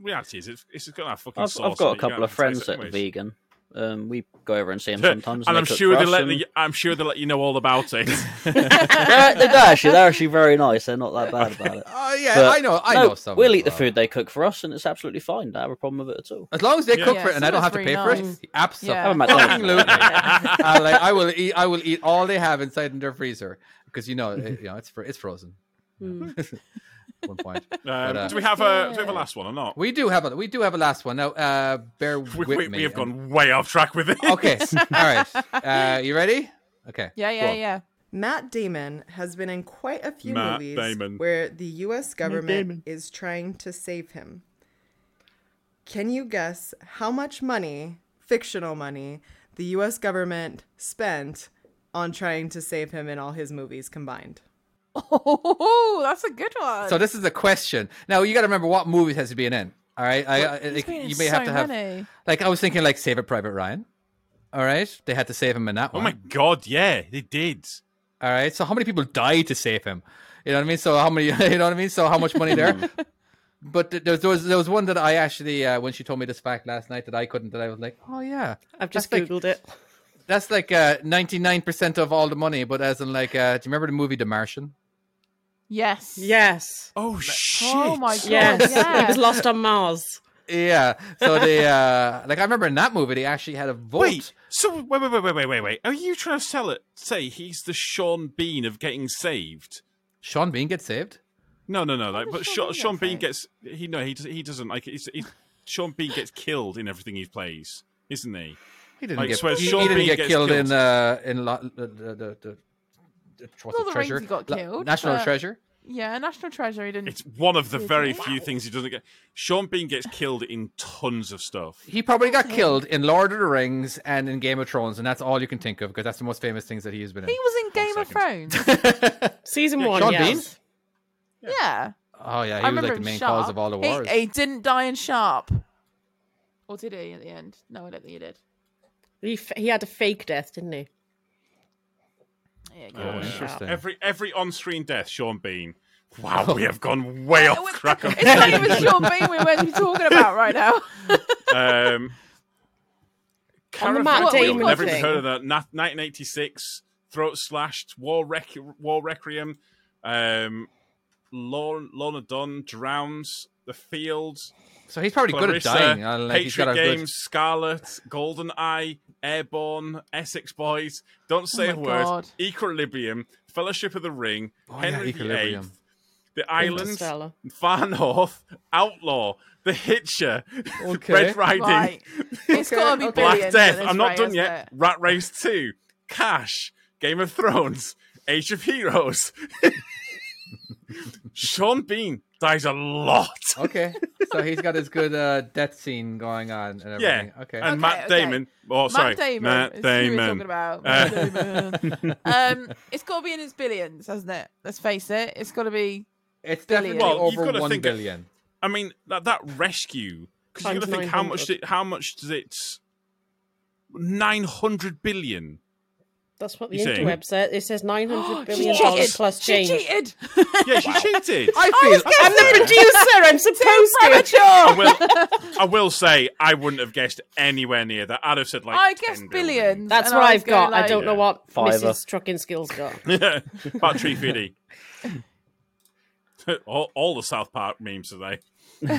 B: reality is it's it's just gonna have fucking.
F: I've,
B: sauce
F: I've
B: in it.
F: got a
B: You
F: couple
B: can't
F: of friends
B: taste it
F: that are
B: anyways.
F: vegan, Um, we go over and see them
B: and
F: sometimes.
B: I'm
F: they cook
B: sure
F: for
B: they
F: us
B: let
F: and-
B: the, I'm sure they let you know all about it.
F: they're, they're actually they're actually very nice. They're not that bad about it.
E: Oh yeah,
F: But-
E: I know. I
F: No,
E: know some.
F: We'll
E: as
F: eat the
E: well.
F: food they cook for us, and it's absolutely fine. I don't have a problem with it at all.
E: as long as they
B: Yeah.
E: cook
D: Yeah,
E: for it and I don't have to
D: someone's
E: pay for
D: really
E: it.
D: nice.
F: Have a
E: Absolutely,
F: McDonald's.
B: Um,
E: Uh, like I will eat. I will eat all they have inside in their freezer because you know, it, you know, it's fro- it's frozen.
G: Mm.
E: One point.
B: Um,
E: But, uh,
B: do we have a do we have a last one or not?
E: We do have a we do have a last one now. Uh, bear
B: We,
E: with
B: we,
E: me.
B: we have gone
E: and-
B: way off track with it.
E: Okay. all right. Uh, you ready? Okay.
D: Yeah,
E: go
D: yeah,
E: on.
D: yeah.
H: Matt Damon has been in quite a few
B: Matt
H: movies
B: Damon.
H: where the US government is trying to save him. Can you guess how much money, fictional money, the US government spent on trying to save him in all his movies combined?
D: Oh, that's a good one.
E: So this is a question. Now you got to remember what movies has to be in. All right. I, I,
D: He's
E: like,
D: been in
E: you may have
D: so
E: to have.
D: many.
E: Like I was thinking, like Save It Private Ryan. All right, they had to save him in that
B: Oh
E: one.
B: my god, yeah, they did.
E: All right, so how many people died to save him? You know what I mean? So how many? You know what I mean? So how much money there? but th- there was, there was there was one that I actually uh, when she told me this fact last night that I couldn't that I was like, oh yeah,
G: I've just
E: That's like-
G: googled it.
E: that's like ninety nine percent of all the money. But as in like, uh, do you remember the movie The Martian?
D: Yes.
G: Yes.
B: Oh shit.
D: Oh my god.
G: Yes. It
D: Yeah.
G: was lost on Mars.
E: Yeah. So they uh, like I remember in that movie they actually had a vote.
B: Wait, so wait, wait, wait, wait, wait, wait, wait. Are you trying to sell it? Say he's the Sean Bean of getting saved?
E: Sean Bean gets saved.
B: No, no, no. Like,
D: does
B: but
D: Sean
B: Sean, Sean
D: Bean get
B: Bean
D: saved?
B: gets he no he does, he doesn't like he's, he's, Sean Bean gets killed in everything he plays, isn't he?
E: He didn't
B: Like,
E: get
B: so
E: he,
B: Sean
E: he didn't
B: Bean
E: get
B: gets
E: killed, in
B: killed.
E: uh, in lo- the the. the, the the- what's
D: Lord
E: it,
D: of the Rings,
E: treasure?
D: he got
E: La-
D: killed,
E: National
D: but-
E: treasure.
D: Yeah, National Treasure. He didn't.
B: It's one of the very
D: Wow.
B: few things he doesn't get. Sean Bean gets killed in tons of stuff.
E: He probably got killed in Lord of the Rings and in Game of Thrones, and that's all you can think of because that's the most famous things that he has been in.
D: He was in Game of
B: second.
D: Thrones.
G: Season
B: Yeah,
G: one.
E: Sean
G: yes.
D: yeah.
E: oh yeah,
D: I
E: he was
D: remember
E: like the
D: him
E: main
D: sharp.
E: cause of all the
D: He-
E: wars.
D: He, didn't die in Sharp. Or did he at the end? No, I don't think he did.
G: He, f- he had a fake death, didn't he?
D: Yeah,
B: Uh,
D: good one.
E: Oh, interesting.
B: every every on screen death, Sean Bean.
D: Oh.
B: Wow, we have gone way off track. on
D: It's not even Sean Bean we're meant to be talking about right now.
B: Um,
G: On
B: Cara
G: the Matt
B: Fitzgerald,
G: Damon
B: never even
G: thing.
B: heard of that. Na- 1986, Throat Slashed, War, Rec- War Requiem, um, Lorna, Lorna Dunn, Drowns, The Fields,
E: so he's probably
B: Clarissa,
E: good at dying. uh, like, he's got
B: Patriot
E: a good-
B: Games, Scarlet, Golden Eye, Airborne, Essex Boys, Don't Say a
D: Oh my
B: Word,
D: God.
B: Equilibrium, Fellowship of the Ring,
E: Oh, yeah,
B: Henry
E: Equilibrium.
B: VIII, The Island,
G: Interstellar.
B: Far North, Outlaw, The Hitcher,
E: Okay.
B: Red Riding,
D: Right. It's got to be
H: okay.
B: Black
D: billions at
B: Death.
D: this
B: I'm not
D: rate,
B: done
D: isn't
B: yet.
D: it?
B: Rat Race 2, Cash, Game of Thrones, Age of Heroes. Sean Bean dies a lot.
E: okay, so he's got his good uh, death scene going on and
B: Yeah.
E: everything. Okay,
B: And
D: Okay,
B: Matt
D: okay.
B: Damon. Oh, sorry. Matt
D: Matt Damon. is who we're talking
B: Damon.
D: about.
B: Uh,
D: Damon. um, it's got to be in his billions, hasn't it? Let's face it. It's got to be.
E: it's definitely
D: Well,
B: you've
E: over
B: gotta
E: one
B: think it-
E: billion.
B: I mean, that, that rescue, because you've got
G: Times
B: to think how much,
G: 900.
B: did, how much does it. 900 billion.
G: That's what the
B: You saying?
G: interweb said. It says nine hundred
D: She
G: billion dollars
D: cheated.
G: Oh, plus
D: she
G: change.
D: cheated.
B: Yeah, she cheated.
E: I feel
G: I'm the producer. I'm supposed to.
B: I will, I will say, I wouldn't have guessed anywhere near that. I'd have said like.
D: I guess
B: 10
D: billions.
G: That's
D: and
G: what
D: I was
G: I've got.
D: going
G: I
D: like-
G: don't know
B: Yeah.
G: what
F: Fiver.
G: Mrs. Trucking Skills got.
B: Yeah, about Tree Fiddy. all, all the South Park memes today.
E: all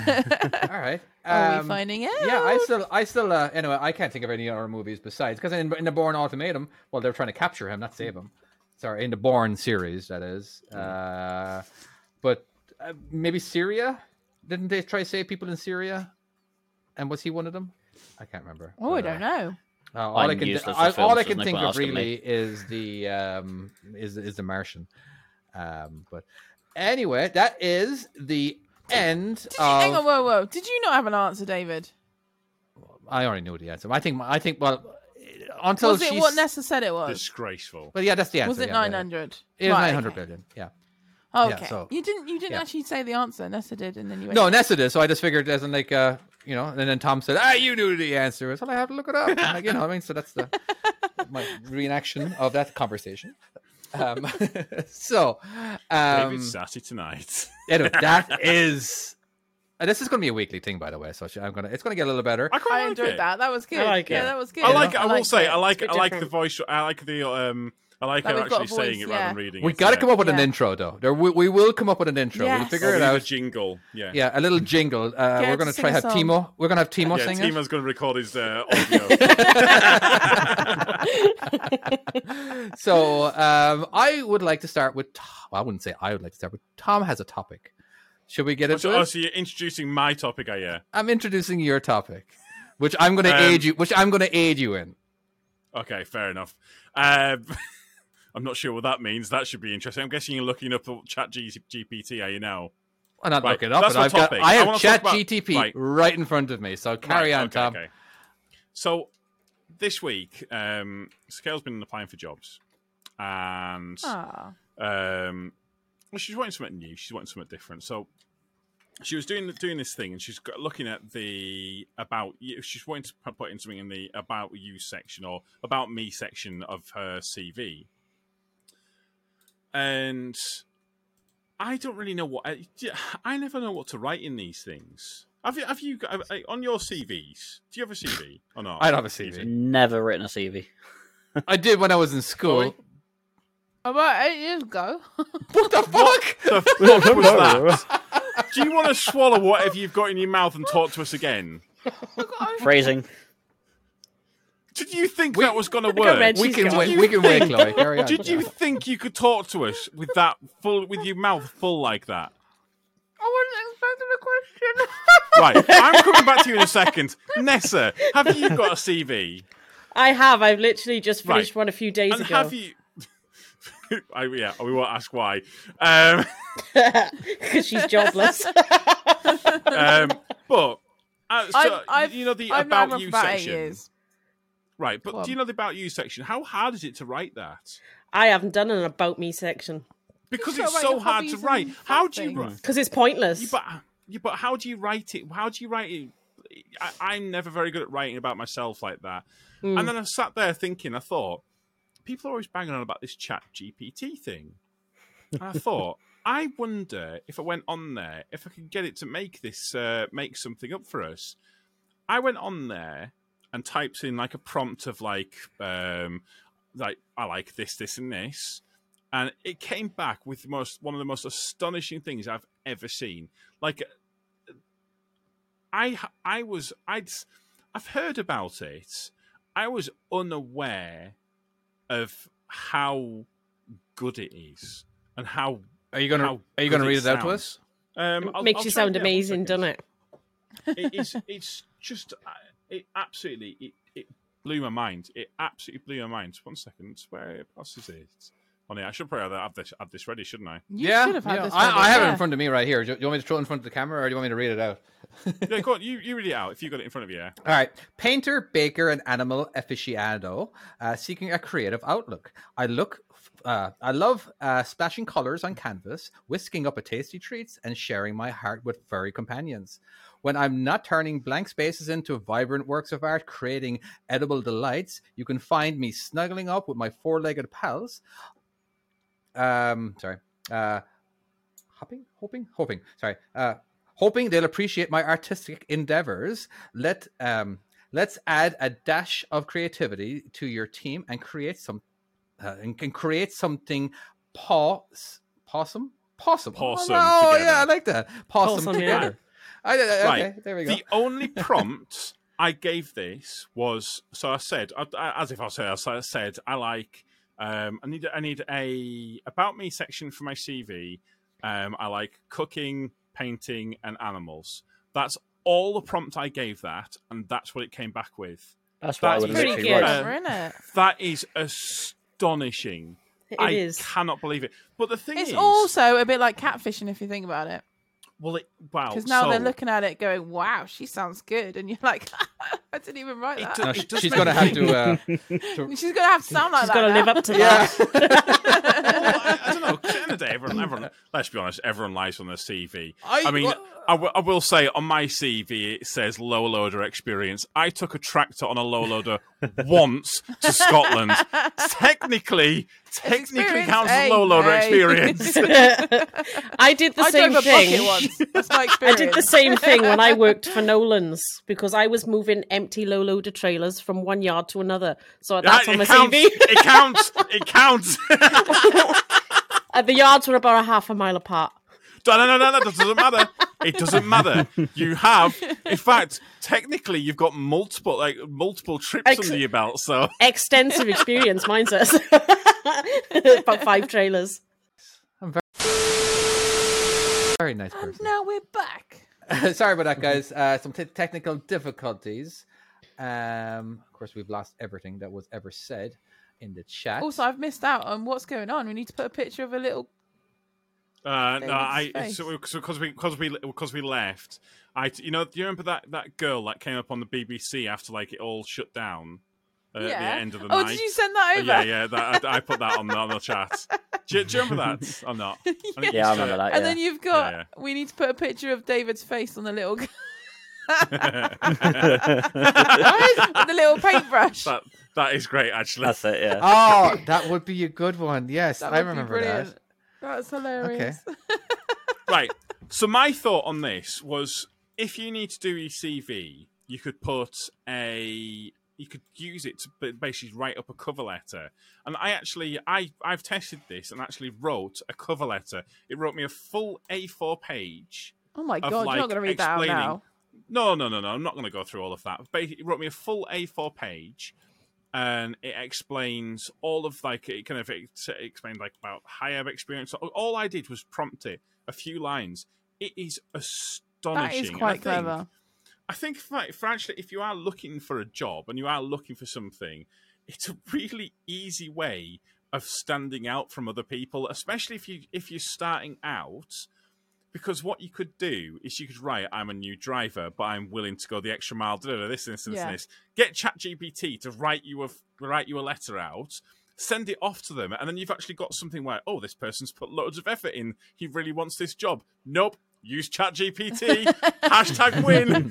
E: right.
D: Are we
E: um,
D: finding it?
E: Yeah, I still, I still, uh, anyway, I can't think of any other movies besides because in, in the Bourne Ultimatum, well, they're trying to capture him, not save him. Sorry, in the Bourne series, that is.
B: Mm.
E: Uh, but uh, maybe Syria? Didn't they try to save people in Syria? And was he one of them? I can't remember.
D: Oh, I
E: But, uh,
D: don't know.
E: uh, all I
F: I'm
E: can,
F: useless
E: I-
F: with
E: all I
F: films,
E: can
F: there's no
E: think
F: point
E: of
F: asking me.
E: really is the um, is is the Martian. Um, but anyway, that is the end.
D: Did you,
E: of...
B: Oh.
D: hang on, whoa, whoa. Did you not have an answer, David?
E: I already knew the answer. I think. I think. Well, until
D: Was it
E: she's.
D: what Nessa said it was?
B: Disgraceful.
E: well, yeah, that's the answer.
D: Was it
E: yeah,
D: nine hundred?
E: Yeah, yeah. It was nine hundred billion. Yeah.
D: Okay.
E: Yeah, so-
D: You didn't. You didn't
E: yeah.
D: actually say the answer. Nessa did, and then you went.
E: No, Nessa did. So I just figured, as in like, uh, you know, and then Tom said, "Ah, you knew the answer." So I have to look it up. I'm like, you know, what I mean, so that's the my reenaction of that conversation. Um, so,
B: David
E: um,
B: Sassy tonight.
E: anyway, that is And this is going to be a weekly thing, by the way. So I should- I'm gonna. It's going to get a little better.
B: I quite
D: I
B: like
D: enjoyed
B: it.
D: that. That was good.
F: like
D: yeah,
F: it.
D: that was good.
B: I like. it. I, will
D: liked
B: say.
D: it.
B: I like.
G: It's a
B: I
G: bit
B: like the
G: different.
B: voice. I like the. Um. I like
D: That
B: her
D: we've got
B: actually
D: a voice,
B: saying it rather
D: yeah.
B: than reading.
E: We
B: it,
E: got to
B: yeah.
E: come up with an
D: Yeah.
E: intro, though. There, we, we will come up with an intro. We'll
D: Yes.
E: figure
B: Or
E: it
B: do the
E: out.
B: jingle. Yeah.
E: Yeah, a little jingle. Uh,
D: Yeah,
E: we're going
D: just
E: to try
D: sing a
E: have
D: song.
E: Timo. We're going to have Timo
B: Yeah,
E: sing it.
B: Timo's going to record his uh, audio.
E: so um, I would like to start with. Tom. I wouldn't say I would like to start with. Tom has a topic. Should we get into
B: so, oh,
E: it?
B: so you're introducing my topic, I yeah.
E: I'm introducing your topic, which I'm going to
B: Um,
E: aid you. Which I'm going to aid you in.
B: Okay, fair enough. Um, I'm not sure what that means. That should be interesting. I'm guessing you're looking up the chat G- GPT, are you now?
E: I'm not
B: Right,
E: looking up,
B: that's
E: but
B: my
E: I've got.
B: topic.
E: I
B: I
E: have
B: wanna talk
E: Chat
B: about-
E: GTP right.
B: right.
E: in front of me. So carry
B: Right,
E: on,
B: okay,
E: Tom.
B: okay. So this week, um, Scale's been applying for jobs, and
D: Aw.
B: um, well, she's wanting something new. She's wanting something different. So she was doing doing this thing, and she's got, looking at the about. you She's wanting to pu- put in something in the about you section or about me section of her CV, and I don't really know what I, I never know what to write in these things. Have you, have you got, have- on your CVs? Do you have a CV or not?
E: I don't have a CV.
F: Never written a CV.
E: I did when I was in school.
B: Sorry?
D: About eight years ago.
E: What the fuck?
B: the fuck was that? Do you want to swallow whatever you've got in your mouth and talk to us again?
F: Phrasing.
B: Did you think that was going to
G: think I
B: work?
G: read
E: We
G: She's
E: can
G: gone.
E: wait. We can wait, Chloe. Carry on.
B: Did you think you could talk to us with that full, with your mouth full like that?
D: I wasn't expecting a question.
B: Right, I'm coming back to you in a second. Nessa, have you got a CV?
G: I have. I've literally just
B: Right.
G: finished one a few days
B: and
G: ago.
B: have you? I, yeah, we won't ask why. Um,
G: because she's jobless.
B: um, but uh, so,
D: I've, I've,
B: you know the
D: I've known her
B: about
D: for
B: you
D: about
B: section,
D: Eight years.
B: right? But
D: Go
B: do you know the about you section? How hard is it to write that?
G: I haven't done an about me section
B: Because
D: You
B: it's
D: write
B: so
D: your
B: hard to
D: hobbies
B: write.
D: and
B: How do you?
D: things.
B: write?
G: because it's pointless.
B: Yeah, but yeah, but how do you write it? How do you write it? I, I'm never very good at writing about myself like that. And then I sat there thinking, I thought, people are always banging on about this chat GPT thing. And I thought, I wonder if I went on there, if I could get it to make this, uh, make something up for us. I went on there and typed in like a prompt of like, um, like I like this, this, and this, and it came back with the most one of the most astonishing things I've ever seen. Like, I I was I'd I've heard about it. I was unaware of how good it is and how
E: Are you going to?
B: how
E: Are you
B: good
E: going to read it out to
B: sounds.
E: us?
B: Um, I'll-
G: Makes
B: I'll
G: you
B: try and
G: sound
B: get it one
G: amazing,
B: second
G: doesn't it?
B: it is it's just uh, it absolutely it, it blew my mind it absolutely blew my mind one second where else is it on it i should probably have this have this ready shouldn't i
D: You
E: yeah,
D: should have had
E: yeah.
D: this.
E: I,
D: ready.
E: I have it
D: Yeah.
E: in front of me right here. Do you, you want me to throw it in front of the camera, or do you want me to read it out?
B: yeah go on you, you read it out if you got it in front of you yeah.
E: All right. Painter, baker, and animal aficionado uh, seeking a creative outlook. I look. Uh, I love uh, splashing colors on canvas, whisking up a tasty treats, and sharing my heart with furry companions. When I'm not turning blank spaces into vibrant works of art, creating edible delights, you can find me snuggling up with my four-legged pals. Um, sorry. Uh, hoping, hoping, hoping. Sorry. Uh, hoping they'll appreciate my artistic endeavors. Let um, let's add a dash of creativity to your team and create some uh, and can create something paws possum possum
B: Possum
E: Oh, no,
B: together.
E: yeah, I like that possum,
G: Possum, yeah.
E: together. I, I- okay,
B: Right.
E: there we go.
B: the only prompt i gave this was so i said I, I- as if i said i said i like um i need i need a about me section for my cv um i like cooking painting and animals that's all the prompt i gave that and that's what it came back with
F: That's what I
B: That's
F: would
G: pretty
F: literally
G: good.
F: write.
B: Uh,
D: We're in it.
B: That is astonishing.
G: It
B: I
G: is.
B: cannot believe it. But the thing
D: It's
B: is,
D: also a bit like catfishing if you think about it,
B: well, it, wow.
D: because now they're
B: so
D: looking at it going, "Wow, she sounds good," and you're like, "I didn't even write
B: It
D: that."
B: do-
E: No,
B: it
E: she-
B: does
E: she's
B: make
E: gonna
B: me
E: have
B: think-
E: to. Uh,
D: She's gonna have to sound like
G: She's
D: that.
G: got to
D: now.
G: live up to that.
E: yeah.
B: I, I don't know. 'cause at the end of the day, everyone, everyone, let's be honest, everyone lies on their CV.
E: I-
B: I, mean,
E: well-
B: I, w- I will say on my CV, it says low loader experience. I took a tractor on a low loader once to Scotland. technically, technically
D: Experience,
B: counts
D: eh?
B: as low loader
D: Eh.
B: experience.
G: I did the
D: I
G: same
D: drove a bucket
G: thing.
D: once. That's my
G: I
D: experience.
G: did the same thing when I worked for Nolan's because I was moving empty low loader trailers from one yard to another. So that's
B: That-
G: on my
B: it, counts,
G: CV.
B: it counts. It counts.
G: Uh, the yards were about a half a mile apart.
B: No, no, no, no, no, that doesn't matter. It doesn't matter. You have, in fact, technically, you've got multiple, like multiple trips
G: Ex-
B: under your belt. So
G: Extensive experience, mine says. about five trailers.
E: Very nice person.
D: Now we're back.
E: Sorry about that, guys. Uh, some t- technical difficulties. Um, of course, we've lost everything that was ever said in the chat.
D: Also, I've missed out on what's going on. We need to put a picture of a little.
B: Uh, no,
D: David's
B: I
D: face.
B: so because we because we because we left. I you know do you remember that that girl that came up on the BBC after like it all shut down uh, at
D: yeah.
B: the end of the
D: oh,
B: night?
D: did you send that
B: Oh,
D: over?
B: yeah, yeah. That, I, I put that on the, on the chat. Do, you- do you remember that or not? I think you
F: Yeah, I
B: said-
F: remember that.
D: And
F: yeah.
D: then you've got.
B: Oh, Yeah,
D: We need to put a picture of David's face on the little. with the little paintbrush.
B: That that is great actually.
F: That's it. Yeah.
E: oh, that would be a good one. Yes,
D: That would
E: I
D: be
E: remember
D: brilliant.
E: that.
D: That's hilarious.
B: right. So my thought on this was if you need to do your CV, you could put a you could use it to ba- basically write up a cover letter. And I actually I I've tested this and actually wrote a cover letter. It wrote me a full A4 page.
D: Oh my
B: Of,
D: god, you're
B: like,
D: not going to read that out
B: explaining-
D: now.
B: No, no, no, no. I'm not going to go through all of that. But it wrote me a full A4 page, and it explains all of like it kind of ex- explained like about high ebb experience. All I did was prompt it a few lines. It is astonishing.
D: That is
B: And I
D: quite
B: think-
D: clever.
B: I think if, like, for actually, if you are looking for a job and you are looking for something, it's a really easy way of standing out from other people, especially if you if you're starting out. Because what you could do is you could write, "I'm a new driver, but I'm willing to go the extra mile." Da, da, da, this, this, this,
D: Yeah.
B: and this. Get ChatGPT to write you a write you a letter out, send it off to them, and then you've actually got something where, "Oh, this person's put loads of effort in. He really wants this job." Nope. Use ChatGPT. hashtag win.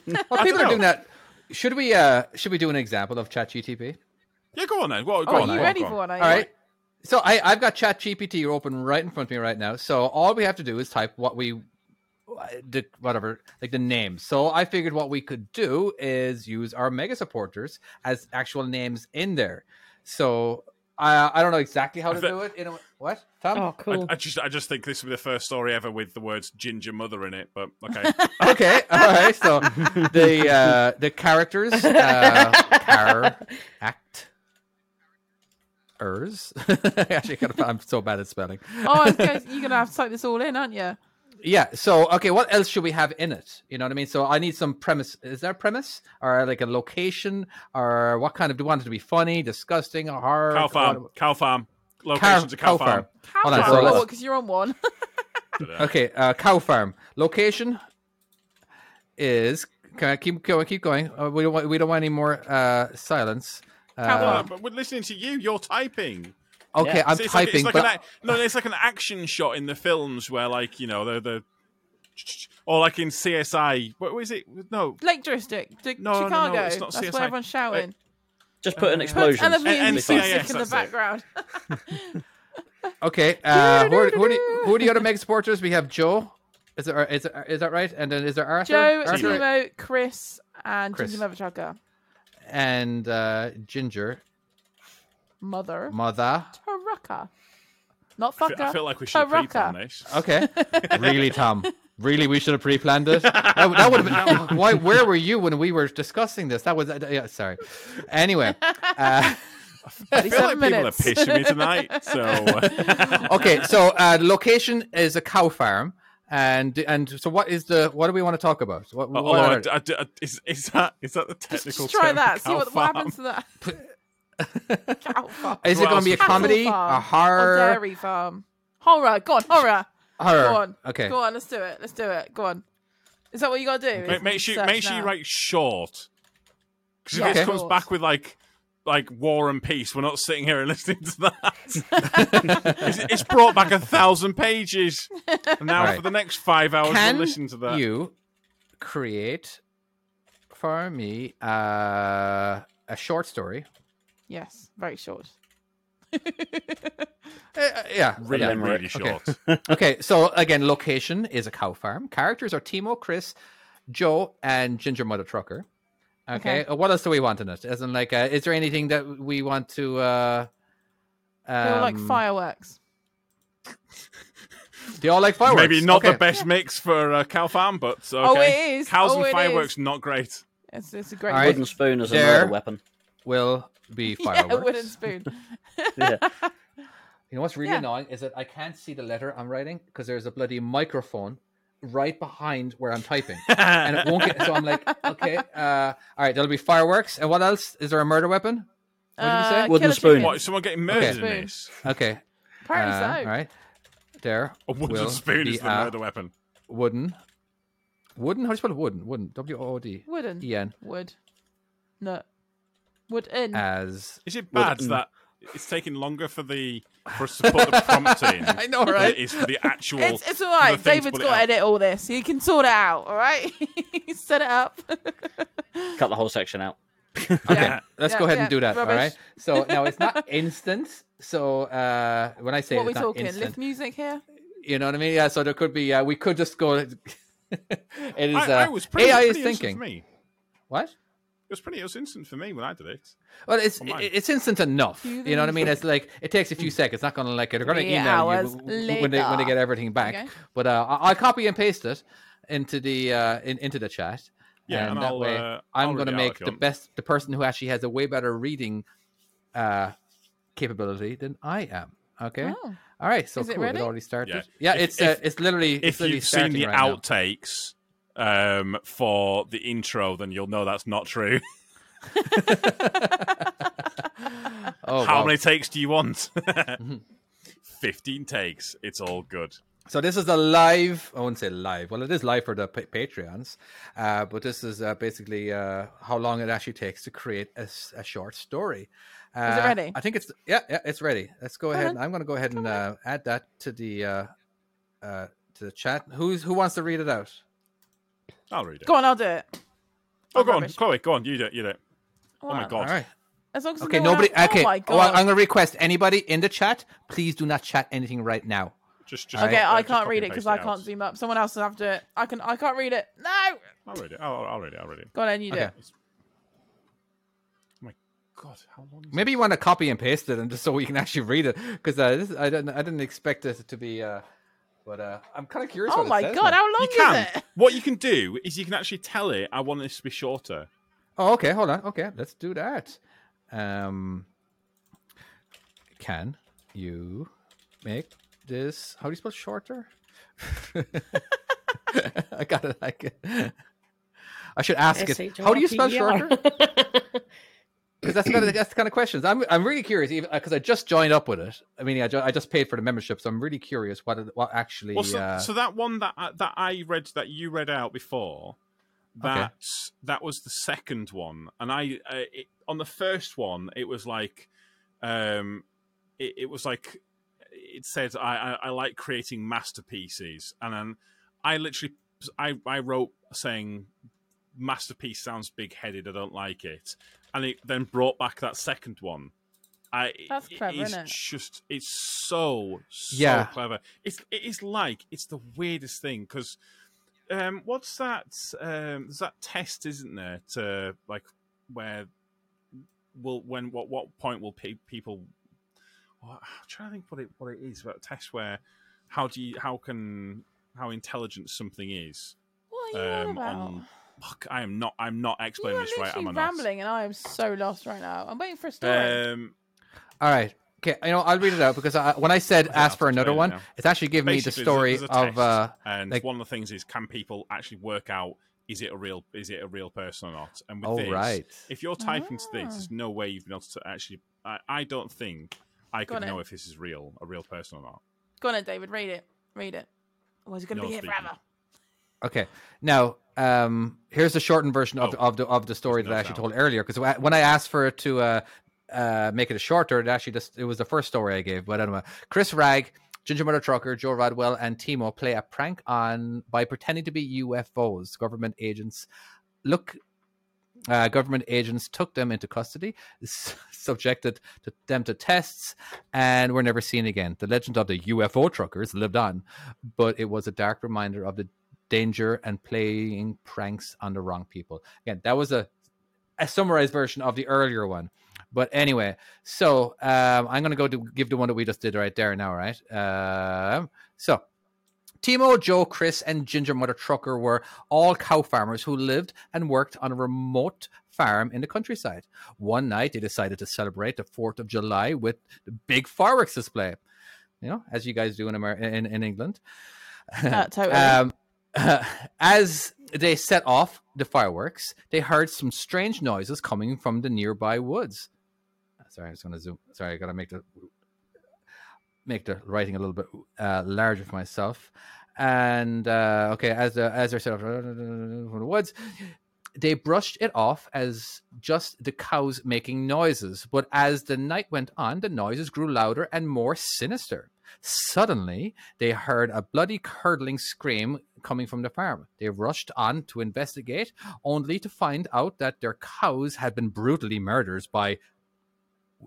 E: Well,
B: I
E: people
B: don't
E: are
B: know.
E: doing that. Should we uh should we do an example of ChatGTP?
B: Yeah, go on then. Well, go
D: Oh,
B: on, then, go
D: are you
B: on,
D: ready
B: go on.
D: for it? Are
E: All
D: you?
E: right. So I I've got ChatGPT open right in front of me right now. So all we have to do is type what we the whatever like the name. So I figured what we could do is use our mega supporters as actual names in there. So I I don't know exactly how to
B: thi-
E: do it. In a, what Tom?
G: Oh, cool.
B: I, I just, I just think this will be the first story ever with the words "ginger mother" in it. But okay,
E: okay all right so the uh the characters uh car act ers actually kind of, i'm so bad at spelling
D: Oh, it's good. you're going to have to type this all in, aren't you?
E: yeah so okay what else should we have in it you know what i mean so i need some premise is there a premise or like a location or what kind of do you want it to be funny disgusting or horror
B: cow farm,
E: What-
B: cow farm,
E: Cow,
B: location to cow
E: cow farm.
B: farm.
D: How
E: Hold on,
D: far?
E: so let's-
D: because you're on one.
E: Okay, uh, cow farm location is. Can I keep going? Keep going. Uh, we don't want. We don't want any more uh, silence.
D: Cow
B: No,
E: Uh,
B: but we're listening to you. You're typing.
E: okay,
F: Yeah.
E: I'm
B: So it's
E: typing.
B: Like, it's like
E: but
B: an, ac- no, it's like an action shot in the films where, like, you know, the the or like in CSI. What was it? No,
D: Lake District, D-
B: No, no, no,
D: Chicago.
B: it's not
D: That's
B: CSI.
D: where everyone's shouting.
F: Just put an
D: Put
F: explosion.
D: elevator
B: N-
D: music
B: NCIS,
D: in the
B: that's it.
D: background.
E: okay, uh, who, are, who, are the, who are the other mega supporters? We have Joe. Is it, is it, is that right? And then is there Arthur?
D: Joe,
E: Arthur
D: Timo, Chris, and
E: Chris.
D: Ginger Mother Chucker.
E: and uh, Ginger
D: Mother.
E: Mother.
D: Taraka. Not
B: I feel-
D: fucker.
B: I feel like we should pre
D: Taraka.
B: plan this.
E: Okay, really, Tom. Really, we should have pre-planned it. That, that would have been. Why? Where were you when we were discussing this? That was. Uh, yeah, sorry. Anyway. Uh,
B: I feel like
D: Seven
B: people are
D: minutes.
B: pissing me tonight. So uh,
E: okay, so uh, the location is a cow farm, and and so what is the what do we want to talk about? What, what
B: although I
E: are-
B: Oh, d- uh, I d- I- is, is that is that the technical?
D: Just try
B: term for
D: that. See
B: cow
D: what, what
B: farm?
D: happens to that. Cow farm.
E: is it
B: Well,
E: going to be a
B: Cattle
E: comedy,
D: farm
E: a
D: or
E: horror,
D: Or dairy farm. Horror. Go on, horror.
E: horror?
D: Go on.
E: Okay.
D: Go on, let's do it. Let's do it. Go on. Is that what you gotta do?
B: Make, make sure, make sure you write short. Because if
D: Yeah.
B: it
E: Okay.
B: comes
D: Short.
B: back with like like War and Peace. We're not sitting here and listening to that. it's, it's brought back a thousand pages. And now
E: Right.
B: for the next five hours,
E: Can
B: we'll listen to that.
E: you create for me uh, a short story?
D: Yes, very short.
E: Uh, uh, yeah,
B: Really,
E: yeah.
B: really
E: Okay.
B: short.
E: okay, so again, location is a cow farm. Characters are Timo, Chris, Joe, and Ginger Mother Trucker. Okay,
D: Okay.
E: uh, what else do we want in it? As in, like, uh, is there anything that we want to? Uh,
D: They were like
E: um,
D: fireworks.
E: They all like fireworks.
B: Maybe not
E: Okay.
B: the best mix for uh, cow farm, but okay.
D: Oh, it is.
B: Cows
D: Oh,
B: and
D: it
B: fireworks,
D: is.
B: not great.
D: It's, it's a great
E: All right.
F: Wooden spoon as a
E: There.
F: murder weapon.
E: Will be
D: yeah,
E: fireworks.
D: a wooden spoon.
F: Yeah.
E: You know what's really
D: Yeah.
E: annoying is that I can't see the letter I'm writing because there's a bloody microphone right behind where I'm typing, and it won't get. So I'm like, okay, uh, all right, there'll be fireworks, and what else? Is there a murder weapon? What did you say?
D: Uh,
F: Wooden
D: killer
F: spoon.
B: What, is
D: chickens.
B: someone getting murdered
D: Spoon.
B: in this?
E: Okay,
D: Apparently
E: uh,
D: so.
E: all right, there.
B: A wooden
E: will uh,
B: spoon is
E: be
B: the
E: a
B: murder weapon.
E: Wooden. Wooden. How do you spell wooden? Wooden. W o o d
D: Wooden.
E: e n.
D: Wood. No. Wooden.
E: Uh, As
B: Is it bad
D: mm.
F: Wooden.
B: that it's taking longer for the for us to put the prompt in? I
E: know,
B: Than it is for the actual.
D: it's it's all
B: for the
D: right.
B: thing to
D: David's
B: put it
D: got to
B: out.
D: edit all this. He can sort it out. All right. Set it up.
F: Cut the whole section out.
E: okay,
D: Yeah.
E: let's
D: Yeah,
E: go ahead
D: yeah,
E: and do that. All
D: rubbish.
E: right. So now it's not instant. So uh when I say
D: what are we
E: it's not
D: talking?
E: instant,
D: Lift music here.
E: You know what I mean? Yeah. So there could be. Uh, we could just go. it is. Uh,
B: I, I was pretty,
E: AI
B: pretty
E: is
B: instant
E: thinking.
B: For me.
E: What?
B: It was pretty. It was instant for me when I did it.
E: Well, it's
B: mine.
E: it- it's instant enough.
D: Do you
E: You know what I mean?
D: think-
E: It's like it takes a few seconds. Not gonna like it. They're gonna
D: Three
E: email
D: hours
E: you w- w- when they when they get
D: later.
E: everything back.
D: Okay.
E: But uh, I- I'll copy and paste it into the uh, in, into the chat.
B: Yeah,
E: and,
B: and
E: that
B: I'll,
E: way
B: uh, I'll
E: I'm
B: read
E: going to
B: it out
E: make
B: if you
E: the
B: want.
E: best the person who actually has a way better reading uh, capability than I am. Okay.
D: Oh.
E: All right. So
D: Is it
E: cool. It
D: ready?
E: already started.
B: Yeah.
E: Yeah.
B: If-
E: it's uh,
B: if-
E: it's literally it's
B: If
E: literally
B: you've seen
E: starting
B: the
E: right now.
B: outtakes um, for the intro, then you'll know that's not true.
E: Oh,
B: How
E: wow.
B: many takes do you want?
D: Mm-hmm.
B: Fifteen takes. It's all good.
E: So this is a live. I wouldn't say live. Well, it is live for the pa- Patreons, uh, but this is uh, basically uh, how long it actually takes to create a, s- a short story. Uh,
D: ready?
E: I think it's yeah, yeah, it's ready. Let's go ahead.
D: on.
E: And I'm going to go ahead and uh, add that to the uh, uh, to the chat. Who's who wants to read it out?
B: I'll read it.
D: Go on, I'll do it.
B: oh, go on,
D: rubbish.
B: Chloe. Go on. You do it. You do it. Oh my god.
E: All right.
D: As long as
E: Okay.
D: no one
E: nobody.
D: else-
E: Okay.
D: Oh my
E: well,
D: god.
E: I'm going to request anybody in the chat. Please do not chat anything right now.
B: Just, just.
D: okay,
B: uh,
D: I
B: just
D: can't
B: copy
D: read it
B: and
D: because
B: paste
D: I
B: out.
D: can't zoom up. Someone else will have to. I can. I can't read it. No.
B: I'll read it. I'll, I'll read it. I'll read it.
D: Go on, then, you do.
E: Okay.
D: it.
B: Oh my god, how long? Is
E: Maybe you want to copy and paste it, and just so we can actually read it, because uh, this I didn't I didn't expect it to be. Uh, but uh, I'm kind of curious.
D: Oh
E: what it
D: my
E: says
D: god,
E: now.
D: how long
B: You
D: is
B: can.
D: it?
B: What you can do is you can actually tell it. I want this to be shorter.
E: Oh, okay. Hold on. Okay, let's do that. Um, can you make this? How do you spell shorter? I got it. I, can- I should ask
D: E
E: it. How do you
G: E
E: spell shorter? Because that's kind of that's the kind of questions. I'm I'm really curious because I just joined up with it. I mean, I, ju- I just paid for the membership, so I'm really curious what it, what actually.
B: Well, so,
E: uh,
B: so that one that I, that I read that you read out before, that that was the second one, and I uh, it, on the first one it was like, um, it, it was like it said I, I I like creating masterpieces, and then I literally I I wrote saying masterpiece sounds big headed, I don't like it, and it then brought back that second one. I,
D: That's clever,
B: It's
D: innit?
B: just it's so so
E: Yeah.
B: clever. It's it is like it's the weirdest thing because um, what's that? Um, there's that test, isn't there? To like where will when what what point will pe- people? Well, I'm trying to think what it what it is about a test where how do you how can how intelligent something is.
D: What are you on
B: um,
D: about?
B: on- Fuck, I am not. I'm not
D: you
B: explaining
D: are
B: this right. Am
D: literally
B: I not?
D: rambling, and I am so lost right now. I'm waiting for a story.
B: Um,
E: All right. Okay, you know, I'll read it out because I, when I said
B: think
E: ask for
B: I've
E: another
B: played it
E: one,
B: now.
E: it's actually giving me the
B: Basically,
E: story
B: there's a- there's a
E: of
B: test,
E: uh,
B: and
E: like-
B: one of the things is can people actually work out is it a real is it a real person or not? And with
E: Oh,
B: this,
E: right.
B: if you're typing to this,
D: Ah.
B: there's no way you've been able to actually. I, I don't think I
D: Got
B: could
D: it.
B: know if this is real, a real person or not.
D: Go on, then, David. Read it. Read it. Otherwise, you're gonna
B: No
D: be here
B: speaking.
D: forever.
E: Okay. Now, um, here's the shortened version of, the
B: Oh.
E: of the of the story
B: There's
E: that I
B: no
E: actually
B: sound.
E: told earlier. Because when I asked for it to uh, uh, make it a shorter, it actually just it was the first story I gave. But anyway, Chris Ragg, Ginger Mother Trucker, Joe Radwell, and Timo play a prank on by pretending to be UFOs. Government agents look. Uh, government agents took them into custody, s- subjected to them to tests, and were never seen again. The legend of the UFO truckers lived on, but it was a dark reminder of the danger and playing pranks on the wrong people. Again, that was a a summarized version of the earlier one. But anyway, so um, I'm going to go to give the one that we just did right there now, right? Um, so Timo, Joe, Chris, and Ginger Mother Trucker were all cow farmers who lived and worked on a remote farm in the countryside. One night, they decided to celebrate the 4th of July with the big fireworks display, you know, as you guys do in, Amer- in, in England.
D: Uh, totally.
E: Um, as they set off the fireworks, they heard some strange noises coming from the nearby woods. Sorry, I was going to zoom. Sorry, I got to make the make the writing a little bit uh, larger for myself. And uh, okay, as the, as they're set off from the woods, they brushed it off as just the cows making noises. But as the night went on, the noises grew louder and more sinister. Suddenly, they heard a bloody curdling scream coming from the farm. They rushed on to investigate, only to find out that their cows had been brutally murdered by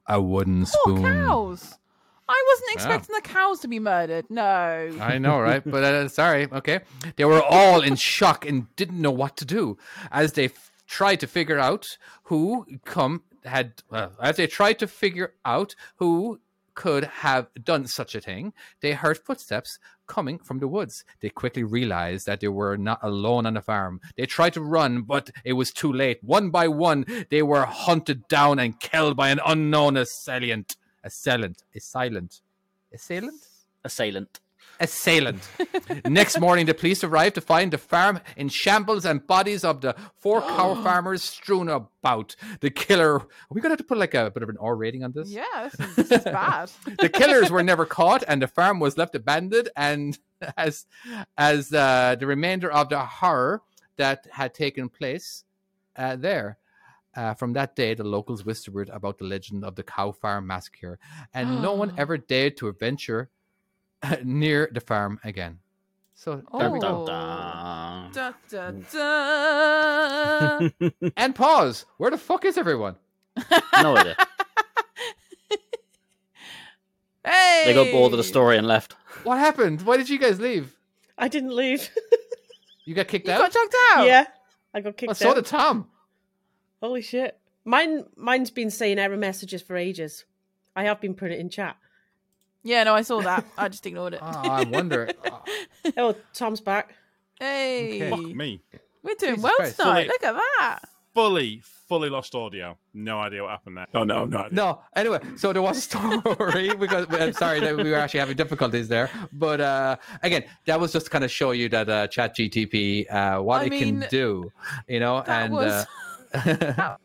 E: a wooden
D: Poor
E: spoon.
D: cows. I wasn't
E: Wow.
D: expecting the cows to be murdered. No.
E: I know, right? But uh, sorry. Okay. They were all in shock and didn't know what to do as they f- tried to figure out who come had well, as they tried to figure out who could have done such a thing. They heard footsteps coming from the woods. They quickly realized that they were not alone on the farm. They tried to run, but it was too late. One by one, they were hunted down and killed by an unknown assailant. Assailant. Assailant. Assailant
F: Assailant.
E: assailant. Next morning, the police arrived to find the farm in shambles and bodies of the four cow farmers strewn about. The killer. Are we going to have to put like a bit of an R rating on this?
D: Yeah, this is, this is bad.
E: The killers were never caught, and the farm was left abandoned. And as as uh, the remainder of the horror that had taken place uh, there. Uh, from that day, the locals whispered about the legend of the cow farm massacre, and no one ever dared to venture uh, near the farm again. So there we go.
D: Oh.
F: Dun, dun, dun.
D: Da, da,
E: Mm.
D: da.
E: And pause. Where the fuck is everyone?
F: no idea.
D: Hey!
F: They got bored of the story and left.
E: What happened? Why did you guys leave?
G: I didn't leave.
E: You got kicked
D: You
E: out.
D: got chucked out.
G: yeah, I got
E: Well,
G: kicked
E: so
G: out.
E: did Tom.
G: Holy shit! Mine, mine's been saying error messages for ages. I have been putting it in chat.
D: Yeah, no, I saw that. I just ignored it.
E: Oh, I wonder. Oh,
G: Oh, Tom's back.
D: Hey.
B: Fuck me.
D: We're doing
E: Jesus
D: well
E: Christ.
D: tonight.
B: Fully-
D: Look at that.
B: Fully, fully lost audio. No idea what happened there. Oh, no, no. idea.
E: no. Anyway, so there was a story because I'm sorry that we were actually having difficulties there. But uh, again, that was just to kind of show you that uh, Chat GTP uh, what
D: I
E: it
D: mean,
E: can do, you know.
D: that
E: and
D: was-
E: uh,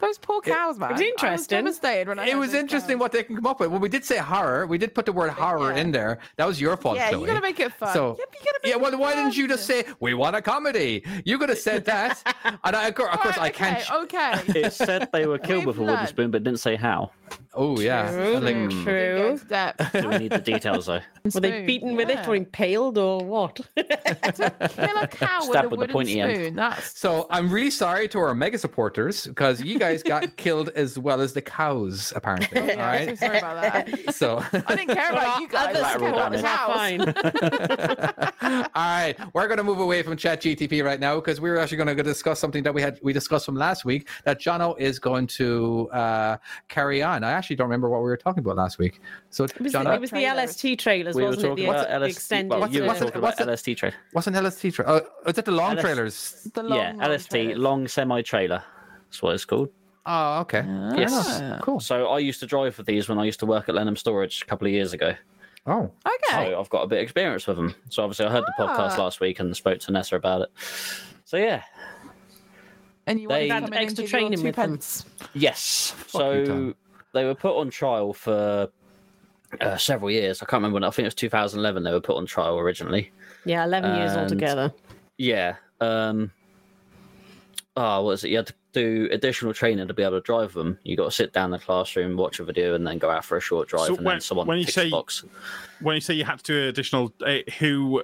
D: Those poor cows, man.
G: interesting.
D: I was devastated when I
E: it
D: heard
E: was
D: those
E: interesting
D: cows.
E: what they can come up with. Well, we did say horror. We did put the word horror
D: yeah.
E: in there. That was your fault,
D: Yeah,
E: Chloe.
D: you gotta make it fun.
E: So-
D: Yep, you gotta make
E: Yeah,
D: it
E: well, why didn't you just
D: fun.
E: say we want a comedy? You could have said that, and I, of cour- of course I
D: Alright,
E: can't. sh-
D: Okay. okay.
F: It said they were
D: We've
F: killed with a wooden
D: learned.
F: spoon, but didn't say how.
E: Oh yeah,
G: True,
E: like,
D: We didn't go into depth.
F: Do we need the details though?
G: Were they
D: Spoon,
G: beaten with it or
D: yeah.
G: impaled or what?
D: Kill a cow with
F: Stab
D: a
F: with the
D: wooden
F: pointy end.
D: spoon. That's
E: so I'm really sorry to our mega supporters because you guys got killed as well as the cows, apparently.
D: yeah,
E: All
D: I'm so
E: right,
D: sorry about that.
E: so
D: I didn't care about you guys. I
F: Lateral
D: cared about the
F: damage.
D: cows.
G: Fine.
E: all right, we're going to move away from Chat GTP right now because we were actually going to discuss something that we had we discussed from last week that Jono is going to uh, carry on. I actually don't remember what we were talking about last week. So
G: It was,
E: Jono,
G: the, it was the LST trailers,
F: we were
G: wasn't it?
F: talking
G: The,
F: about
G: ex- the
F: LST.
G: extended.
F: Well, you were
E: What's it-
F: talking
E: what's
F: about
E: it-
F: LST trade.
E: What's an LST trailer? Oh, is it the long
F: LS
E: trailers?
D: The long,
F: Yeah,
D: long
F: LST
D: trailers.
F: long semi trailer. That's what it's called.
E: Oh, okay. Fair
F: Yes.
E: enough. Cool.
F: So I used to drive for these when I used to work at Lenham Storage a couple of years ago.
E: Oh,
D: Okay.
F: So I've got a bit of experience with them. So obviously I heard
G: Ah.
F: the podcast last week and spoke to Nessa about it. So yeah,
D: and you
F: they-
D: want
F: That
D: them
G: extra
D: extra training
G: training
D: two
G: with them.
D: pence.
F: yes.
E: you,
F: so
E: Tom.
F: they were put on trial for uh, several years. I can't remember. When, I think it was 2011. They were put on trial originally.
G: Yeah, eleven years
F: And-
G: altogether.
F: Yeah. Um. Oh, what is it? You had to do additional training to be able to drive them. You got to sit down in the classroom, watch a video, and then go out for a short drive.
I: So
F: and
I: when-
F: then someone
I: when you
F: ticks
I: say-
F: the box.
I: When you say you had to do additional,
B: eh,
I: uh, who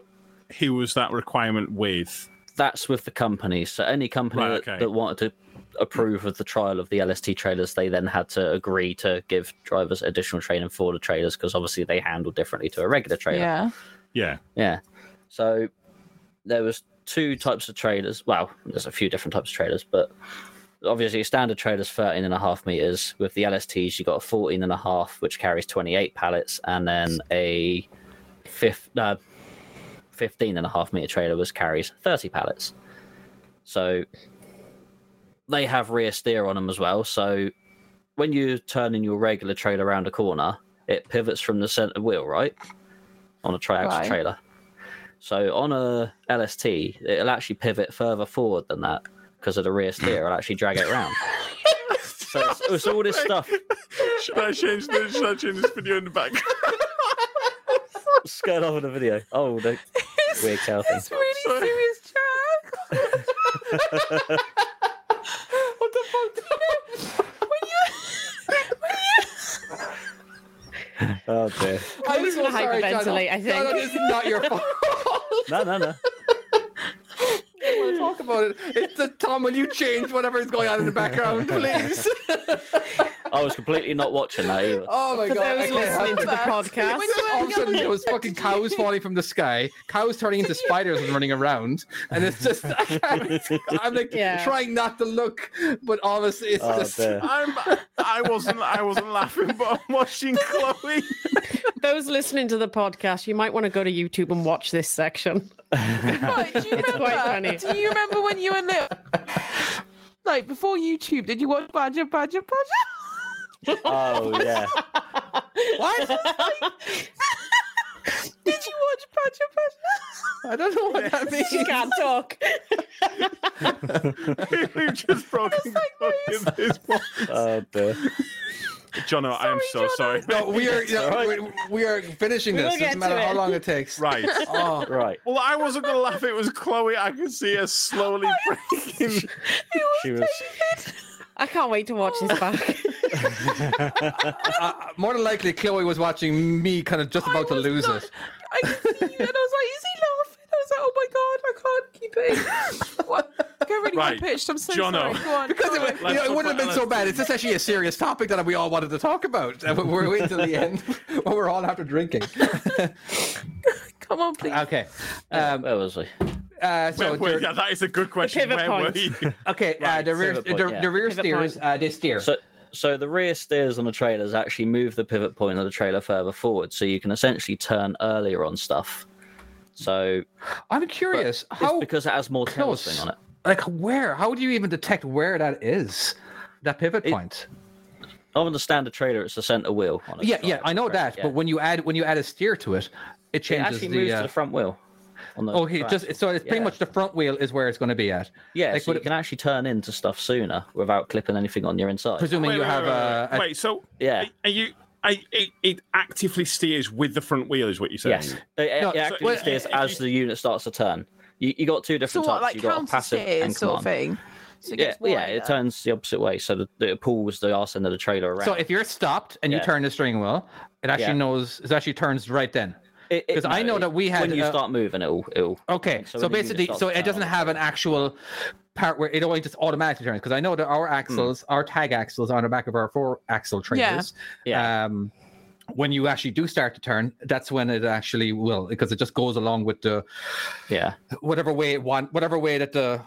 I: who was that requirement with?
F: that's with the company. So any company
I: Right, okay.
F: that, that wanted to approve of the trial of the LST trailers, they then had to agree to give drivers additional training for the trailers because obviously they handle differently to a regular trailer.
D: Yeah.
I: Yeah,
F: Yeah. So there was two types of trailers. Well, there's a few different types of trailers, but obviously standard trailers 13 and a half meters. With the LSTs, you got a 14 and a half, which carries 28 pallets, and then a fifth, uh, 15 and a half meter trailer was carries 30 pallets. So they have rear steer on them as well. So when you're turning your regular trailer around a corner, it pivots from the center wheel, right? On a triaxle
D: Right.
F: trailer. So on a LST, it'll actually pivot further forward than that because of the rear steer. It'll actually drag it around. so it's, it's all this stuff.
I: should I change this? Should I change this video in the back?
F: What's going on in the video? Oh, the weird cow thing.
D: It's really serious, Jack. what the fuck? when you, when you,
F: Oh dear.
E: I'm
G: was gonna hyperventilate, I think.
E: Jonathan, it's not your fault.
F: No, no, no.
E: I want to talk about it. It's the Tom. Will you change whatever is going on in the background, please?
F: I was completely not watching that either.
E: Oh my
G: For
E: god! I
G: those
E: can't help
G: listening to the
E: it.
G: podcast,
D: When you-
E: all of a sudden there was fucking cows falling from the sky, cows turning into spiders and running around, and it's just I can't, I'm like
G: Yeah.
E: trying not to look, but obviously it's
F: Oh
E: just
F: dear.
I: I'm. I wasn't. I wasn't laughing, but I'm watching Chloe.
G: those listening to the podcast, you might want to go to YouTube and watch this section.
D: right, do, you remember,
G: quite funny.
D: do you remember when you were little? Like before YouTube, did you watch Badger Badger Badger?
F: Oh yeah.
D: did you watch Badger Badger?
E: I don't know what that means.
G: She can't talk.
I: We've just broken Chloe at this point.
F: Oh dear.
I: Jono, I am so sorry.
E: No, we are you know, we, we are finishing
G: We
E: this.
G: will
E: Doesn't
G: get
E: matter
G: to
E: how
G: it.
E: long it takes.
I: Right.
E: Oh,
F: Right.
I: Well, I wasn't gonna laugh. It was Chloe. I could see her slowly breaking.
F: She was
G: I can't wait to watch this back.
E: uh, more than likely, Chloe was watching me, kind of just
D: I
E: about to
D: was
E: lose
D: not-
E: it.
D: I could see you, and I was like, is he laughing? I was like, oh my god, I can't keep it. in." what? Go really
I: Right,
D: high pitched. I'm so
I: Jono.
D: sorry. Go on.
E: Because it,
D: sorry.
E: wa- you know,
I: Let's
E: it wouldn't have been so
I: talk
E: bad. It's just actually a serious topic that we all wanted to talk about. Uh, We're waiting till the end when we're all after drinking.
D: Come on, please.
E: Okay. Um,
F: where was he?
E: uh, so
I: Wait, wait,
E: there-
I: yeah, that is a good question.
G: pivot
I: Where
G: point.
I: were you?
E: Okay, uh, the rear,
F: pivot point,
E: the,
F: yeah.
E: the rear
G: Pivot
E: steers,
G: point.
E: uh, they steer.
F: So, so the rear steers on the trailers actually move the pivot point of the trailer further forward, so you can essentially turn earlier on stuff. So
E: I'm curious,
F: it's
E: how
F: because it has more tail
E: close?
F: swing on it.
E: like where? How do you even detect where that is? That pivot point.
F: On the standard trailer, it's the center wheel. On a
E: yeah, yeah,
F: drive
E: I know
F: trailer,
E: that.
F: yeah.
E: But when you add when you add a steer to it, it
F: it
E: changes
F: actually
E: the.
F: moves
E: uh,
F: to the front wheel. On the
E: okay,
F: track.
E: just so it's pretty
F: Yeah.
E: much the front wheel is where it's going to be at.
F: yeah,
E: like,
F: so
E: would
F: you
E: it-
F: can actually turn into stuff sooner without clipping anything on your inside.
E: Presuming
I: Wait,
E: you
I: wait,
E: have
I: wait,
E: uh,
I: wait,
E: a.
I: wait, so
F: Yeah.
I: are you? I, it, it actively steers with the front wheel, is what you're saying.
F: yes, it, it-
E: No,
F: it
E: so-
F: actually
E: well,
F: steers
I: if
F: as
I: you-
F: the unit starts to turn. You, you got two
D: So
F: different
D: what,
F: types.
D: like
F: you got a
D: counter
F: passive
D: stairs
F: and
D: sort of thing?
F: command.
D: So it
F: Yeah,
D: gets
F: yeah, it
D: wider.
F: turns the opposite way, so the, it pulls the arse end of the trailer around.
E: So if you're stopped and you
F: Yeah.
E: turn the steering wheel, it actually
F: Yeah.
E: knows. It actually turns right then.
F: It- it-
E: 'Cause I know that we had,
F: when you
E: uh,
F: start moving, it'll it'll.
E: Okay,
F: So
E: so
F: when the unit
E: basically,
F: starts
E: so
F: to
E: it
F: turn
E: doesn't
F: on.
E: have an actual part where it only just automatically turns. Because I know that our
F: Hmm.
E: axles, our tag axles, on the back of our four axle trailers.
F: Yeah.
E: Um, when you actually do start to turn, that's when it actually will, because it just goes along with the
F: Yeah,
E: whatever way it want, whatever way that the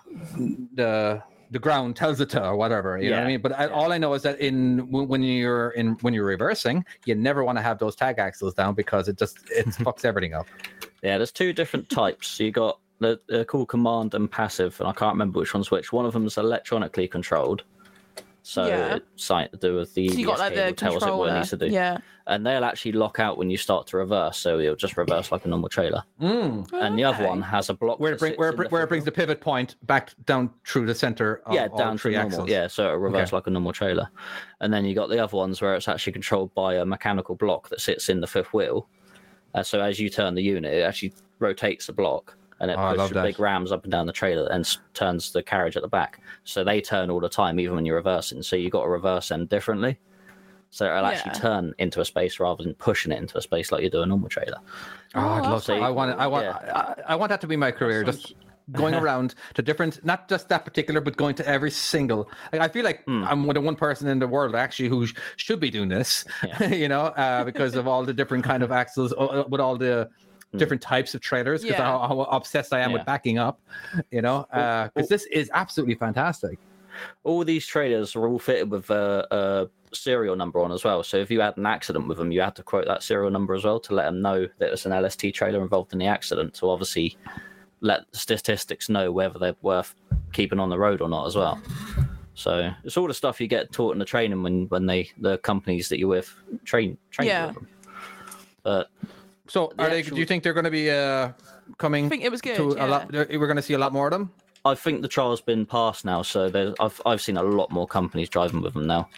E: the the ground tells it to, or whatever. You know what I
F: Yeah,
E: mean? But I, all I know is that in when when you're in when you're reversing, you never want to have those tag axles down because it just it fucks everything up.
F: yeah. There's two different types. So you got the they're called command and passive, and I can't remember which one's which. One of them's electronically controlled, so
D: Yeah.
F: it's something to do with the E
D: So you got
F: ESP,
D: like the
F: it tells it
D: controller.
F: what it needs to do,
D: Yeah.
F: and they'll actually lock out when you start to reverse, so it'll just reverse like a normal trailer.
E: Mm.
F: And the other
D: Okay.
F: one has a block
E: where
F: that
E: it, bring,
F: sits
E: where,
F: in
E: it br-
F: the
E: where it
F: front
E: brings the pivot point back down through the center of
F: yeah,
E: all
F: down to
E: three
F: normal.
E: axles.
F: Yeah, so it'll reverse
E: Okay.
F: like a normal trailer. And then you got the other ones where it's actually controlled by a mechanical block that sits in the fifth wheel. Uh, so as you turn the unit, it actually rotates the block and it
E: Oh, I love
F: pushes
E: that.
F: big rams up and down the trailer and s- turns the carriage at the back. So they turn all the time, even when you're reversing. So you got to reverse them differently. So it'll actually
D: Yeah.
F: turn into a space rather than pushing it into a space like you do a normal trailer.
E: Oh, I'd
D: Oh,
E: love to.
F: okay.
E: I want. I want.
F: Yeah.
E: I, I want that to be my career. Just going around to different, not just that particular, but going to every single. Like, I feel like
F: Hmm.
E: I'm the one person in the world actually who sh- should be doing this. you know, uh, because of all the different kind of axles uh, with all the different types of trailers. Because
D: Yeah.
E: how, how obsessed I am
F: Hmm. Yeah.
E: with backing up. You know, because
F: oh.
E: this is absolutely fantastic.
F: all these trailers are all fitted with a, a serial number on as well. So if you had an accident with them, you had to quote that serial number as well to let them know that it was an LST trailer involved in the accident. So obviously, let the statistics know whether they're worth keeping on the road or not as well. So it's all the stuff you get taught in the training when when they the companies that you're with train train you
D: Yeah.
F: with them. But
E: So,
F: The
E: are they?
F: actual-
E: Do you think they're going to be uh, coming?
D: I think it was good.
E: to
D: yeah.
E: a lot. We're going to see a lot more of them.
F: I think the trial's been passed now, so there's I've I've seen a lot more companies driving with them now.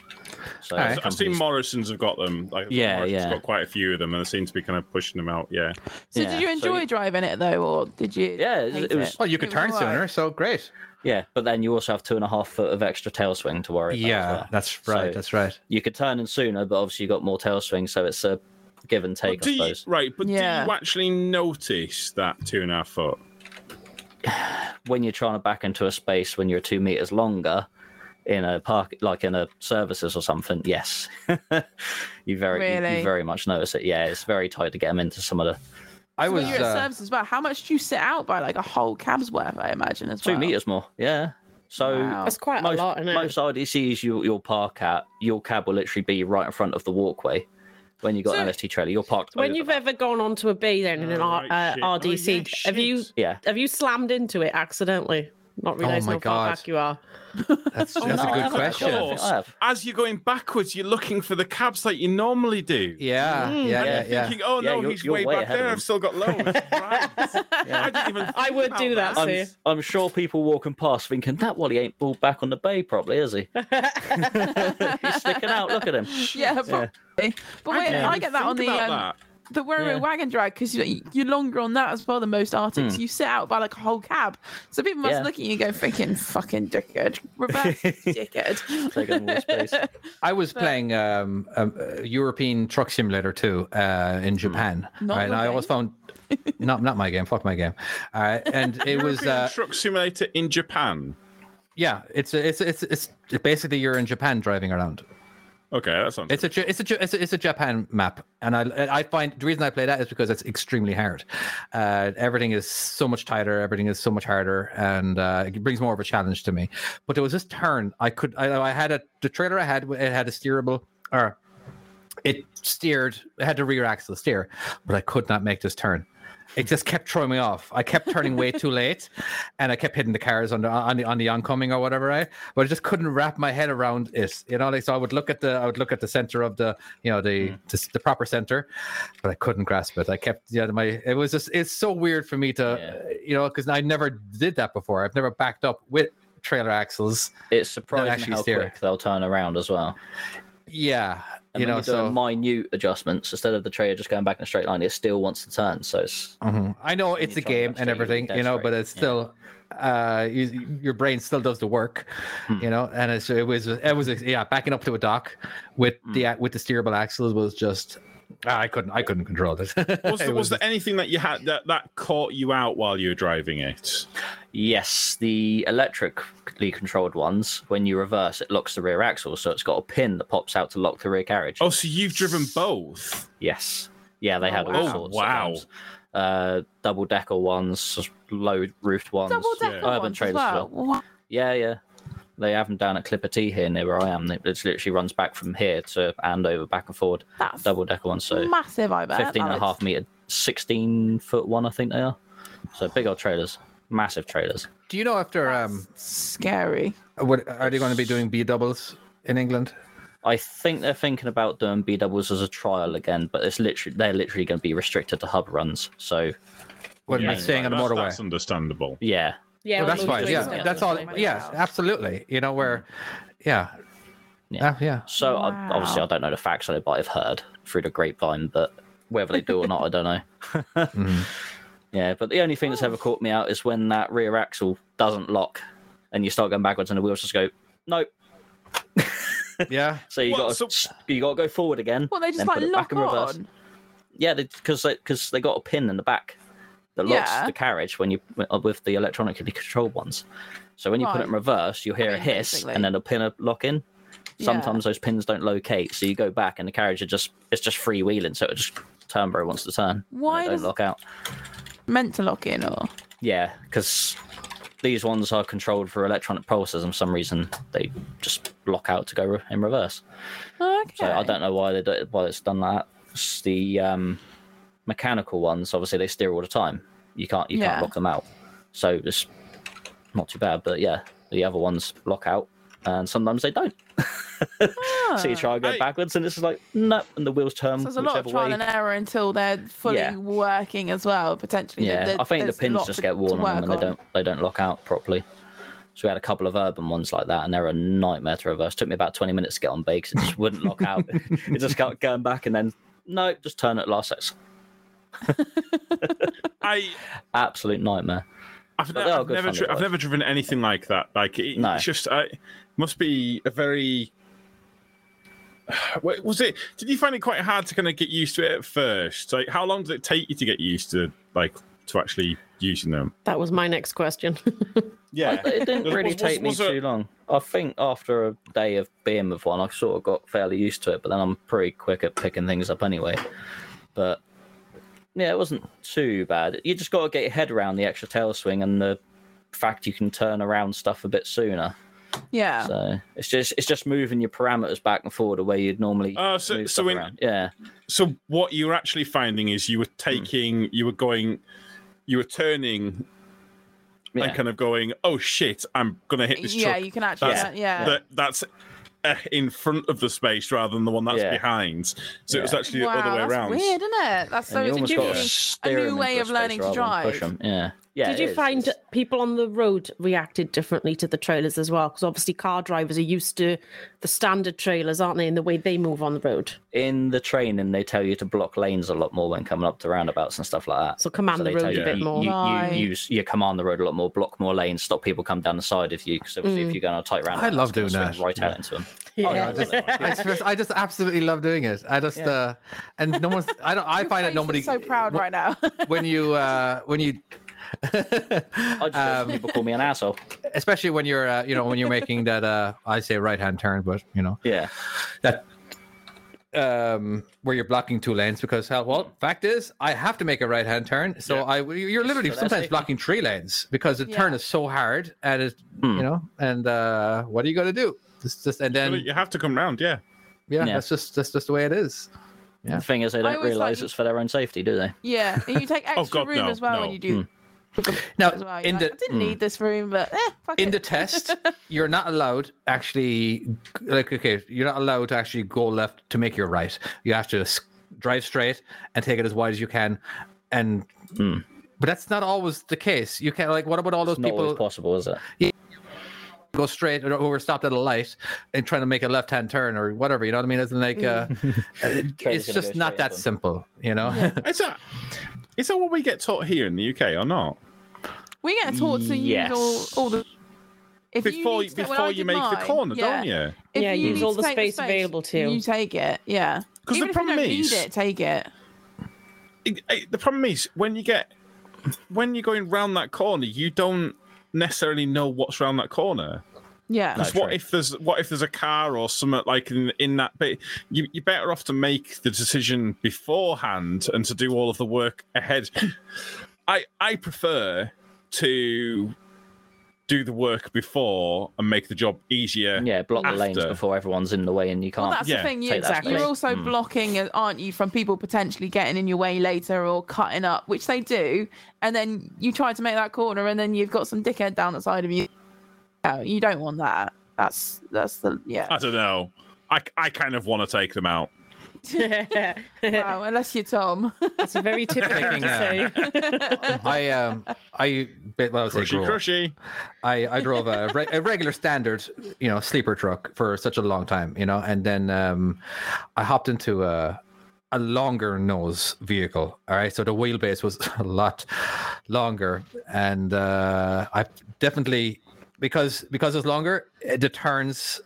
F: So
E: Alright.
I: I've seen
F: companies-
I: Morrison's have got them. Like,
F: Yeah,
I: Morrison's
F: yeah.
I: Got quite a few of them, and they seem to be kind of pushing them out. Yeah.
D: So
F: Yeah,
D: did you
F: so
D: enjoy
F: you-
D: driving it though, or did you?
F: Yeah, it-
D: hate
F: it was-
E: Well, Oh, you could
D: It was
E: turn
D: all right.
E: sooner, so great.
F: Yeah, but then you also have two and a half foot of extra tail swing to worry about. as well.
E: that's
F: So-
E: right.
F: you could turn in sooner, but obviously you got more tail swing, so it's a give and take,
I: do
F: I
I: you,
F: suppose.
I: right, but
D: Yeah.
I: do you actually notice that two and a half foot?
F: When you're trying to back into a space when you're two meters longer in a park, like in a services or something, yes, you very you- you,
D: Really?
F: very much notice it. Yeah, it's very tight to get them into some of the
E: I
D: So
E: was
D: when you're at
E: uh,
D: service as well. How much do you sit out by like a whole cab's worth? I imagine as
F: two
D: well.
F: meters more. Yeah, so.
D: Wow.
G: That's quite
F: most,
G: a lot, isn't it?
F: most IDCs you, you'll park at, your cab will literally be right in front of the walkway. When you got
D: So-
F: an LST trailer, you're parked.
G: when you've ever gone onto a B then in an R-
I: Alright,
G: uh,
I: shit. Oh, yeah,
G: RDC, have you
I: shit.
F: yeah,
G: have you slammed into it accidentally? Not realizing
E: Oh my
G: how far
E: God.
G: back you are.
E: that's, that's
F: no,
E: a
F: I
E: good
F: haven't, of
E: question.
F: course. I have.
I: As you're going backwards, you're looking for the cabs like you normally do.
E: Yeah, yeah,
I: And
E: yeah,
I: you're
E: yeah.
I: thinking, oh
F: Yeah,
I: no,
F: you're-
I: he's
F: you're
I: way,
F: way
I: back
F: ahead of
I: there.
F: him.
I: I've still got loads. Right. I didn't even.
G: I
I: think
G: would
I: about
G: do that,
I: that.
G: too.
F: I'm, I'm sure people walking past thinking that Wally ain't pulled back on the bay, probably is he? He's sticking out. Look at him.
D: Yeah, probably. But wait,
I: didn't
D: I,
I: even
D: get that
I: think
D: on the
I: about
D: um,
I: that.
D: the Wero
F: Yeah.
D: wagon drag because you, you're longer on that as well than most Arctics. You sit out by like a whole cab, so people must
F: Hmm. Yeah.
D: look at you and go, "Freaking fucking dickhead, reverse dickhead."
F: Taking more space.
E: I was playing um, um, uh, European Truck Simulator too uh, in Japan.
D: Not
E: right? and
D: your
E: I always found not not my game. Fuck my game. All right, and it was uh,
I: Truck simulator in Japan.
E: yeah. It's a- it's a- it's it's basically you're in Japan driving around.
I: Okay, that sounds.
E: It's a Ja- it's a Ja- it's a, it's a Japan map, and I I find the reason I play that is because it's extremely hard. Uh, everything is so much tighter, everything is so much harder, and uh, it brings more of a challenge to me. But there was this turn I could I, I had a the trailer I had it had a steerable or it steered it had the rear axle steer, but I could not make this turn. It just kept throwing me off. I kept turning way too late, and I kept hitting the cars on the on the on the oncoming or whatever. Right, but I just couldn't wrap my head around it. You know, like so I would look at the I would look at the center of the you know the the, the proper center, but I couldn't grasp it. I kept yeah my it was just it's so weird for me to uh, you know because I never did that before. I've never backed up with trailer axles.
F: It's surprising
E: actually
F: how
E: steer.
F: quick they'll turn around as well.
E: Yeah,
F: And
E: you
F: when
E: know
F: you're
E: so.
F: doing minute adjustments instead of the trailer just going back in a straight line, it still wants to turn. So it's
E: Mhm. I know
F: you
E: it's a
F: try and
E: game and
F: demonstrate, you
E: everything, you know, but
F: demonstrate,
E: it's
F: yeah.
E: still uh you, your brain still does the work,
F: Hmm.
E: you know. And it's, it was it was yeah, backing up to a dock with
F: Hmm.
E: the with the steerable axles was just I couldn't I couldn't control it.
I: was
E: It
I: there, was
E: was-
I: there anything that you had that, that caught you out while you were driving it?
F: yes, the electrically controlled ones. When you reverse, it locks the rear axle, so it's got a pin that pops out to lock the rear carriage.
I: Oh, so you've driven both?
F: Yes. Yeah, they
D: Oh,
F: had all
I: wow.
F: sorts.
I: Wow.
F: Of ones. uh, double decker ones, low roofed ones,
D: Double decker
F: urban
D: ones as
F: trailers as
D: well.
F: well.
D: Wow.
F: Yeah, yeah. They have them down at Clipper T here near where I am. It it literally runs back from here to Andover, back and forward.
D: That's
F: Double decker ones. So
D: massive, I bet.
F: 15 and a
D: Alex.
F: half meter, 16 foot one, I think they are. So big old trailers, massive trailers.
E: Do you know after um
D: Scary.
E: what are they going to be doing B doubles in England?
F: I think they're thinking about doing B doubles as a trial again, but it's literally they're literally going to be restricted to hub runs. So
E: What am I saying on the
I: That's-
E: motorway?
I: That's understandable.
F: yeah,
G: Yeah,
E: Oh,
G: on
E: that's
G: those
E: fine.
G: days,
E: Yeah, that's all. Yeah, absolutely. You know where? Yeah,
F: Yeah.
E: Ah, yeah.
F: So I, obviously, I don't know the facts on it, but I've heard through the grapevine. But whether they do or not, I don't know. Yeah, but the only thing that's ever caught me out is when that rear axle doesn't lock and you start going backwards and the wheels just go, nope.
E: Yeah.
F: So you
J: What,
F: got to
J: so-
F: you got to go forward again.
D: Well, they just
F: then
D: like
F: put it
D: lock
F: back in reverse.
D: on.
F: Yeah, because they, cause they got a pin in the back that locks
D: Yeah.
F: the carriage when you uh, with the electronically controlled ones. So when you put it in
D: Right.
F: reverse, you'll hear
D: mean,
F: a hiss
D: basically.
F: and then a pin will lock in.
D: Yeah.
F: Sometimes those pins don't locate, so you go back and the carriage are just it's just freewheeling, so it just turn where it wants to turn. and
D: Why
F: they don't
D: does-
F: lock out?
D: Meant to lock in, or
F: Yeah, because these ones are controlled for electronic pulses, and for some reason they just block out to go re- in reverse.
D: okay.
F: So I don't know why they do, why it's done that. It's the um, mechanical ones, obviously, they steer all the time. You can't you
D: Yeah.
F: can't lock them out. So it's not too bad, but yeah, the other ones lock out, and sometimes they don't. so you try and go
J: Hey.
F: backwards, and it's just like no, and the wheels turn
D: Ah. So there's a lot
F: whichever
D: of trial
F: way.
D: and error until they're fully
F: Yeah.
D: working as well, potentially.
F: Yeah,
D: There-
F: I think the
D: there's a
F: pins
D: lot
F: just
D: to-
F: get worn
D: to
F: on them and
D: work
F: they don't they don't lock out properly. So we had a couple of urban ones like that, and they're a nightmare to reverse. Took me about twenty minutes to get on B because it just wouldn't lock out. it just kept going back, and then no, just turn at last. It's
J: I
F: absolute nightmare.
B: I've,
F: But
B: ne-
F: they are
B: I've
F: good
B: never,
F: fun
B: dri-
F: to
B: I've
F: watch.
B: never driven anything like that. Like it,
F: No.
B: it's just, I must be a very. Wait, was it? Did you find it quite hard to kind of get used to it at first? Like, how long did it take you to get used to like to actually using them?
G: That was my next question.
B: Yeah,
F: It didn't
B: Was-
F: really
B: was-
F: take
B: was
F: me
B: it-
F: too long. I think after a day of being with one, I sort of got fairly used to it, but then I'm pretty quick at picking things up anyway. But yeah, it wasn't too bad. You just got to get your head around the extra tail swing and the fact you can turn around stuff a bit sooner.
D: Yeah.
F: So it's just it's just moving your parameters back and forward the way you'd normally
B: Oh, so-
F: move
B: so
F: stuff
B: in-
F: around. Yeah,
B: so what you were actually finding is
F: Hmm.
B: you were taking you were going you were turning
F: yeah.
B: and kind of going oh shit i'm gonna hit this
D: yeah,
B: truck
D: you can actually.
B: That's-
D: uh, yeah.
B: that, that's uh, in front of the space rather than the one that's
F: Yeah.
B: behind so it was
F: Yeah.
B: actually
D: wow,
B: the other way
D: that's
B: around
D: weird, isn't it? That's so
F: and you
D: it's a new,
F: almost got to
D: thing-
F: steer
D: a
F: 'em
D: new way
F: into
D: of
F: space
D: learning to
F: rather than push
D: drive.
F: 'em. Yeah, yeah.
G: Did
F: it
G: you
F: is.
G: find
F: It's-
G: people on the road reacted differently to the trailers as well? Because obviously, car drivers are used to the standard trailers, aren't they? And the way they move on the road.
F: in the training they tell you to block lanes a lot more when coming up to roundabouts and stuff like that?
G: So command the
F: they tell
G: road a
F: you-
G: bit
F: you-
G: more.
F: You, you,
D: Right.
F: you, s- you command the road a lot more, block more lanes, stop people come down the side of you. Because obviously, if
G: Mm.
F: you're going on a tight roundabout,
E: love
F: it's gonna
E: doing
F: swing
E: that.
F: Right
E: Yeah.
F: out into Oh, them.
E: I just, I just- I just absolutely love doing it. I just uh, and no one's. I don't. I
D: Your face
E: find that
D: is
E: nobody
D: so proud right now.
E: when you uh, when you
F: I just
E: Um,
F: people call me an asshole.
E: especially when you're uh, you know when you're making that uh, I say right hand turn, but you know
F: Yeah,
E: that um where you're blocking two lanes because hell well fact is i have to make a right hand turn so i you're literally
F: So that's
E: sometimes
F: it.
E: blocking three lanes because the turn
D: Yeah.
E: is so hard and it
F: Hmm.
E: you know and uh what are you going to do just just and
B: But
E: then
B: you have to come round yeah
E: yeah,
F: Yeah.
E: that's just that's just the way it is Yeah.
F: the thing is, they
D: I
F: don't
D: always
F: realise
D: like-
F: it's for their own safety, do they?
D: yeah, and you take extra
B: God,
D: room
B: no,
D: as well
B: no.
D: when you
F: Hmm.
D: do.
E: now
D: As well. You're
E: in
D: like, I
E: the
D: didn't need this room, but eh, fuck
E: in
D: it.
E: the test you're not allowed actually like okay you're not allowed to actually go left to make your right you have to s- drive straight and take it as wide as you can and
F: Hmm.
E: but that's not always the case you can't like what about all those
F: It's not always
E: people
F: possible, is it?
E: go straight or who were stopped at a light and trying to make a left hand turn or whatever you know what i mean it's like uh,
F: Trader's
E: it's
F: gonna
E: just
F: go
E: not
F: straight
E: that
F: up 'em.
E: simple you know
B: is that is that what we get taught here in the uk or not
D: we get taught to
F: Yes.
D: use all, all the. If
B: before
D: you need to, when I
B: before you
D: did
B: make the
D: mine,
B: corner
D: yeah,
B: don't you
D: If
G: Yeah,
D: you
G: use
D: need
G: all
D: to
G: the
D: take
G: space available to you.
D: You take it, yeah.
B: 'Cause the
D: Even if
B: problem
D: you don't
B: is-
D: need it, take it.
B: it, it- the problem is when you get when you're going round that corner, you don't necessarily know what's round that corner.
D: Yeah,
B: Because what if there's what if there's a car or something like in, in that bit? You, you're better off to make the decision beforehand and to do all of the work ahead. I I prefer to do the work before and make the job easier.
F: Yeah, block the lanes
B: After.
F: before everyone's in the way and you can't.
D: Well, that's
B: Yeah,
D: the thing. You,
F: take that
G: Exactly.
D: You're
G: space.
D: also blocking, uh, aren't you, from people potentially getting in your way later or cutting up, which they do. And then you try to make that corner, and then you've got some dickhead down the side of you. No, you don't want that. That's that's the yeah.
B: I don't know. I, I kind of want to take them out.
D: Wow, unless you're Tom.
G: That's a very typical thing
E: uh,
G: to say.
E: i um i bit well, I, was like,
B: Crushy,
E: grow-
B: crushy.
E: I I drove a, re- a regular standard you know sleeper truck for such a long time you know and then um i hopped into a a longer nose vehicle. All right, so the wheelbase was a lot longer, and uh, I definitely because because it's longer, eh, the turns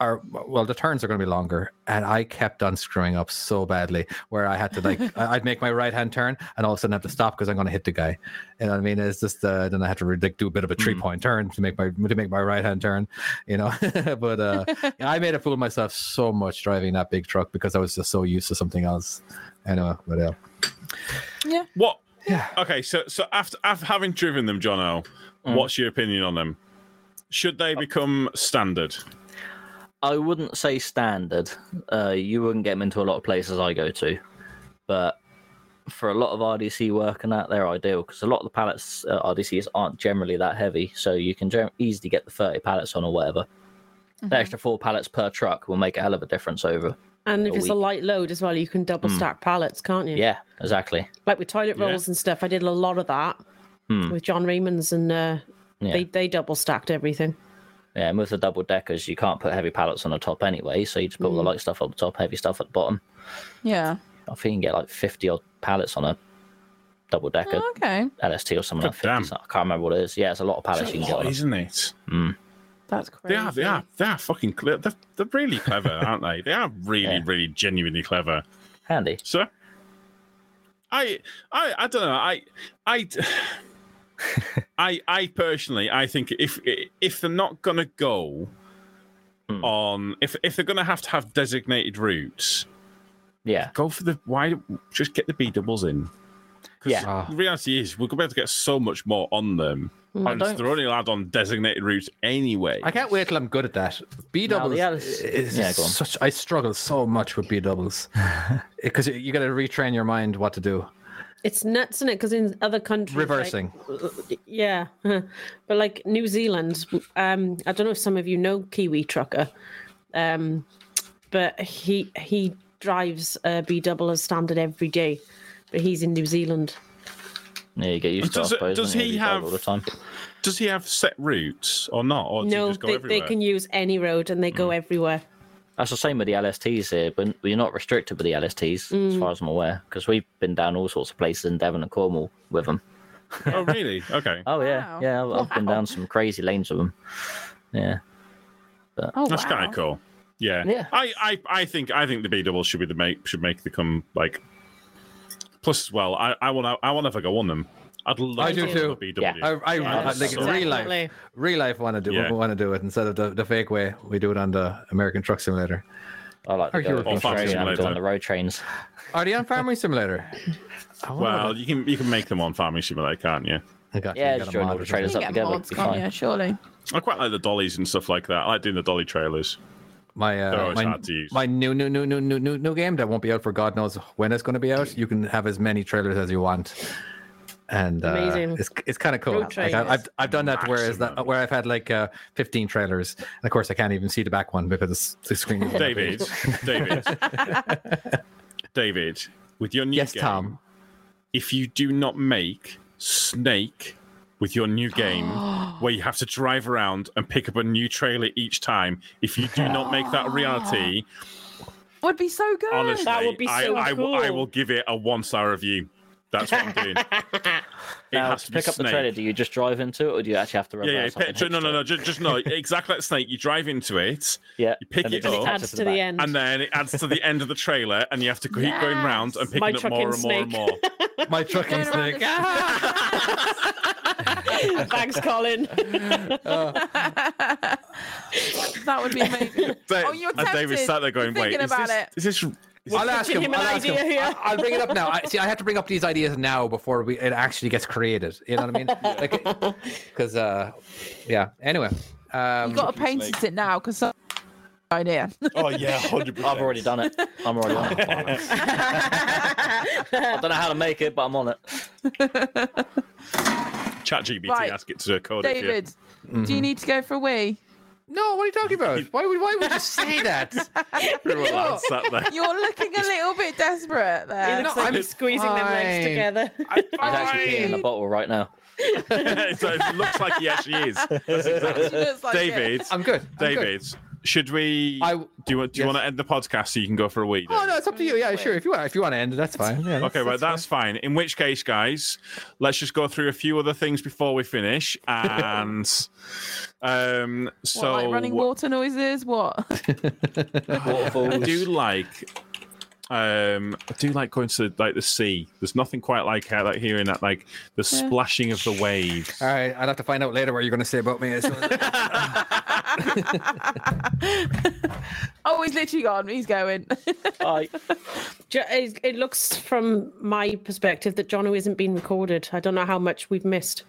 E: are well, the turns are going to be longer, and I kept on screwing up so badly where I had to like I- I'd make my right hand turn, and all of a sudden I have to stop because I'm going to hit the guy. You know what I mean? It's just uh, then I had to re- like, do a bit of
F: Hmm.
E: a three point turn to make my to make my right hand turn. You know, but uh, I made a fool of myself so much driving that big truck because I was just so used to something else. Anyway, but yeah.
B: What? Yeah. Okay, so so after, after having driven them, John O,
F: Mm.
B: what's your opinion on them? Should they become standard?
F: I wouldn't say standard. Uh, you wouldn't get them into a lot of places I go to, but for a lot of RDC work and that, they're ideal because a lot of the pallets uh, RDCs aren't generally that heavy, so you can gen- easily get the thirty pallets on or whatever. The extra four pallets per truck will make a hell of a difference over.
G: And if
F: A
G: it's a
F: week. Hmm.
G: light load as well, you can double stack pallets, can't you?
F: Yeah, exactly.
G: Like with toilet rolls and stuff, I did a lot of that with John Raymond's, and uh,
F: Hmm. Yeah.
G: they they double stacked everything.
F: Yeah, and with the double deckers, you can't put heavy pallets on the top anyway, so you just put all the light stuff on the top, heavy stuff at the bottom.
D: Yeah.
F: I think you can get like fifty odd pallets on a double decker
D: Okay.
F: LST or something like
B: damn.
F: that. I can't remember what it is. Yeah, it's a lot of pallets you can get on. a-
B: Isn't it?
D: That's
B: They
D: crazy.
B: are, they are, they are fucking clever. They're, they're really clever, aren't they? They are really, really genuinely clever.
F: Handy.
B: So, I, I, I don't know. I, I, I, I personally, I think if if they're not gonna go on, if if they're gonna have to have designated routes,
F: Yeah.
B: go for the why? Just get the B doubles in. 'Cause
F: Yeah.
B: The reality is, we're gonna be able to get so much more on them. And
F: don't-
B: they're only allowed on designated routes anyway.
E: I can't wait till I'm good at that. B
F: Now,
E: doubles
F: the other-
E: is
F: Yeah, go on.
E: such. I struggle so much with B doubles because you, got to retrain your mind what to do.
G: It's nuts, is it? Because in other countries, like-
E: Reversing.
G: yeah, but like New Zealand, um, I don't know if some of you know Kiwi trucker, um, but he he drives a B double as standard every day, but he's in New Zealand.
F: Yeah, you get used to. it, I
B: Does it-
F: suppose,
B: does
F: and you
B: he
F: do drive
B: have-
F: all the time?
B: Does he have set routes or not? Or does he
G: no,
B: just go
G: they, they
B: everywhere?
G: can use any road and they go
F: Hmm.
G: everywhere.
F: That's the same with the LSTs here, but you're not restricted with the LSTs as far as I'm aware, because we've been down all sorts of places in Devon and Cornwall with them.
B: Oh, really? Okay.
F: Oh
D: Wow.
F: yeah, yeah, I've, I've been down some crazy lanes with them. Yeah,
D: Oh,
B: That's kind
D: wow.
B: of cool. Yeah.
F: Yeah.
B: I, I, I think I think the B double should be the make should make the come like. Plus, as well, I I want to I want to have a go on them. I'd love
E: I
B: to
E: do
B: have a
E: too.
B: B double.
E: I, I,
G: Yeah,
E: I- like real
G: definitely.
E: life, real life want to do
B: Yeah.
E: want to do it instead of the, the fake way we do it on the American Truck Simulator.
F: I like
E: Or
F: to go
E: European
F: on Australia and
B: simulator.
F: on the road trains.
E: Are they on Farming Simulator? I wonder
B: Well,
E: what-
B: you can you can make them on Farming Simulator, can't you?
E: I got-
F: Yeah,
E: you
F: just
E: got a
F: join all
E: monitor
F: the trailers
D: You
E: thing.
D: can
F: up
D: get
F: together.
D: mods,
F: Be
D: can't
F: fine.
D: you? Surely.
B: I quite like the dollies and stuff like that. I like doing the dolly trailers.
E: My
B: They're
E: uh,
B: always
E: my,
B: hard to use.
E: my new new new new new new new game that won't be out for God knows when it's going to be out. You can have as many trailers as you want. And uh,
G: Amazing.
E: it's it's kind of cool.
G: Road
E: Like I,
G: trailers.
E: have I've done that where is that
B: Maximum.
E: where I've had like uh, 15 trailers, and of course I can't even see the back one because it's the screen. is-
B: David, David, David, with your new
E: yes,
B: game,
E: Tom.
B: if you do not make Snake with your new game, where you have to drive around and pick up a new trailer each time, if you do not make that a reality,
D: Would be so good.
B: honestly,
G: That would be
B: I,
G: so
B: I, will- I
G: cool.
B: will give it a one star review. That's what I'm doing. it
F: Now,
B: has
F: to
B: to be
F: pick up the
B: Snake.
F: trailer, do you just drive into it, or do you actually have to?
B: yeah, yeah.
F: reverse up
B: Pick,
F: and
B: ju- no,
F: hitch
B: no,
F: to
B: no.
F: it?
B: Just, just no. Exactly like Snake. You drive into it,
F: Yeah,
B: you pick
F: and
B: it
F: just
B: up.
F: attaches
G: Adds
F: to
G: to the
F: back.
G: end.
B: Oh. and then it adds to the end of the trailer, and you have to keep going round and picking
G: My
B: up
G: truck
B: more
G: and
B: and more and
G: Snake.
B: more.
E: My truck and
D: Going around
E: snake.
D: the-
G: Thanks, Colin.
D: That would be amazing.
B: Da-
D: Oh, you're
B: and David
D: tempted.
B: sat there
D: You're
B: going, "Wait,
D: thinking
B: is
D: about
B: this,
D: it."
B: is this
E: I'll ask
G: Giving
E: him.
G: him an
E: I'll ask him.
G: idea here.
E: I- I'll bring it up now. I, see, I have to bring up these ideas now before we, it actually gets created. You know what I mean? Because, uh, yeah. Anyway, um,
D: You've got to paint it now because idea.
B: Oh yeah, hundred percent.
F: I've already done it. I'm already on it. I don't know how to make it, but I'm on it.
B: ChatGPT
D: Right.
B: ask it to code it. for you.
D: David, do you need to go for a wee?
E: no. What are you talking about? Why would Why would you say that?
B: Everyone else sat there.
D: You're looking a little bit desperate
G: He
D: there.
G: looks
E: No,
G: like
E: I'm
G: he's squeezing them legs
E: fine.
G: together.
F: He's actually peeing in a bottle right now.
B: so it looks like he actually is. That's exactly-
D: He looks like it.
B: David,
E: Oh, I'm good. I'm good.
B: David, Should we?
E: I-
B: do you want? Do you
E: yes.
B: want to end the podcast so you can go for a wee?
E: Oh
B: Dave?
E: no, it's up to you. Yeah, sure. If you want, if you want to end it, that's fine. Yeah,
B: Okay, well, that's fine. In which case, guys, let's just go through a few other things before we finish. And um,
D: What,
B: so
D: like running water noises? What?
B: I
F: Waterfalls.
B: do like, um, I do like going to like the sea. There's nothing quite like uh, like hearing that like the splashing of the waves.
E: All right, I'd have to find out later what you're going to say about me. So,
D: oh, he's literally gone. He's going.
F: I,
G: Ju- It it looks from my perspective that Jono isn't being recorded. I don't know how much we've missed.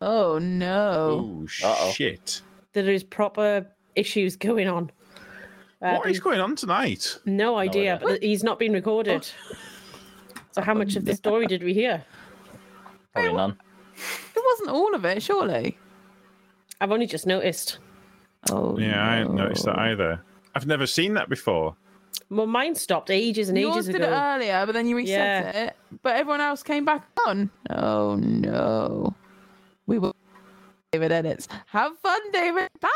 D: oh no!
B: Oh
F: Uh-oh.
B: shit!
G: There is proper issues going on. Uh,
B: What is going on tonight?
G: no idea,
F: idea.
G: but he's not being recorded. So how much of the story did we hear?
F: probably none.
D: It wasn't all of it, surely.
G: I've only just noticed.
D: Oh
B: Yeah, I hadn't noticed that
D: no.
B: either. I've never seen that before.
G: Well, mine stopped ages and
D: Yours
G: ages
D: did
G: ago.
D: it uh, earlier, but then you reset
G: Yeah.
D: it. But everyone else came back on. Oh no! We will. David edits. Have fun, David. Bye.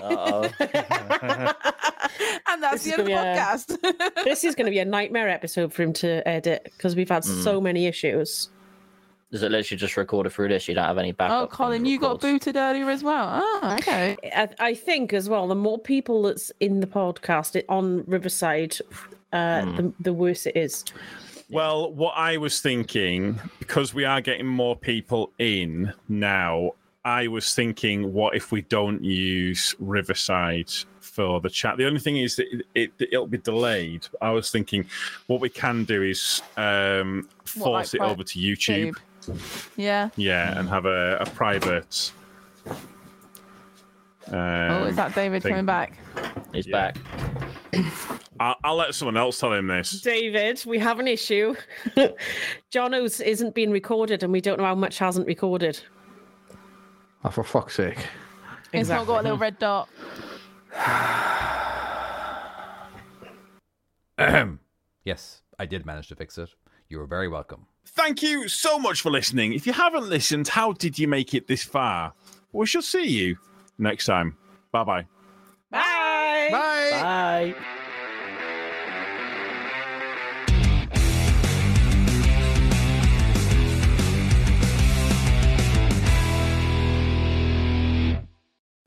F: Uh-oh.
D: and that's
G: This
D: the
G: is
D: end of the
G: gonna
D: podcast.
G: This is going to be a nightmare episode for him to edit because we've had so many issues.
F: Is it literally just recorded through this? You don't have any backup.
D: oh,
F: from
D: Colin,
F: the
D: you got
F: records?
D: booted earlier as well. Oh, okay.
G: I, I think as well, the more people that's in the podcast it- on Riverside, uh, the, the worse it is.
B: Well, what I was thinking, because we are getting more people in now, I was thinking, what if we don't use Riverside for the chat? The only thing is that it, it, will be delayed. I was thinking, what we can do is um,
D: What, like
B: force it
D: pri-
B: over to YouTube.
D: Yeah.
B: Yeah, and have a, a private. Um,
D: Oh, is that David
B: think-
D: coming back?
F: He's
B: Yeah.
F: back.
B: I'll, I'll let someone else tell him this.
G: David, we have an issue. Jono's isn't being recorded, and we don't know how much hasn't recorded.
E: oh, for fuck's sake!
D: It's not got a little red dot.
E: Yes, I did manage to fix it. You were very welcome.
B: Thank you so much for listening. If you haven't listened, how did you make it this far? We shall see you next time. Bye bye.
G: Bye.
E: Bye.
F: Bye.